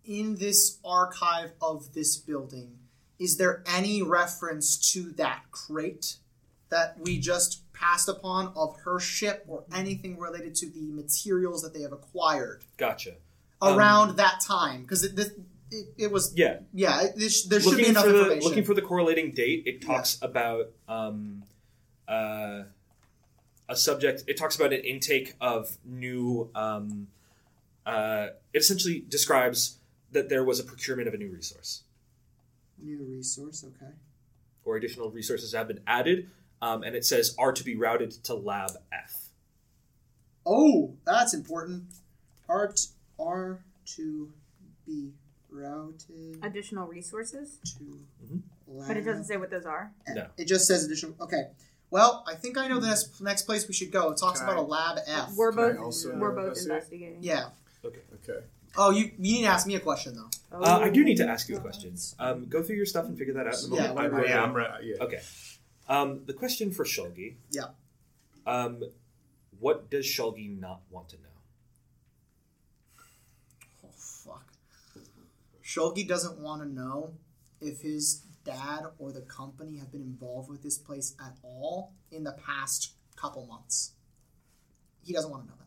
in this archive of this building, is there any reference to that crate that we just passed upon of her ship or
Mm-hmm.
anything related to the materials that they have acquired
gotcha. Um,
around that time? Because it, this- it, it was,
Yeah,
yeah, it, this, there should
looking
be enough
for the
information.
looking for the correlating date. It talks about um, uh, a subject. It talks about an intake of new. Um, uh, it essentially describes that there was a procurement of a new resource
New resource, okay.
or additional resources have been added, um, and it says are to be routed to Lab F.
Oh, that's important. Art R to be routed
Additional resources?
to
Mhm.
lab.
But it doesn't say what those are.
No.
It just says additional. Okay. Well, I think I know the next, next place we should go. It talks
Can
about a
I-
lab F.
We're
Can I
both
also
we're both
investigate?
investigating.
Yeah.
Okay.
Okay.
Oh, you you need to ask me a question though.
Oh,
Uh, I do need to ask you a question. Um, go through your stuff and figure that out. In a moment.
Oh, Yeah,
I
I'm,
will-
yeah, I'm right. Uh, Yeah.
Okay. Um, the question for Shulgi.
Yeah.
Um, what does Shulgi not want to know?
Oh fuck. Shulgi doesn't want to know if his dad or the company have been involved with this place at all in the past couple months. He doesn't want to know that.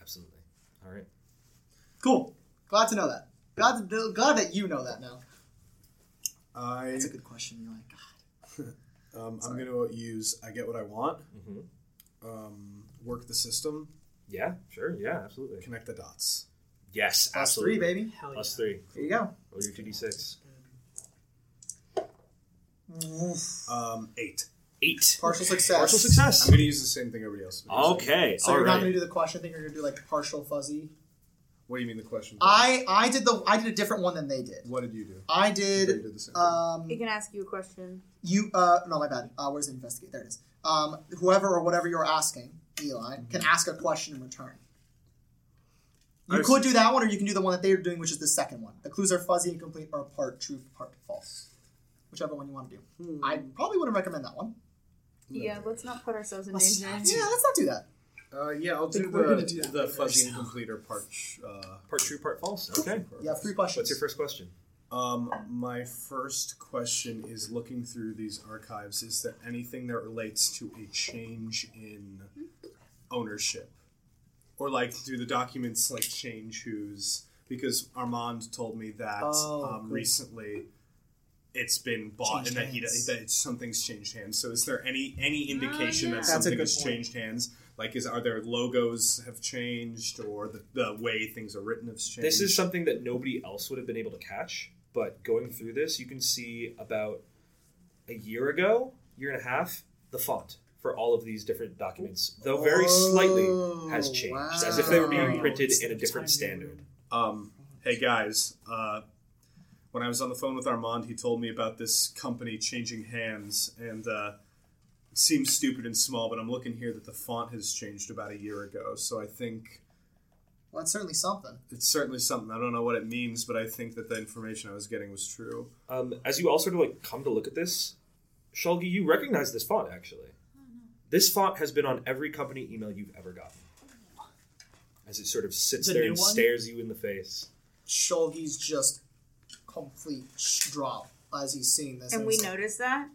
Absolutely. All right.
Cool. Glad to know that. Glad, glad that you know that now.
I
That's a good question. You're like, "Ah, God.
um, I'm going to use I get what I want.
Mm-hmm.
Um, work the system.
Yeah. Sure. Yeah. Absolutely.
Connect the dots.
Yes.
Plus
absolutely.
three, baby.
Hell yeah.
Plus three.
There you go.
Roll your two d six.
Um, eight.
Eight.
Partial success.
Partial
I'm
success.
going to use the same thing everybody else. is gonna use.
Okay.
So
all
you're not
right.
gonna do the question thing. You're gonna do like partial fuzzy.
What do you mean the question?
I I did the I did a different one than they did.
What did you do?
I
You
did.
did the same thing.
Um,
It can ask you a question.
you uh no my bad. Uh, where's the investigate? There it is. Um, whoever or whatever you're asking, Eli,
Mm-hmm.
can ask a question in return. You
I
could do that one, or you can do the one that they're doing, which is the second one. The clues are fuzzy, incomplete, or part true, part false. Whichever one you want to do.
Hmm.
I probably wouldn't recommend that one.
Yeah, let's not put ourselves in
Let's
danger.
not do- yeah, let's not do that.
Uh, yeah, I'll do
Think we're
the,
gonna do that
the
for ourselves.
fuzzy incomplete or part. Uh,
Part true, part false. Okay.
part-
You have three questions.
What's your first question?
Um, my first question is looking through these archives. Is there anything that relates to a change in ownership, or like do the documents like change who's? Because Armand told me that
Oh,
um,
good.
recently it's been bought
Changed
and that he
hands.
that it's, something's changed hands. So is there any any indication
Ah, Oh, yeah.
that
That's a
something
good
has
point.
changed hands? Like, is are there logos have changed or the, the way things are written have changed?
This is something that nobody else would have been able to catch, but going through this, you can see about a year ago, year and a half, the font for all of these different documents, though very slightly, has
Oh,
changed, as if they were being
wow.
printed
It's
in a
the
different
time they were-
standard.
Um, hey guys, uh, when I was on the phone with Armand, he told me about this company changing hands, and uh, seems stupid and small, but I'm looking here that the font has changed about a year ago. So I think
Well, that's certainly something.
it's certainly something. I don't know what it means, but I think that the information I was getting was true.
Um, as you all sort of like come to look at this, Shulgi, you recognize this font actually. This font has been on every company email you've ever gotten. As it sort of sits
The
there
new
and
one?
stares you in the face.
Shulgi's just complete sh- drop as he's seeing this.
and we
he's like-
noticed that.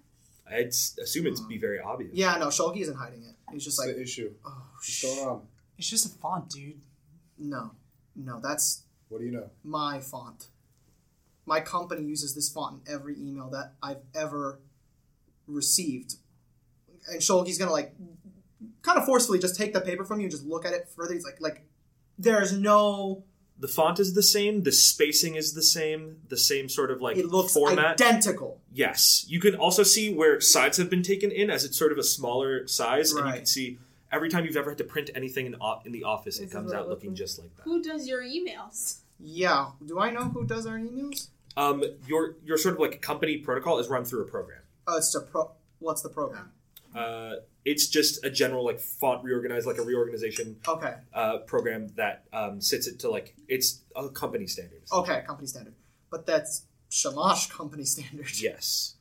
I'd s- assume it'd be very obvious.
Yeah, no, Shulgi isn't hiding it. He's just
It's
like,
the issue.
oh,
What's
sh-
going on?
It's just a font, dude.
no, no, that's
What do you know?
my font. My company uses this font in every email that I've ever received. And Shulgi's gonna like kind of forcefully just take the paper from you and just look at it further. He's like, like, there's no
The font is the same, the spacing is the same, the same sort of like
it looks
format.
identical.
Yes. You can also see where sides have been taken in as it's sort of a smaller size, and you can
Right.
see every time you've ever had to print anything in, o- in the office,
This
it
is
comes
what
out
it looks
looking
like.
just like that.
Who does your emails?
Yeah. Do I know who does our emails?
Um, your your sort of like company protocol is run through a program.
Oh, it's the pro. What's the program?
Uh, it's just a general like font reorganized, like a reorganization
Okay.
uh, program that um, sits it to like it's a company standard.
Oh.
Okay. Company standard. But that's Shamash company standard.
Yes.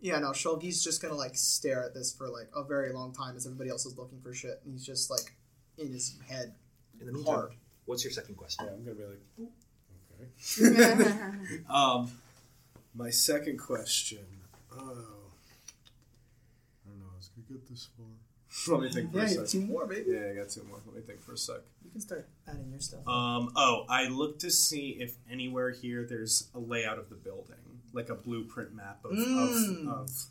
Yeah, no, Shulgi's just gonna like stare at this for like a very long time as everybody else is looking for shit, and he's just like in his head.
In the meantime,
Hard.
what's your second question?
Yeah, I'm gonna be like, okay.
That's
Um, my second question. Oh, I don't know. I was gonna get this far. Let me think for
Yeah,
a
you
second.
have two more, baby.
Yeah, I got two more. Let me think for a sec.
You can start adding your stuff.
Um, oh, I looked to see if anywhere here there's a layout of the building, like a blueprint map of,
Mm.
of, of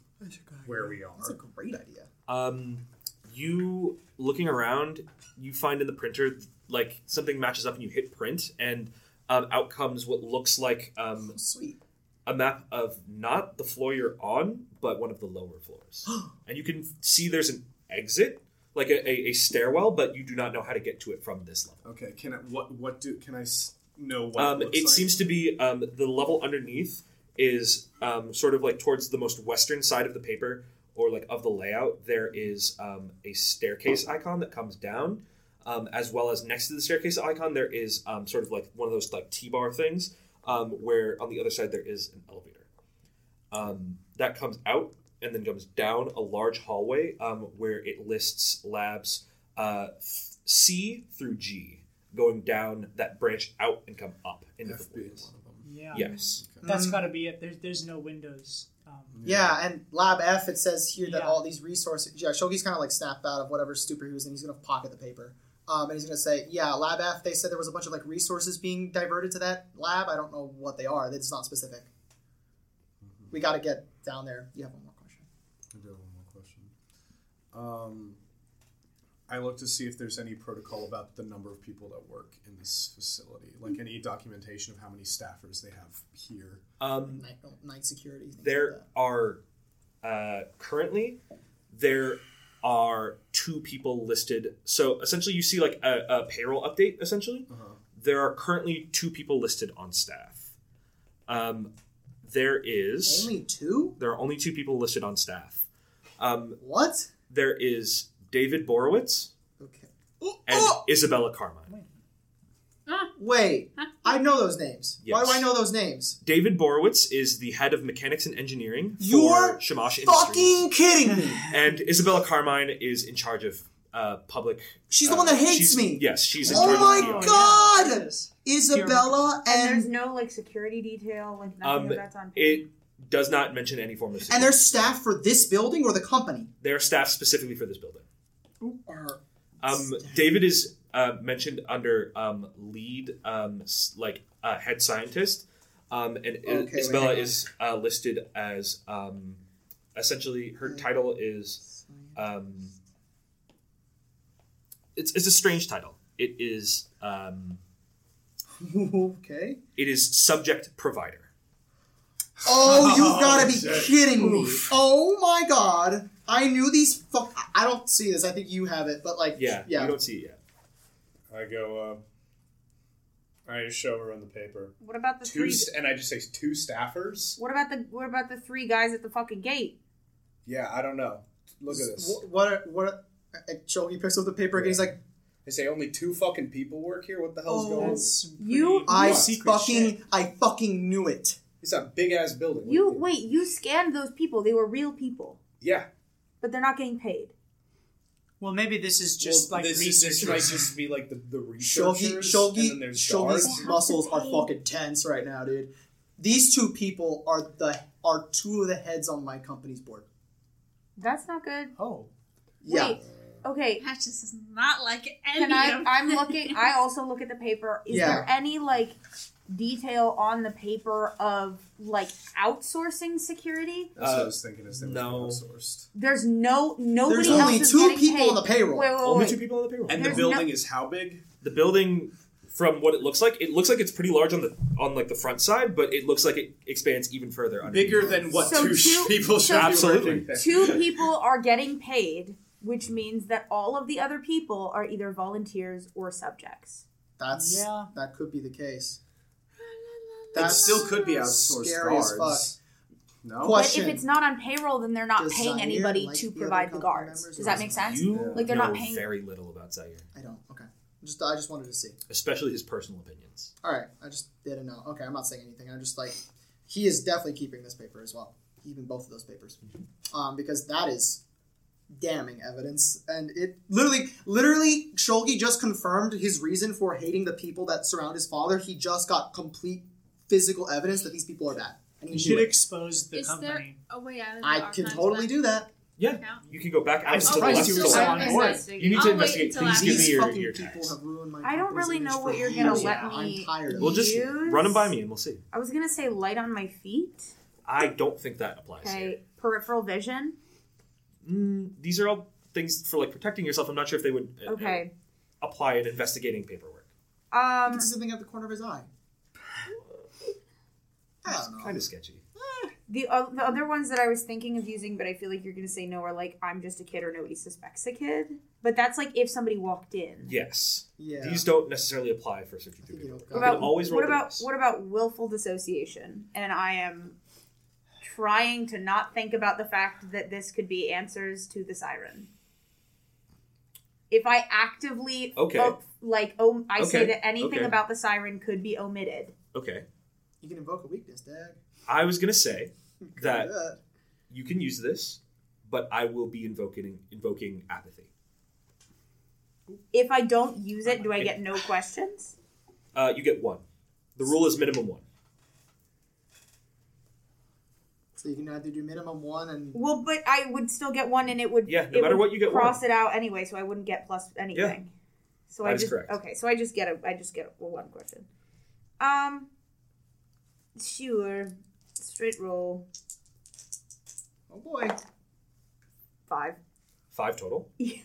where we
That's a
are.
great idea.
Um, you looking around, you find in the printer like something matches up, and you hit print, and um, out comes what looks like um,
Sweet.
a map of not the floor you're on, but one of the lower floors. and you can see there's an exit, like a, a, a stairwell, but you do not know how to get to it from this level.
Okay, can I what what do can I s- know what
Um, it
it, looks like?
seems to be um, the level underneath is um, sort of like towards the most western side of the paper or like of the layout. There is um, a staircase icon that comes down. Um, as well as next to the staircase icon, there is um, sort of like one of those like T bar things, um, where on the other side there is an elevator. um, that comes out and then comes down a large hallway um, where it lists labs uh, th- C through G going down that branch out and come up into
F
the
being
woods.
one of them.
Yeah.
Yes.
That's
Mm.
gotta be it. There's there's no windows. Um,
Yeah, and Lab F, it says here that
Yeah.
all these resources. Yeah, Shulgi's kind of like snapped out of whatever stupor he was in. He's gonna pocket the paper. Um, and he's gonna say, yeah, Lab F. They said there was a bunch of like resources being diverted to that lab. I don't know what they are. It's not specific.
Mm-hmm.
We gotta get down there. You have one more question.
I do have one more question. Um, I look to see if there's any protocol about the number of people that work in this facility, like any documentation of how many staffers they have here.
Um,
Night, night security. things like
there
that.
are uh, currently there are two people listed. So essentially, you see like a, a payroll update. Essentially,
Uh-huh.
there are currently two people listed on staff. Um, there is
Only two?
There are only two people listed on staff. Um,
What?
there is David Borowitz
Okay.
and
Oh!
Isabella Carmine.
Wait, I know those names. Why do
Yes.
I know those names?
David Borowitz is the head of mechanics and engineering for
You're
Shamash Industries,
Fucking kidding me!
and Isabella Carmine is in charge of uh, public.
She's the
uh,
one that hates
she's-
me.
Yes, she's in
Oh
charge
my
of PR.
God. God!
Yeah, it is.
Isabella
and there's
and
no like security detail, like nothing
Um,
of that's on.
It does not mention any form of.
and their staff for this building or the company.
they're staff specifically for this building.
Or-
Um, David is uh, mentioned under um, lead, um, s- like uh, head scientist, um, and I-
Okay, wait,
Isabella
hang on.
is uh, listed as um, essentially her title is. Um, it's it's a strange title. It is um,
okay.
it is subject provider.
Oh, you gotta be
shit.
kidding me! Oh my God! I knew these. Fuck. I don't see this. I think you have it, but like,
Yeah, you
yeah.
don't see it yet.
I go, I just show her on uh, the paper.
What about the
Two
three?
st- and I just say two staffers.
What about the what about the three guys at the fucking gate?
Yeah, I don't know. Look at this.
What? What? Are, what are, and Shogi picks up the paper again. He's like,
They say only two fucking people work here. What the hell's
Oh,
going on?
That's some
You-
pretty
I
secret
fucking,
shit.
I fucking knew it.
It's a big ass building. What
You
do
wait. You scanned those people. They were real people,
Yeah.
but they're not getting paid.
Well, maybe this is just
Well,
like
this, is-
research.
this might just be like the the researchers.
Shogi,
and then
Shogi,
there's guards.
Shogi's muscles are
They have to
fucking tense right now, dude. These two people are the are two of the heads on my company's board.
That's not good.
oh,
Yeah,
Wait. Okay.
Patches is not like any
Can I?
of
I'm
them.
looking. I also look at the paper. Is
Yeah.
there any like detail on the paper of like outsourcing security?
That's what
Uh,
I was thinking is they were
no.
outsourced.
There's no nobody.
there's
else
only
is
two
getting
people
paid.
on the payroll.
Wait, wait, wait,
Only
Oh, wait.
two people on the payroll.
And
And
the
the,
There's building no-
is how big?
building, from what it looks like, it looks like it's pretty large on the on like the front side, but it looks like it expands even further. underneath.
Bigger than what
So
two,
two-
people should
so-
Absolutely.
be working there.
two people are getting paid, which means that all of the other people are either volunteers or subjects.
that's
Yeah.
that could be the case.
That still could be outsourced
scary as
guards. No.
What?
But
Question.
if it's not on payroll, then they're not
Does
paying
Zaire
anybody
like the
to
other
provide the
company
guards.
members
Does
or
that
is
make
it
sense?
You
Like, they're
know
not paying-
very little about Zaire,
I don't. Okay, just I just wanted to see.
especially his personal opinions.
All right, I just didn't know. Okay, I'm not saying anything. I'm just like, he is definitely keeping this paper as well, even both of those papers, um, because that is damning evidence. And it literally, literally, Shulgi just confirmed his reason for hating the people that surround his father. He just got complete physical evidence that these people are bad, and he
you
knew
should
it.
expose the
Is there-
company.
Oh wait, yeah.
I can totally do that.
Yeah, you can go back out
I'm
to the
surprised
left
you
to
were
the
so
left.
on board.
You need
I'll
to
wait
investigate.
until
Please
after.
give me
These
your,
fucking
your
people
tax.
have ruined my.
I don't
company's
really
image
know
for
what you're
years.
gonna
let
me
I'm tired of
We'll just
Use-
run them by me and we'll see.
I was gonna say light on my feet.
I don't think that applies here.
Okay, peripheral vision.
Mm, these are all things for like protecting yourself. I'm not sure if they would uh,
Okay.
uh, apply in investigating paperwork.
He
Um,
can see something out the corner of his eye. I don't know.
Kind of sketchy.
the o- the other ones that I was thinking of using, but I feel like you're gonna say no, are like I'm just a kid or nobody suspects a kid. But that's like if somebody walked in.
Yes,
Yeah.
these don't necessarily apply for searching through
I think you
paperwork.
don't
You
got
can
it.
always roll
what
the
about
dice.
what about willful dissociation? And I am trying to not think about the fact that this could be answers to the siren. If I actively
Okay.
oh, like oh I say
Okay,
that anything
okay.
about the siren could be omitted.
Okay,
You can invoke a weakness, Dag.
I was gonna say that
Yeah.
you can use this, but I will be invoking invoking apathy.
If I don't use it, do I get no questions?
Uh, you get one. The rule is minimum one.
So you can either do minimum one and
Well, but I would still get one, and it would
Yeah, no
it
matter
would
what, you get
cross it out anyway, so I wouldn't get plus anything. So
That
I
is
just
correct.
okay. So I just get a I just get a one question. Um, sure, straight roll
oh boy,
five.
Five total.
Yeah.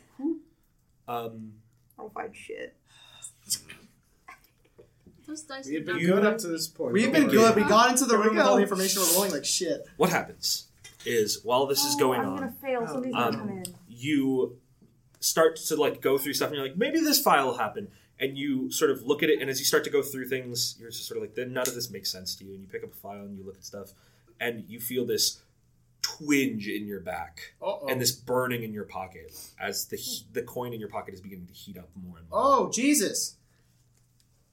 Um,
Roll Oh, five shit.
Those dice
We had been
did
You-
not-
good up to this point.
we've
Don't
been
worry.
good. We got into the
Here we
room with all
go.
the information. We're rolling like shit.
what happens is while this is
Oh,
going
I'm
on,
gonna fail. Somebody's
Um,
gonna come in.
you start to like go through stuff and you're like maybe this file will happen and you sort of look at it and as you start to go through things you're just sort of like then none of this makes sense to you and you pick up a file and you look at stuff and you feel this twinge in your back
Uh-oh.
and this burning in your pocket as the he- the coin in your pocket is beginning to heat up more and more
Oh Jesus!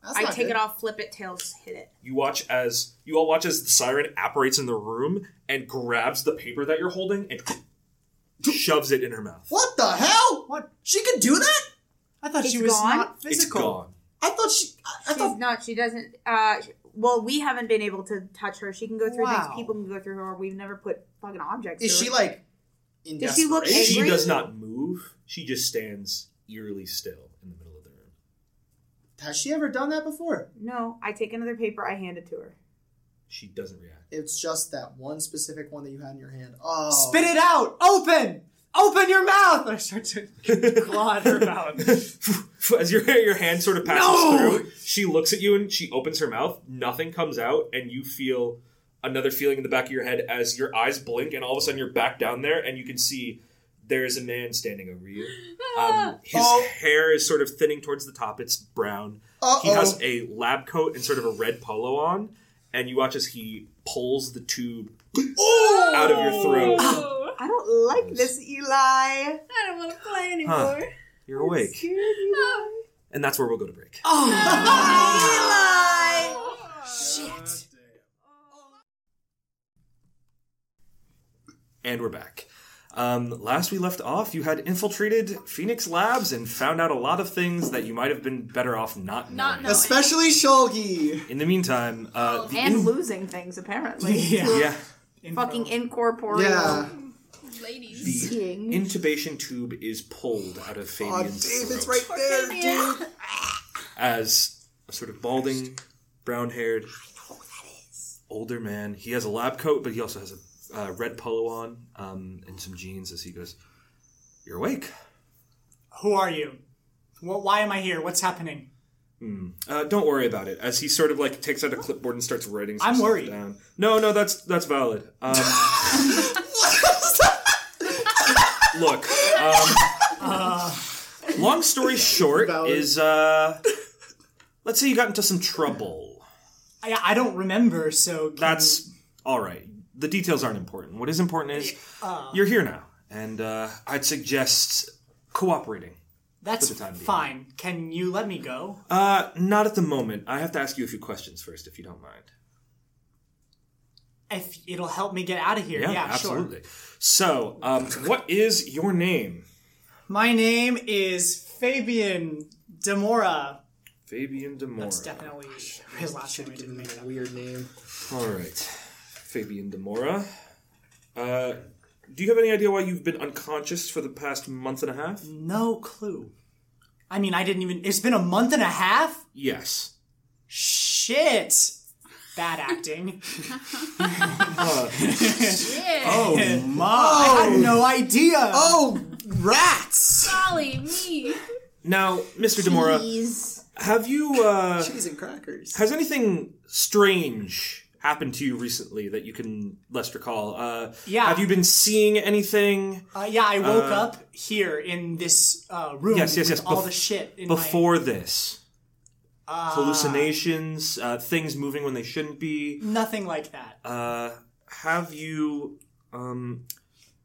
That's
I
not
take
good.
it off, flip it, tails, hit it.
you watch as you all watch as the siren apparates in the room and grabs the paper that you're holding and shoves it in her mouth
What the hell?
What?
She could do that?
I thought
It's
she was
gone?
not
it's
physical.
gone
I thought she. I, I
She's
thought
not. She doesn't. Uh, sh- well, we haven't been able to touch her. She can go through
Wow.
things. People can go through her. We've never put fucking objects.
is
through
she
her.
like? In
Does she look
desperation?
She
Angry?
does not move. She just stands eerily still in the middle of the room.
Has she ever done that before?
No, I take another paper. I hand it to her.
She doesn't react.
It's just that one specific one that you had in your hand. Oh,
Spit it out! Open! Open your mouth! I start to claw at her mouth.
As your your hand sort of passes
No!
through, she looks at you and she opens her mouth. Nothing comes out, and you feel another feeling in the back of your head as your eyes blink, and all of a sudden you're back down there, and you can see There is a man standing over you. Um, his
Oh.
hair is sort of thinning towards the top. It's brown.
Uh
He has
oh.
a lab coat and sort of a red polo on, and you watch as he pulls the tube out of your throat.
Oh,
I don't like this, Eli.
I don't want to play anymore.
Huh. You're awake.
Scared you.
Oh,
And that's where we'll go to break.
Oh,
Shit.
And we're back. Um, last we left off, you had infiltrated Phoenix Labs and found out a lot of things that you might have been better off not knowing.
Not knowing. Oh,
Especially Shulgi.
In the meantime, uh, the
And
Mm.
in-
losing things, apparently.
yeah,
Fucking incorporeal.
Yeah.
ladies.
the
Seeing.
intubation tube is pulled out of
Oh,
Fabian's
Dave, it's
throat
right there, dude.
as a sort of balding, brown-haired, older man. He has a lab coat, but he also has a uh, red polo on um, and some jeans. As he goes, "You're awake.
Who are you? What, why am I here? What's happening?
Uh, don't worry about it. As he sort of like takes out a clipboard and starts writing. Some
I'm
stuff
worried.
Down. No, no, that's that's valid. Um, look. Um, long story short
Valid.
is uh, let's say you got into some trouble.
I, I don't remember, so. Can,
That's all right. The details aren't important. What is important is
um,
you're here now, and uh, I'd suggest cooperating.
that's
for the time being.
fine. Can you let me go?
Uh, not at the moment. I have to ask you a few questions first, if you don't mind.
If it'll help me get out of here. Yeah, sure.
absolutely. So, um, what is your name?
My name is Fabian Demora.
Fabian Demora.
That's
Oh
definitely his last name. I didn't make it up.
Weird name.
All right, Fabian Demora. Uh, do you have any idea why you've been unconscious for the past month and a half?
No clue. I mean, I didn't even. It's been a month and a half?
Yes.
Shit! Bad acting.
Uh,
Yeah.
Oh
I
my!
had no idea.
Oh, rats!
Golly me.
Now, Mr. Demora,
Please.
have you? Uh,
Cheese and crackers.
has anything strange happened to you recently that you can less recall? Uh,
Yeah.
Have you been seeing anything
Uh, yeah, I woke
Uh,
up here in this uh, room
Yes, yes,
with
yes,
all
bef-
the shit in
before this?
my, uh,
hallucinations, uh, things moving when they shouldn't be.
Uh, Nothing like that.
Uh, have you um,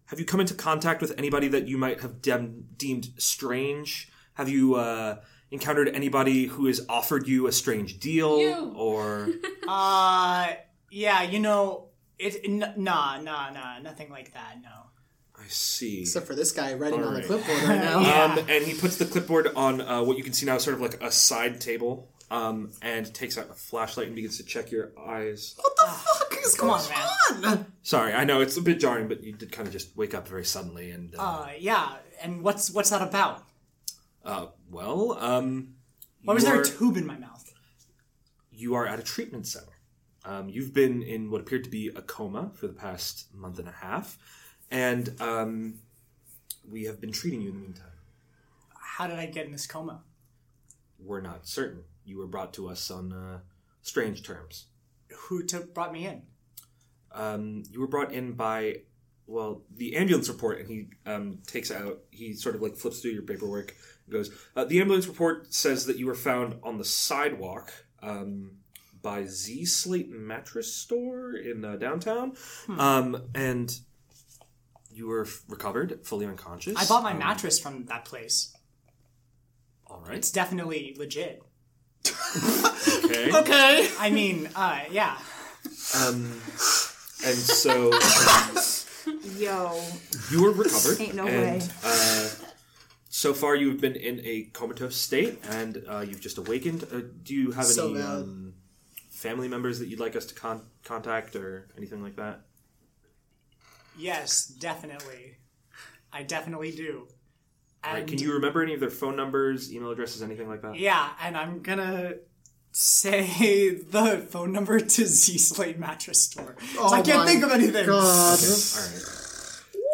have you come into contact with anybody that you might have dem- deemed strange? Have you uh, encountered anybody who has offered you a strange deal
You.
or
Uh, yeah, you know, it. N- nah, nah, nah, nothing like that. No.
I see.
Except for this guy writing on the
Alright.
clipboard right now.
Um, and he puts the clipboard on uh, what you can see now, is sort of like a side table, um, and takes out a flashlight and begins to check your eyes.
What the fuck is
Come
going
on, man.
on?
Sorry, I know it's a bit jarring, but you did kind of just wake up very suddenly, and uh,
Uh, yeah, and what's what's that about?
Uh, well, um,
Why
you
was there
are-
a tube in my mouth?
you are at a treatment center. Um, you've been in what appeared to be a coma for the past month and a half, and um, we have been treating you in the meantime.
How did I get in this coma?
We're not certain. You were brought to us on uh, strange terms.
Who took brought me in?
Um, you were brought in by, well, the ambulance report, and he um, takes out, he sort of like flips through your paperwork and goes, uh, The ambulance report says that you were found on the sidewalk um, by Z Slate Mattress Store in uh, downtown.
Hmm.
Um, and you were f- recovered, fully unconscious.
I bought my
Oh.
Um,
mattress from that place.
All
It's
right.
definitely legit.
Okay.
Okay.
I mean, uh, yeah.
Um, and so um,
Yo.
you were recovered.
Ain't no
and,
way.
Uh, so far, you've been in a comatose state, and uh, you've just awakened. Uh, do you have
So
any
valid.
um, family members that you'd like us to con- contact or anything like that?
Yes, definitely. I definitely do.
All
And
right, can you remember any of their phone numbers, email addresses, anything like that?
Um, Yeah, and I'm gonna say the phone number to Z Slate Mattress Store. 'Cause I
Oh
can't
my
think of anything.
God.
All right.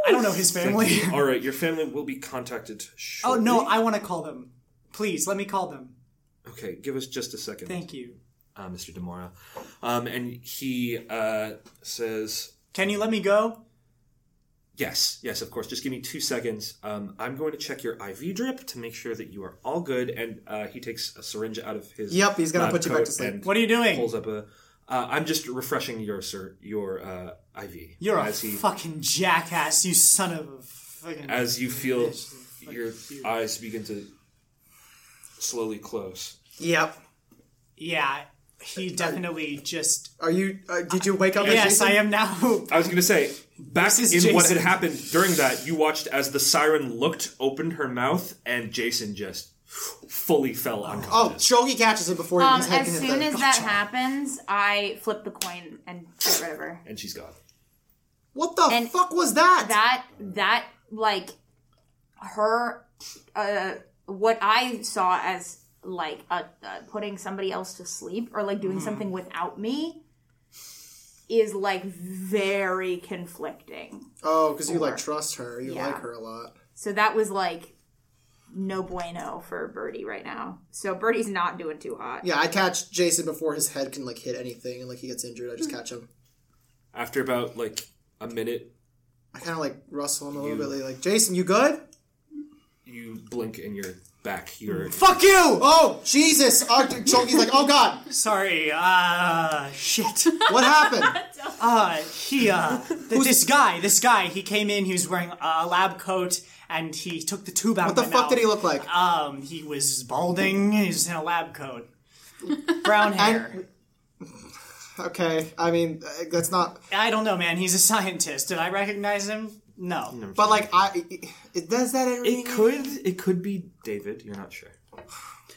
I don't know his family.
All right, your family will be contacted
Oh
shortly.
no, I want to call them. Please let me call them.
Okay, give us just a second.
Thank you.
uh, Mr. Demora. Um, and he uh, says,
Can you let me go?
Yes, yes, of course. Just give me two seconds. Um, I'm going to check your IV drip to make sure that you are all good. And uh, he takes a syringe out of his.
Yep, he's gonna
lab
put you back
coat
to sleep.
and
What are you doing?
Pulls up a. Uh, I'm just refreshing your sir, your uh, IV.
You're a
as he
fucking jackass, you son of a fucking.
as you feel
bitch, fucking
your
huge.
eyes begin to slowly close.
Yep.
Yeah, he definitely just.
Are you? Uh, did you wake up? as
Yes,
Jason?
I am now.
I was going to say, back in
This is
what had
Jason.
happened during that, you watched as the siren looked, opened her mouth, and Jason just fully fell
Oh,
unconscious.
Shogi catches it before
Um,
his head
as
can hit
soon
the-
as that happens, I flip the coin and get rid of her.
And she's gone.
What the
And
fuck was that?
That that like her uh what I saw as like uh, uh, putting somebody else to sleep or like doing
Mm.
something without me is like very conflicting.
Oh, because you
Or-
like trust her. You
Yeah.
like her a lot.
So that was like no bueno for Birdie right now. So Birdie's not doing too hot.
Yeah, I catch Jason before his head can like hit anything and like he gets injured. I
Hmm.
just catch him.
After about like a minute,
I kind of like rustle him a little
You-
bit. Like, Jason, you good?
you blink and you're back. You're
Fuck you! Oh Jesus! Oh, Shogi's like, oh god,
Sorry, uh, shit.
what happened?
Uh, he, uh, th- this guy, this guy, he came in, he was wearing a lab coat, and he took the tube out
What
of
the
my
fuck
mouth.
did he look like?
Um, he was balding, he was in a lab coat. Brown hair.
Okay, I mean uh, that's not.
I don't know, man. He's a scientist. Did I recognize him? No.
But like, I it, does that.
It could it could be David. You're not sure.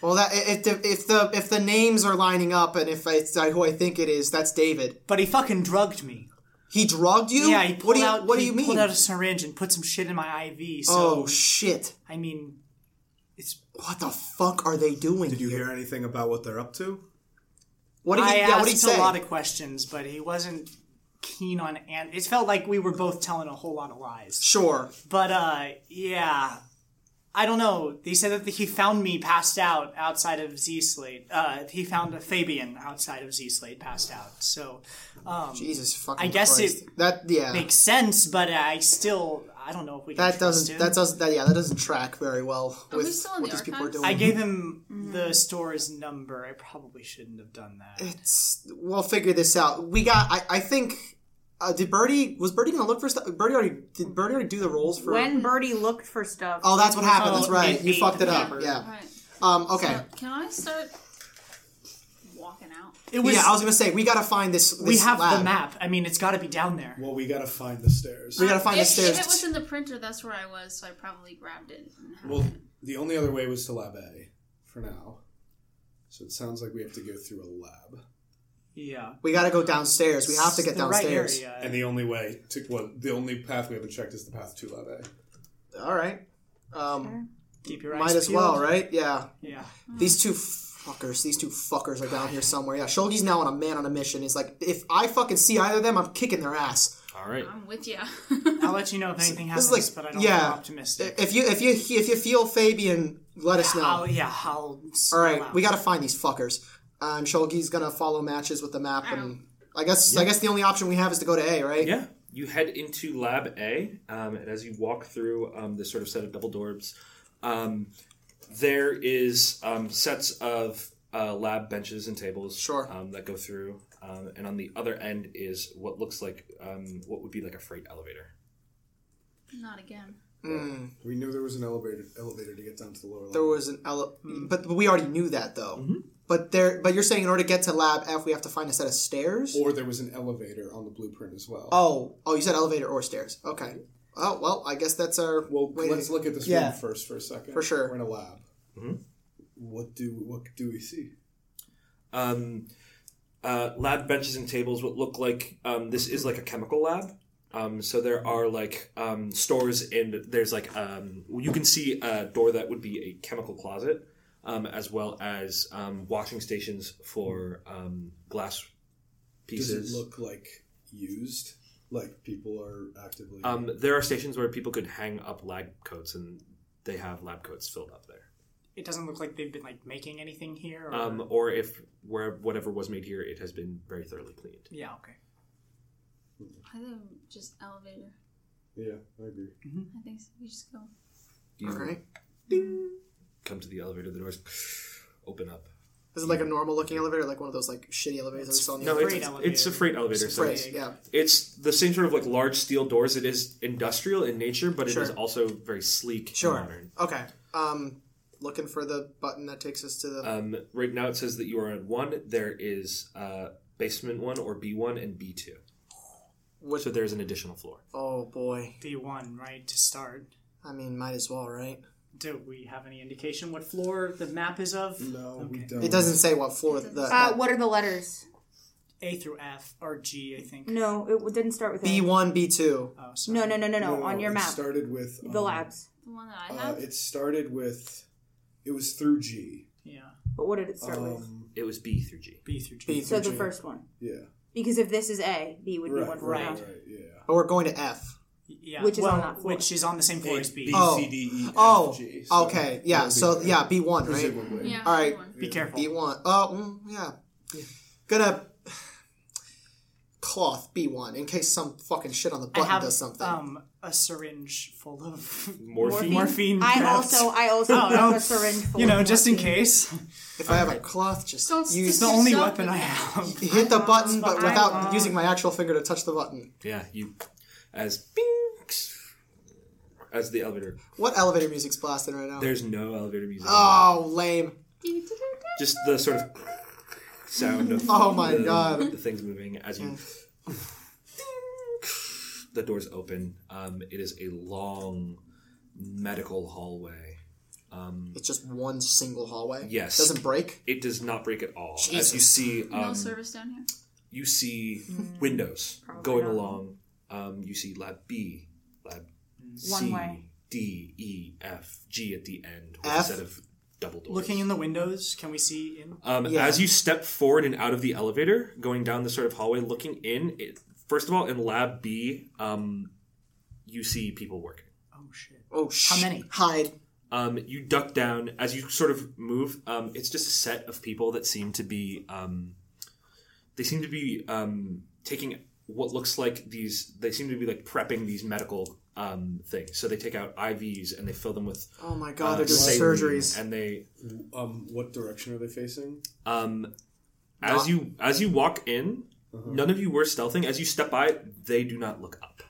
Well, that if the, if the if the names are lining up and if it's uh, who I think it is, that's David.
But he fucking drugged me.
He drugged you.
Yeah, he pulled
what do you,
out.
What do
he
you
Pulled
mean?
out a syringe and put some shit in my IV. So
oh shit!
I mean, it's.
What the fuck are they doing?
Did you
here?
hear anything about what they're up to?
What did he?
I
yeah, what
asked
did he say?
a lot of questions, but he wasn't keen on. And it felt like we were both telling a whole lot of lies.
Sure.
But uh, yeah, I don't know. They said that he found me passed out outside of Z Slate. Uh, he found a Fabian outside of Z Slate passed out. So um,
Jesus fucking.
I guess
Christ.
it
that yeah
makes sense, but I still I don't know if we. Can
that
trust
doesn't
him.
that doesn't that yeah that doesn't track very well
we
with
still in
what
the
these people are
archives?
doing.
I gave him the store's number. I probably shouldn't have done that.
it's we'll figure this out. We got. I, I think. Uh, did Birdie was Birdie gonna look for stuff? Birdie already did. Birdie already do the rolls for.
When Birdie looked for stuff,
Oh, that's what happened. That's
Oh,
right.
it
You
made
fucked it up.
the
Yeah.
Alright.
Um. Okay.
So, can I start walking out?
It was.
yeah, I was gonna say we gotta find this.
we
this
have
lab.
the map. I mean, it's got to be down there.
Well, we gotta find the stairs.
We gotta find
if,
the stairs.
If it was in the printer, that's where I was, so I probably grabbed it. and had
Well,
it.
the only other way was to Lab A for now. So it sounds like we have to go through a lab.
Yeah.
we gotta go downstairs. We have to get
The right
downstairs.
area.
And the only way to well, the only path we haven't checked is the path to Lab A.
All right. Um,
Keep your eyes
Might as
peeled.
well, right? Yeah.
Yeah.
Hmm.
These two fuckers. These two fuckers are down here somewhere. Yeah. Shogi's now on a man on a mission. He's like, if I fucking see either of them, I'm kicking their ass.
All right.
I'm with you.
I'll let you know if anything
This
happens,
is like-
but I don't
yeah.
think I'm optimistic.
If you if you if you feel Fabian, let us
I'll,
know.
yeah, I'll.
All right. We gotta find these fuckers. Uh, and Shogi's gonna follow matches with the map. And I guess I guess the only option we have is to go to A, right?
Yeah. You head into Lab A, um, and as you walk through um, this sort of set of double doors, um, there is um, sets of uh, lab benches and tables
Sure.
um, that go through, um, and on the other end is what looks like um, what would be like a freight elevator.
Not again.
Mm,
We knew there was an elevator elevator to get down to the lower
there
level.
was an ele- but we already knew that though. But there, but you're saying in order to get to Lab F, we have to find a set of stairs.
Or there was an elevator on the blueprint as well.
Oh, oh, you said elevator or stairs. Okay. Oh well, I guess that's our
well,
wait,
let's look at this
yeah.
room first for a second.
For sure.
We're in a lab.
Mhm.
What do what do we see?
um, uh, lab benches and tables what look like um, this is like a chemical lab um, so there are like um, stores and there's like um, you can see a door that would be a chemical closet um, as well as um, washing stations for um, glass
Does
pieces
it look like used? Like people are actively
um, there are stations where people could hang up lab coats and they have lab coats filled up there
It doesn't look like they've been like making anything here. Or...
um, or if where whatever was made here it has been very thoroughly cleaned
yeah. Okay.
I think just elevator.
Yeah, I agree.
I think so. we just go.
You
All right.
come to the elevator, the doors open up.
Is it like a normal looking elevator, like one of those like shitty elevators that we saw in the
No,
other
it's,
Freight
it's a freight elevator.
place?
So
Right,
it's,
yeah.
it's the same sort of like large steel doors. It is industrial in nature, but it
Sure.
is also very sleek and
Sure.
modern.
Okay. Um, looking for the button that takes us to the.
Um, right now it says that you are on one. There is uh, basement one or B one and B two.
Which-
So there is an additional floor.
oh boy.
B one, right to start.
I mean, might as well, right?
Do we have any indication what floor the map is of?
Mm.
No, we
Okay.
don't.
It doesn't say what floor the.
Uh, what are the letters?
A through F or G, I think.
No, it didn't start with A.
B one, B two.
Oh, sorry.
No, no, no, no, no. On your
it
map,
started with
the
um,
labs.
The one that I
Uh,
have.
it started with. It was through G.
Yeah,
But what did it start with?
Um,
It was B through G.
B through G.
B
So the
through G.
first one,
yeah.
because if this is A, B would be
Right.
one
Right.
floor down.
Right. Yeah.
But Oh, we're going to F.
Yeah,
Which is
well,
on that floor.
which is on the same floor as B.
B,
Oh.
C, D, E, F,
Oh.
G, so
Okay. Yeah.
it'll be
So
there.
yeah, B one, right?
Presumably.
yeah.
all right.
that one.
Be careful.
B one. Oh mm, yeah. Gonna cloth B one in case some fucking shit on the
I
button
have
does something.
um a syringe full of
Morphine?
morphine
I
caps.
also, I also
Oh,
have
no.
a syringe full.
you know,
of
just in
morphine.
case.
if I have a cloth, just
Don't
use
It's the
Just
only
yourself
weapon
with
I
that.
have.
hit the button, but
Eyeball.
without using my actual finger to touch the button.
Yeah, you as binks as the elevator.
What elevator music's blasting right now?
There's no elevator music.
oh, lame.
Just the sort of sound of
Oh my
the,
God.
the things moving as you the doors open. Um, it is a long medical hallway.
It's just one single hallway.
Yes.
Doesn't break.
It does not break at all. As you
Jesus.
see
No
um,
service down here.
you see
Mm.
windows going along. Um, you see lab B, lab C,
way.
D, E, F, G at the end with
F?
a set of double doors.
Looking in the windows, can we see in?
um,
Yeah.
As you step forward and out of the elevator, going down the sort of hallway, looking in, it, first of all, in lab B, um, you see people working.
Oh shit!
Oh, sh-
many?
Hide.
Um, you duck down as you sort of move. Um, it's just a set of people that seem to be um, they seem to be um, taking what looks like these. They seem to be like prepping these medical um, things. So they take out IVs and they fill them with
Oh my
uh,
god, they're doing
saline,
surgeries.
And they
Um, what direction are they facing?
um, as you as you walk in,
Mm-hmm.
none of you were stealthing. As you step by, they do not look up.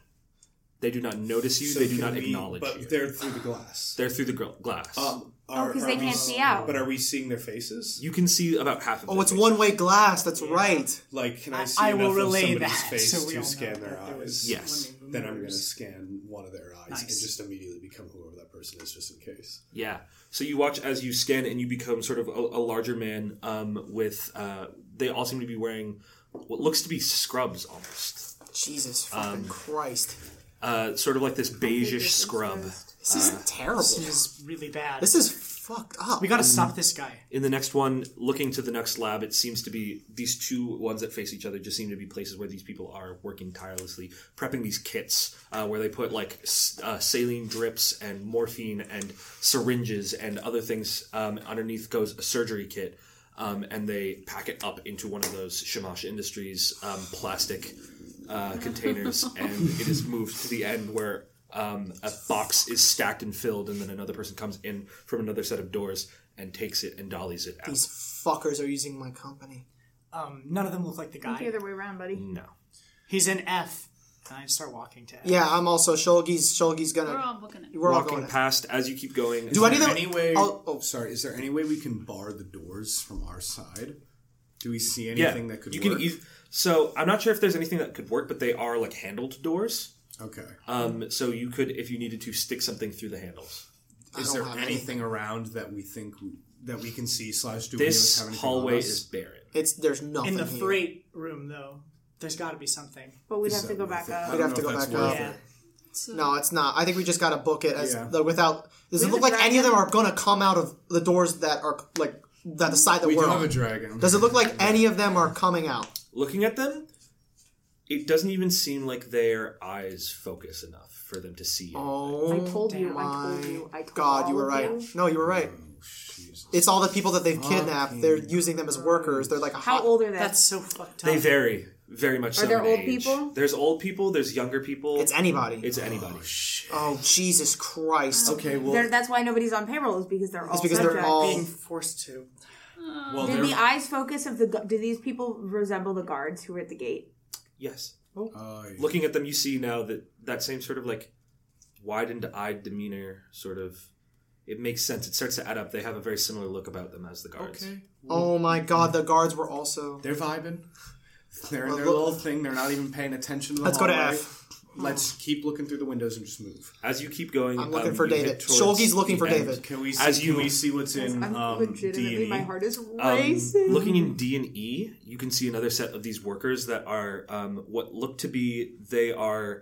They do not notice you.
So
they do
can
not
we-
acknowledge
But
you. They're,
they're through the glass.
through the gl- glass.
Um,
Oh,
are-
because
are
they
we
can't
s-
see out.
But are we seeing their faces?
you can see about half of.
oh,
their
it's
faces.
one way glass. That's right.
Like, can
I-
I see
I
enough
will
of
relay
somebody's
that,
face
so we all
to
know
scan their
that there was-
eyes?
Yes.
Mm-hmm.
Then I'm going to scan one of their eyes and
Nice.
just immediately become whoever that person is, just in case.
Yeah. So you watch as you scan and you become sort of a, a larger man um, with. Uh, they all seem to be wearing what looks to be scrubs almost.
Jesus fucking Christ.
Uh, sort of like this beigeish scrub.
This is terrible.
This is really bad.
This is fucked up.
we gotta stop this guy.
In the next one, looking to the next lab, it seems to be these two ones that face each other just seem to be places where these people are working tirelessly, prepping these kits uh, where they put like s- uh, saline drips and morphine and syringes and other things. Um, underneath goes a surgery kit, um, and they pack it up into one of those Shamash Industries um, plastic uh, containers, and it is moved to the end where um, a box is stacked and filled, and then another person comes in from another set of doors and takes it and dollies it out.
These fuckers are using my company.
Um, none of them look like the
Think The
guy.
other way around, buddy.
No.
He's in F. And I start walking to F.
Yeah, I'm also Shulgi's. Shulgi's
We're
gonna.
all booking it.
We're all
Walking
going.
past as you keep going.
Do I need
Any
to?
way?
I'll- oh.
oh, sorry. Is there any way we can bar the doors from our side? Do we see
Yeah,
anything that could
you
work?
can. eas- so I'm not sure if there's anything that could work, but they are like handled doors.
okay.
Um, so you could, if you needed to, stick something through the handles.
Is
don't
there
have
anything, around that we think we, that we can see? Slash, do
This
we have anything
hallway
on us?
is barren.
It's there's nothing
In the
here.
freight room, though, there's gotta be something.
But we'd
Is
have to
that
go
worth
back
it?
up.
I don't
have
know
to
if
go
that's
back
worth
up.
it.
Yeah.
So
No, it's not. I think we just gotta book it as
Yeah.
the, without. Does it
We
look
have
like
a
any of them
dragon.
are gonna come out of the doors that are like that the side that
We
we're
do have
on?
a dragon.
Does it look like any of them are coming out?
Looking at them, it doesn't even seem like their eyes focus enough for them to see. you.
Oh,
I told you, I
my
told you, I told
God, you
all
were
of
right.
you.
No, you were right.
Jesus.
It's all the people that they've kidnapped. They're using them as workers. They're like a
How
hot-
old are they?
That's so fucked up.
They vary Very much so.
Um, there
in
old
age.
people?
There's old people. There's younger people.
It's anybody.
It's anybody.
oh Jesus Christ!
Okay, well,
They're- that's why nobody's on payroll is because they're all
it's because
subjects.
they're all.
being forced to.
well,
Did
they're,
the eyes focus of the gu- do these people resemble the guards who were at the gate?
yes.
Uh,
Looking at them, you see now that that same sort of like widened-eyed demeanor, sort of. It makes sense. It starts to add up. They have a very similar look about them as the guards.
okay,
Oh my God! The guards were also.
they're vibing. They're in
Well,
their
look-
little thing. They're not even paying attention to the
Let's go to
hallway.
F.
Let's keep looking through the windows and just move.
As you keep going,
I'm looking
um,
for
you hit
David.
towards
Shulgi's looking
the
for
end.
David.
Can we see,
As you-
can we see what's in
I'm
um,
legitimately,
D&E?
my heart is
Um,
racing.
looking in D and E, you can see another set of these workers that are um, what look to be they are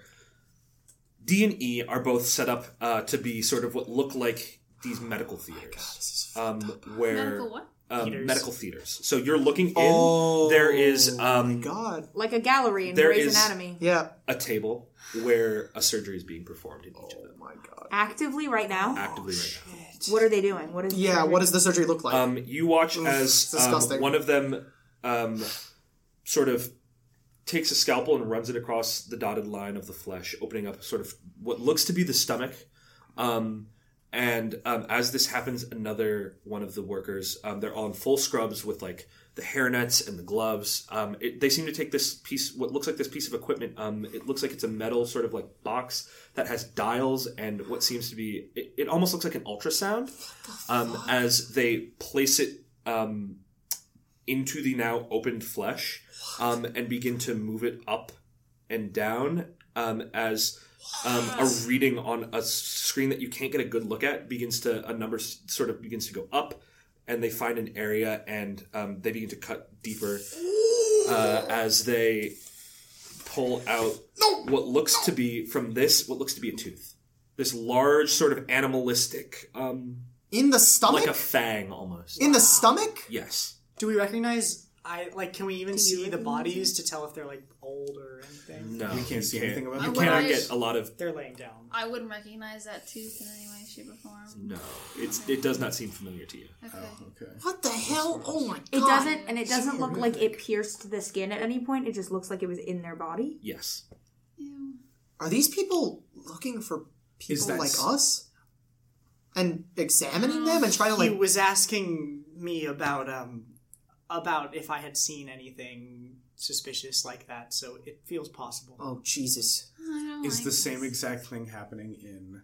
D and E are both set up uh, to be sort of what look like these medical
Oh
theaters, um, where
Medical what?
um,
Theaters.
medical theaters. So you're looking in.
Oh,
there is
my
um,
God.
like a gallery in
there
Grey's
is-
Anatomy.
Yeah.
a table where a surgery is being performed in each of them
Oh my God.
Actively right now,
actively right now.
what are they doing? What is
Yeah. What does the surgery look like?
Um, you watch
Oof,
as um,
disgusting.
one of them um, sort of takes a scalpel and runs it across the dotted line of the flesh, opening up sort of what looks to be the stomach. Um, and um, as this happens, another one of the workers, um, they're all in full scrubs with like the hairnets and the gloves. Um, it, they seem to take this piece, what looks like this piece of equipment. Um, it looks like it's a metal sort of like box that has dials and what seems to be, it, it almost looks like an ultrasound um, as they place it um, into the now opened flesh um, and begin to move it up and down um, as um, a reading on a s- screen that you can't get a good look at begins to a number s- sort of begins to go up and they find an area and um, they begin to cut deeper uh, as they pull out what looks to be from this what looks to be a tooth this large sort of animalistic um,
in the stomach.
like a fang almost.
in the stomach.
Yes.
Do we recognize? I like. Can we even see the bodies to tell if they're like old or anything?
No.
We can't see anything
Oh
about
I
it.
You cannot
Well,
get a lot of
They're laying down.
I wouldn't recognize that tooth in any way, shape, or form.
no. It's it does not seem familiar to you.
Okay.
Okay.
What the hell? Oh my
It
God.
doesn't, and it doesn't look like it pierced the skin at any point. It just looks like it was in their body.
Yes.
Ew.
Are these people looking for people
that
like
s-
us? And examining them and trying to
he
like
was asking me about um about if I had seen anything suspicious like that, so it feels possible.
Oh Jesus.
I don't
Is
like
the
this.
e-
same exact thing happening in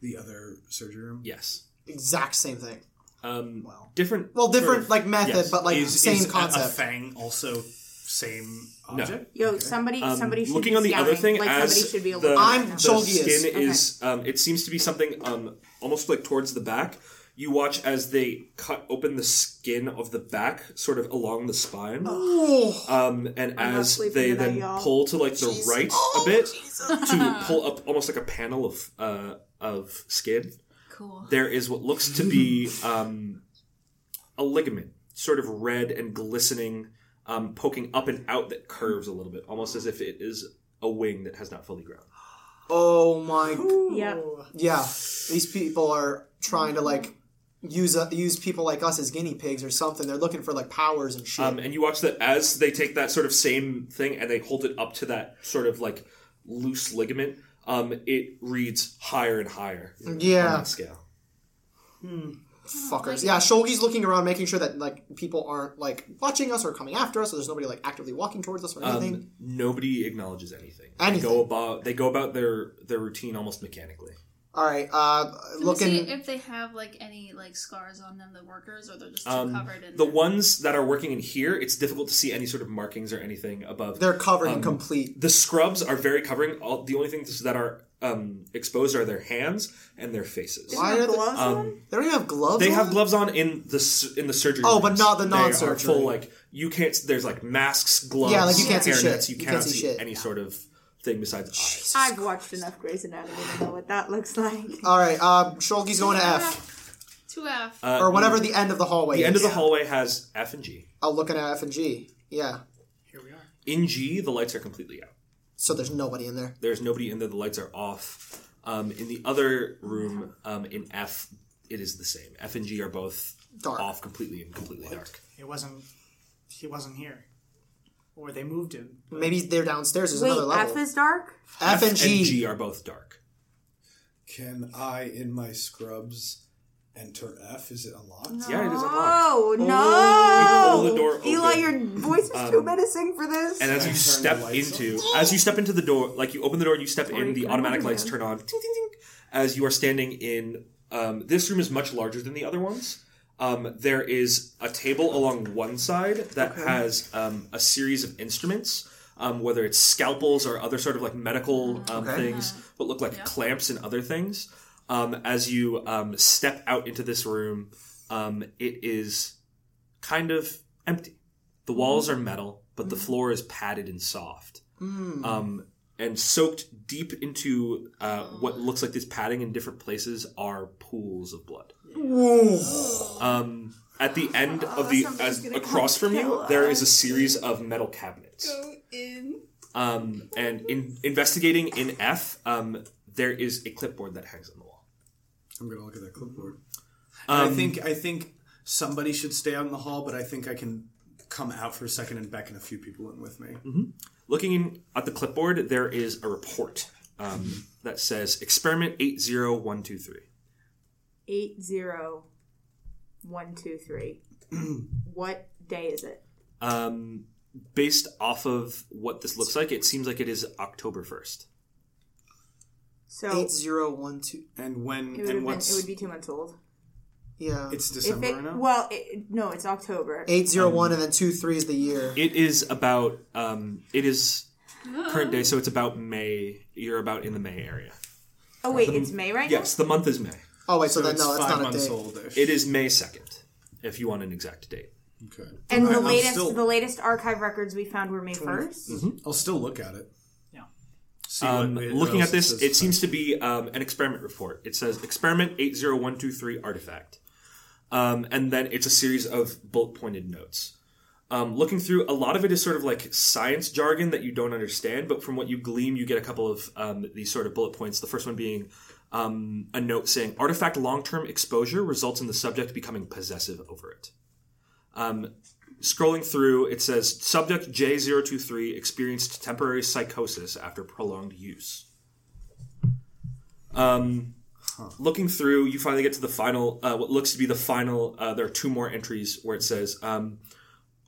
the other surgery room?
Yes.
Exact same thing.
Um
Well.
different
Well,
sort
different
of-
like method,
yes.
but like
Is,
same
is a-
concept.
A fang also same
No.
object?
Yo, somebody,
Um,
somebody should
looking
be
on the other
scouting.
thing
Like
as
somebody should be
the,
looking.
I'm
the
Cholgius.
skin is um, it seems to be something um, almost like towards the back you watch as they cut open the skin of the back sort of along the spine um, and as
sleeping
they
tonight,
then
y'all.
pull to like the right a bit to pull up almost like a panel of uh, of skin
Cool.
there is what looks to be um, a ligament, sort of red and glistening, um, poking up and out that curves a little bit, almost as if it is a wing that has not fully grown.
Oh my
Yeah,
Yeah. These people are trying to like use a, use people like us as guinea pigs or something. They're looking for like powers and shit.
Um, and you watch that as they take that sort of same thing and they hold it up to that sort of like loose ligament. Um, it reads higher and higher on
yeah.
that scale.
Fuckers. Yeah, Shulgi's looking around making sure that like people aren't like watching us or coming after us, or there's nobody like actively walking towards us or anything.
Um, nobody acknowledges anything. They
Anything.
go about they go about their their routine almost mechanically.
Alright, uh
Can we
looking
see if they have like any like scars on them, the workers, or they're just too
Um,
covered in
the ones that are working in here, it's difficult to see any sort of markings or anything above.
they're covered
um,
in complete
the scrubs are very covering. All, the only things that are um, exposed are their hands and their faces.
Why are they,
Um,
they don't even have gloves?
they
on?
have gloves on in the s- in the surgery.
Oh, but
rooms.
not the
They are
non-surgery.
Full like you can't. There's like masks, gloves.
Yeah, like, you can't see
hair
shit.
nets, You,
You can't
cannot
see
see
shit.
any sort of thing besides eyes.
I've watched enough Grey's Anatomy to know what that looks like.
Alright, uh Shulgi's going to F.
two F.
Uh,
Or whatever the end of the hallway
The
is.
end of the hallway has F and G.
Oh looking at F and G. Yeah.
Here we are.
In G, the lights are completely out.
So there's nobody in there.
There's nobody in there. The lights are off. Um, in the other room, um, in F, it is the same. F and G are both
Dark.
off completely and completely dark.
It wasn't. He wasn't here. or they moved him.
Maybe they're downstairs. There's
Wait,
another level.
F is dark.
F and G.
are both dark.
Can I, in my scrubs, enter F? Is it unlocked?
Yeah, it is unlocked.
Oh
Oh.
no!
You pull the door
Eli,
open.
your voice was too
Um,
menacing for this.
And as you
Turn the
step
lights
into, as you step into the door, like you open the door and you step in, the
can I
automatic
open
lights
it?
turn on. Ting, ting, ting. As you are standing in, um, this room is much larger than the other ones. Um, there is a table along one side that has um, a series of instruments, um, whether it's scalpels or other sort of like medical um,
Okay.
things, what look like clamps and other things. Um, as you um, step out into this room, um, it is kind of empty. The walls are
Mm-hmm.
metal, but the floor is padded and soft, um, and soaked deep into uh, what looks like this padding in different places are pools of blood. Um, at the end of the as, across from you, there is a series of metal cabinets. Go in. Um, and in investigating in F, um, there is a clipboard that hangs on the wall.
I'm gonna look at that clipboard.
Um,
I think I think somebody should stay out in the hall, but I think I can come out for a second and beckon a few people in with me.
looking in, at the clipboard, there is a report um, that says experiment eight zero one two three.
Eight zero, one two three. what day is it?
Um, based off of what this looks like, it seems like it is October first.
So
Eight zero one two.
And when
it would, have
and
been, it
what's
would be two months old.
Yeah.
it's
If
December
it,
right now.
well, it, no, it's October.
Eight zero one and then two three is the year.
It is about. Um, it is current day, so it's about May. You're about in the May area.
oh wait, it's May right
Yes, the month is May.
Oh wait, so, then
it's
no, that's
five
not a
months
day.
old.
It is May second, if you want an exact date.
Okay.
now. And
I-
the
I'm
latest,
still-
the latest archive records we found were May first.
I'll still look at it.
Yeah.
See
Um,
what it-
looking
what
at
else
this,
says.
it seems to be um, an experiment report. It says experiment 80123 artifact. Um, and then it's a series of bullet pointed notes. Um, looking through, a lot of it is sort of like science jargon that you don't understand, but from what you glean, you get a couple of um, these sort of bullet points. The first one being um, a note saying artifact long term exposure results in the subject becoming possessive over it. Um, scrolling through, it says subject J023 experienced temporary psychosis after prolonged use. Um, Looking through, you finally get to the final, uh, what looks to be the final. Uh, there are two more entries where it says um,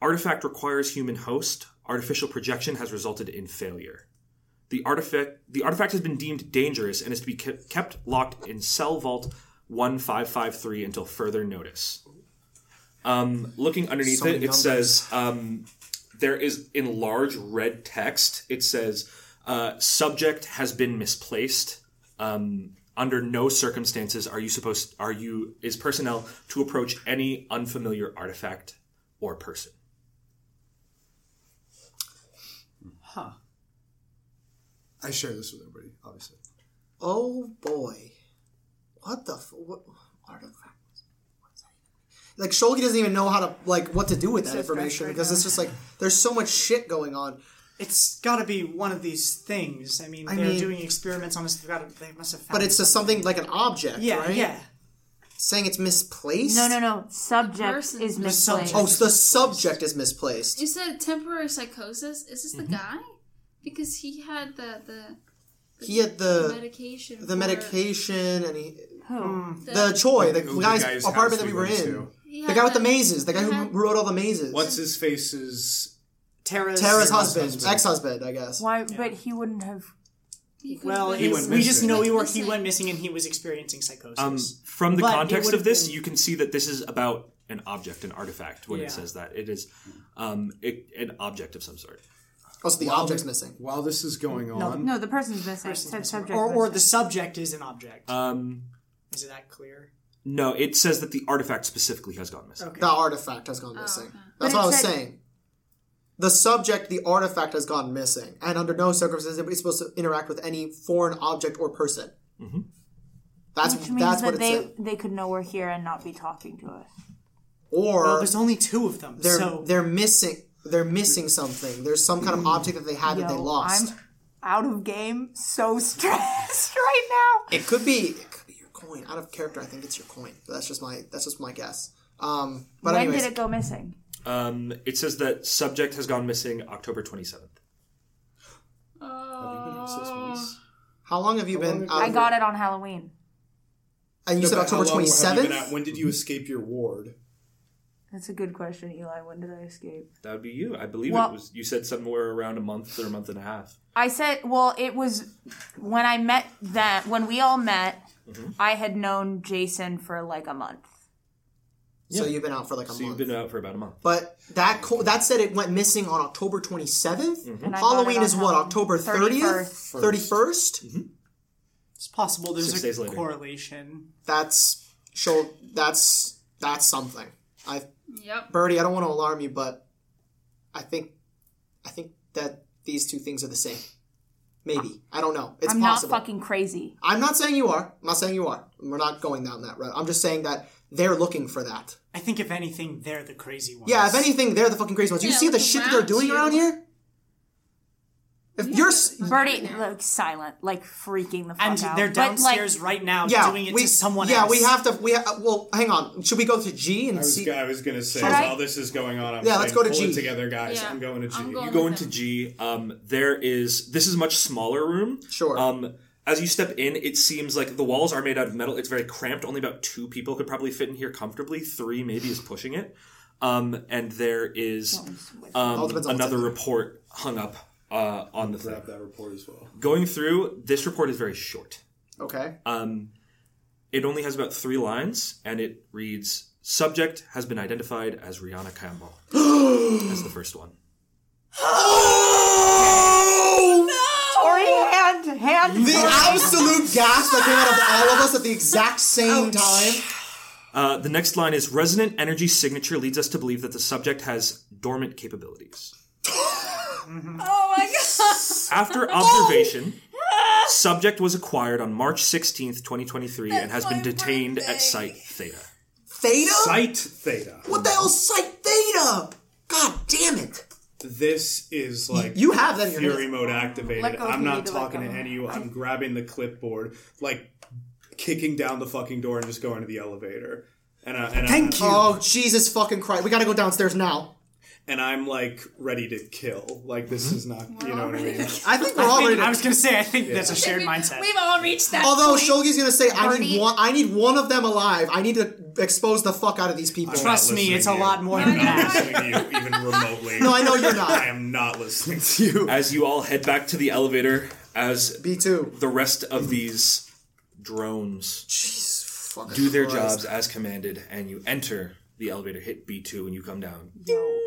artifact requires human host. Artificial projection has resulted in failure. The artifact, the artifact has been deemed dangerous and is to be ke- kept locked in cell vault 1553 until further notice. Um, looking underneath
So
it,
many
it says um, there is in large red text. It says uh, subject has been misplaced. Um, under no circumstances are you supposed are you is personnel to approach any unfamiliar artifact or person.
Huh.
I share this with everybody, obviously.
Oh boy, what the f- what artifact? was- what does that even mean? Like Shulgi doesn't even know how to like what to do with that information
right
because it's just like there's so much shit going on.
It's got to be one of these things. I mean,
I
they're
mean-
doing experiments on us. They, gotta, they must have found.
But it's just something like an object,
Yeah,
right?
yeah.
Saying it's misplaced.
No, no, no. Subject
Person-
is
The
misplaced.
subject.
Oh, so the subject is misplaced.
You said temporary psychosis. Is this
Mm-hmm.
the guy? Because he had the the,
He had the
medication.
the
for-
medication and he
mm.
Oh.
the Choi, the,
It was the
guy's,
guy's house
apartment that we were in,
went to.
He
the
had
guy with the
that-
mazes, the guy who
Uh-huh.
had-
wrote all the mazes.
What's his face's?
Tara's,
Tara's
Tara's
husband,
husband.
ex-husband, I guess.
Why? But he wouldn't have.
he could
Well,
have
his-
went
we just
missing.
know he,
He
were,
went
he
missing.
went missing and he was experiencing psychosis.
Um, from the
But it
context
would've
of this,
been-
you can see that this is about an object, an artifact. When
Yeah.
it says that, it is um, it, an object of some sort.
Also, the
While
object's
thi-
missing.
While this is going on,
No, no, the person's missing. Said subject
or, or
missing.
the subject is an object.
Uh,
Um,
is that clear?
no, it says that the artifact specifically has gone missing.
Okay.
The artifact has gone missing. That's
Oh, But
what I
it
was
said-
saying. The subject, the artifact, has gone missing, and under no circumstances is anybody supposed to interact with any foreign object or person.
Mm-hmm.
That's
Which means
that's
that
what it
they
said.
they could know we're here and not be talking to us.
Or
Well, there's only two of them,
they're
so
they're missing they're missing something. There's some kind of object that they had that they
Mm. Yo,
lost.
I'm out of game, so stressed right now.
It could be it could be your coin. Out of character, I think it's your coin. But that's just my that's just my guess. Um, but
when
anyways,
did it go missing?
Oh.
Um, it says that subject has gone missing October 27th.
Have you been out six weeks?
How long have you
How
been?
long
out
I got it on Halloween.
And you
No,
said
but
October
how long
twenty
have you been out?
seventh.
When did you escape your ward?
That's a good question, Eli. When did I escape?
That would be you. I believe
Well-
it was you said somewhere around a month or a month and a half.
I said, well, it was when I met that when we all met.
Mm-hmm.
I had known Jason for like a month.
So
Yeah.
you've been out for like a
So
month.
you've been out for about a month.
But that co- that said, it went missing on October 27th.
And I
Halloween
got it
is
on
what
Halloween.
October 30th,
31st.
31st.
It's possible there's
Six
a
days later.
correlation.
That's show. That's that's something. I
Yep.
Birdie, I don't want to alarm you, but I think I think that these two things are the same. Maybe I don't know. It's
I'm
possible.
not fucking crazy.
I'm not saying you are. I'm not saying you are. We're not going down that road. I'm just saying that they're looking for that.
I think if anything, they're the crazy ones.
Yeah, if anything, they're the fucking crazy ones. You
Yeah,
see the
look
shit that they're
around
doing
you.
around here? If you're s-
Birdie, like silent, like freaking the fuck
and
out.
they're
But, like,
downstairs right now
yeah,
doing it
we,
to someone
yeah,
else.
we have to. We ha- well, hang on. Should we go to G and
I was,
see?
I was gonna say
Alright.
while this is going on, I'm
Yeah, let's
saying,
go to
pull
G.
It together, guys.
Yeah.
I'm going to G.
I'm going-
You go into G. Um, there is this is a much smaller room.
Sure.
Um, as you step in, it seems like the walls are made out of metal. It's very cramped. Only about two people could probably fit in here comfortably. Three maybe is pushing it. Um, and there is um,
depends on what's
another
in there.
report hung up uh, on the thing.
Grab that report as well.
Going through this report is very short.
okay.
uh,
Um, it only has about three lines, and it reads: "Subject has been identified as Rihanna Campbell." That's the first one.
Tori, hand, hand.
the absolute gasp that came out of all of us at the exact same time.
Uh, the next line is resonant energy signature leads us to believe that the subject has dormant capabilities.
Oh my god.
After observation, subject was acquired on March 16th, 2023, and has been
my
detained
birthday.
at Site Theta.
Theta?
Site Theta.
What the hell, Psych Theta? God damn it!
This is like
You have that in your
Fury
hand.
mode activated.
Let go if
I'm
you
not
need to let
talking to
go.
any of you. I'm grabbing the clipboard, like kicking down the fucking door and just going to the elevator. And I, and
Thank
I,
you.
Oh Jesus fucking Christ! We gotta go downstairs now.
And I'm like ready to kill. Like
Mm-hmm.
this is not, you know what I mean.
I think we're
I,
all
think-
ready. to-
I was gonna say I think that's a shared mindset.
We've all reached that.
Although
point.
Shulgi's gonna say, I need
Birdie-
one. I need one of them alive. I need to expose the fuck out of these people.
I'm
Trust
not
me,
listening
it's
to
a
you.
lot more
I'm
than
not
that.
listening to you even remotely.
No, I know you're
I
not.
am not listening to you.
As you all head back to the elevator, as
B two.
the rest of these drones do their jobs as commanded, and you enter the elevator, hit B2, and you come down.
No.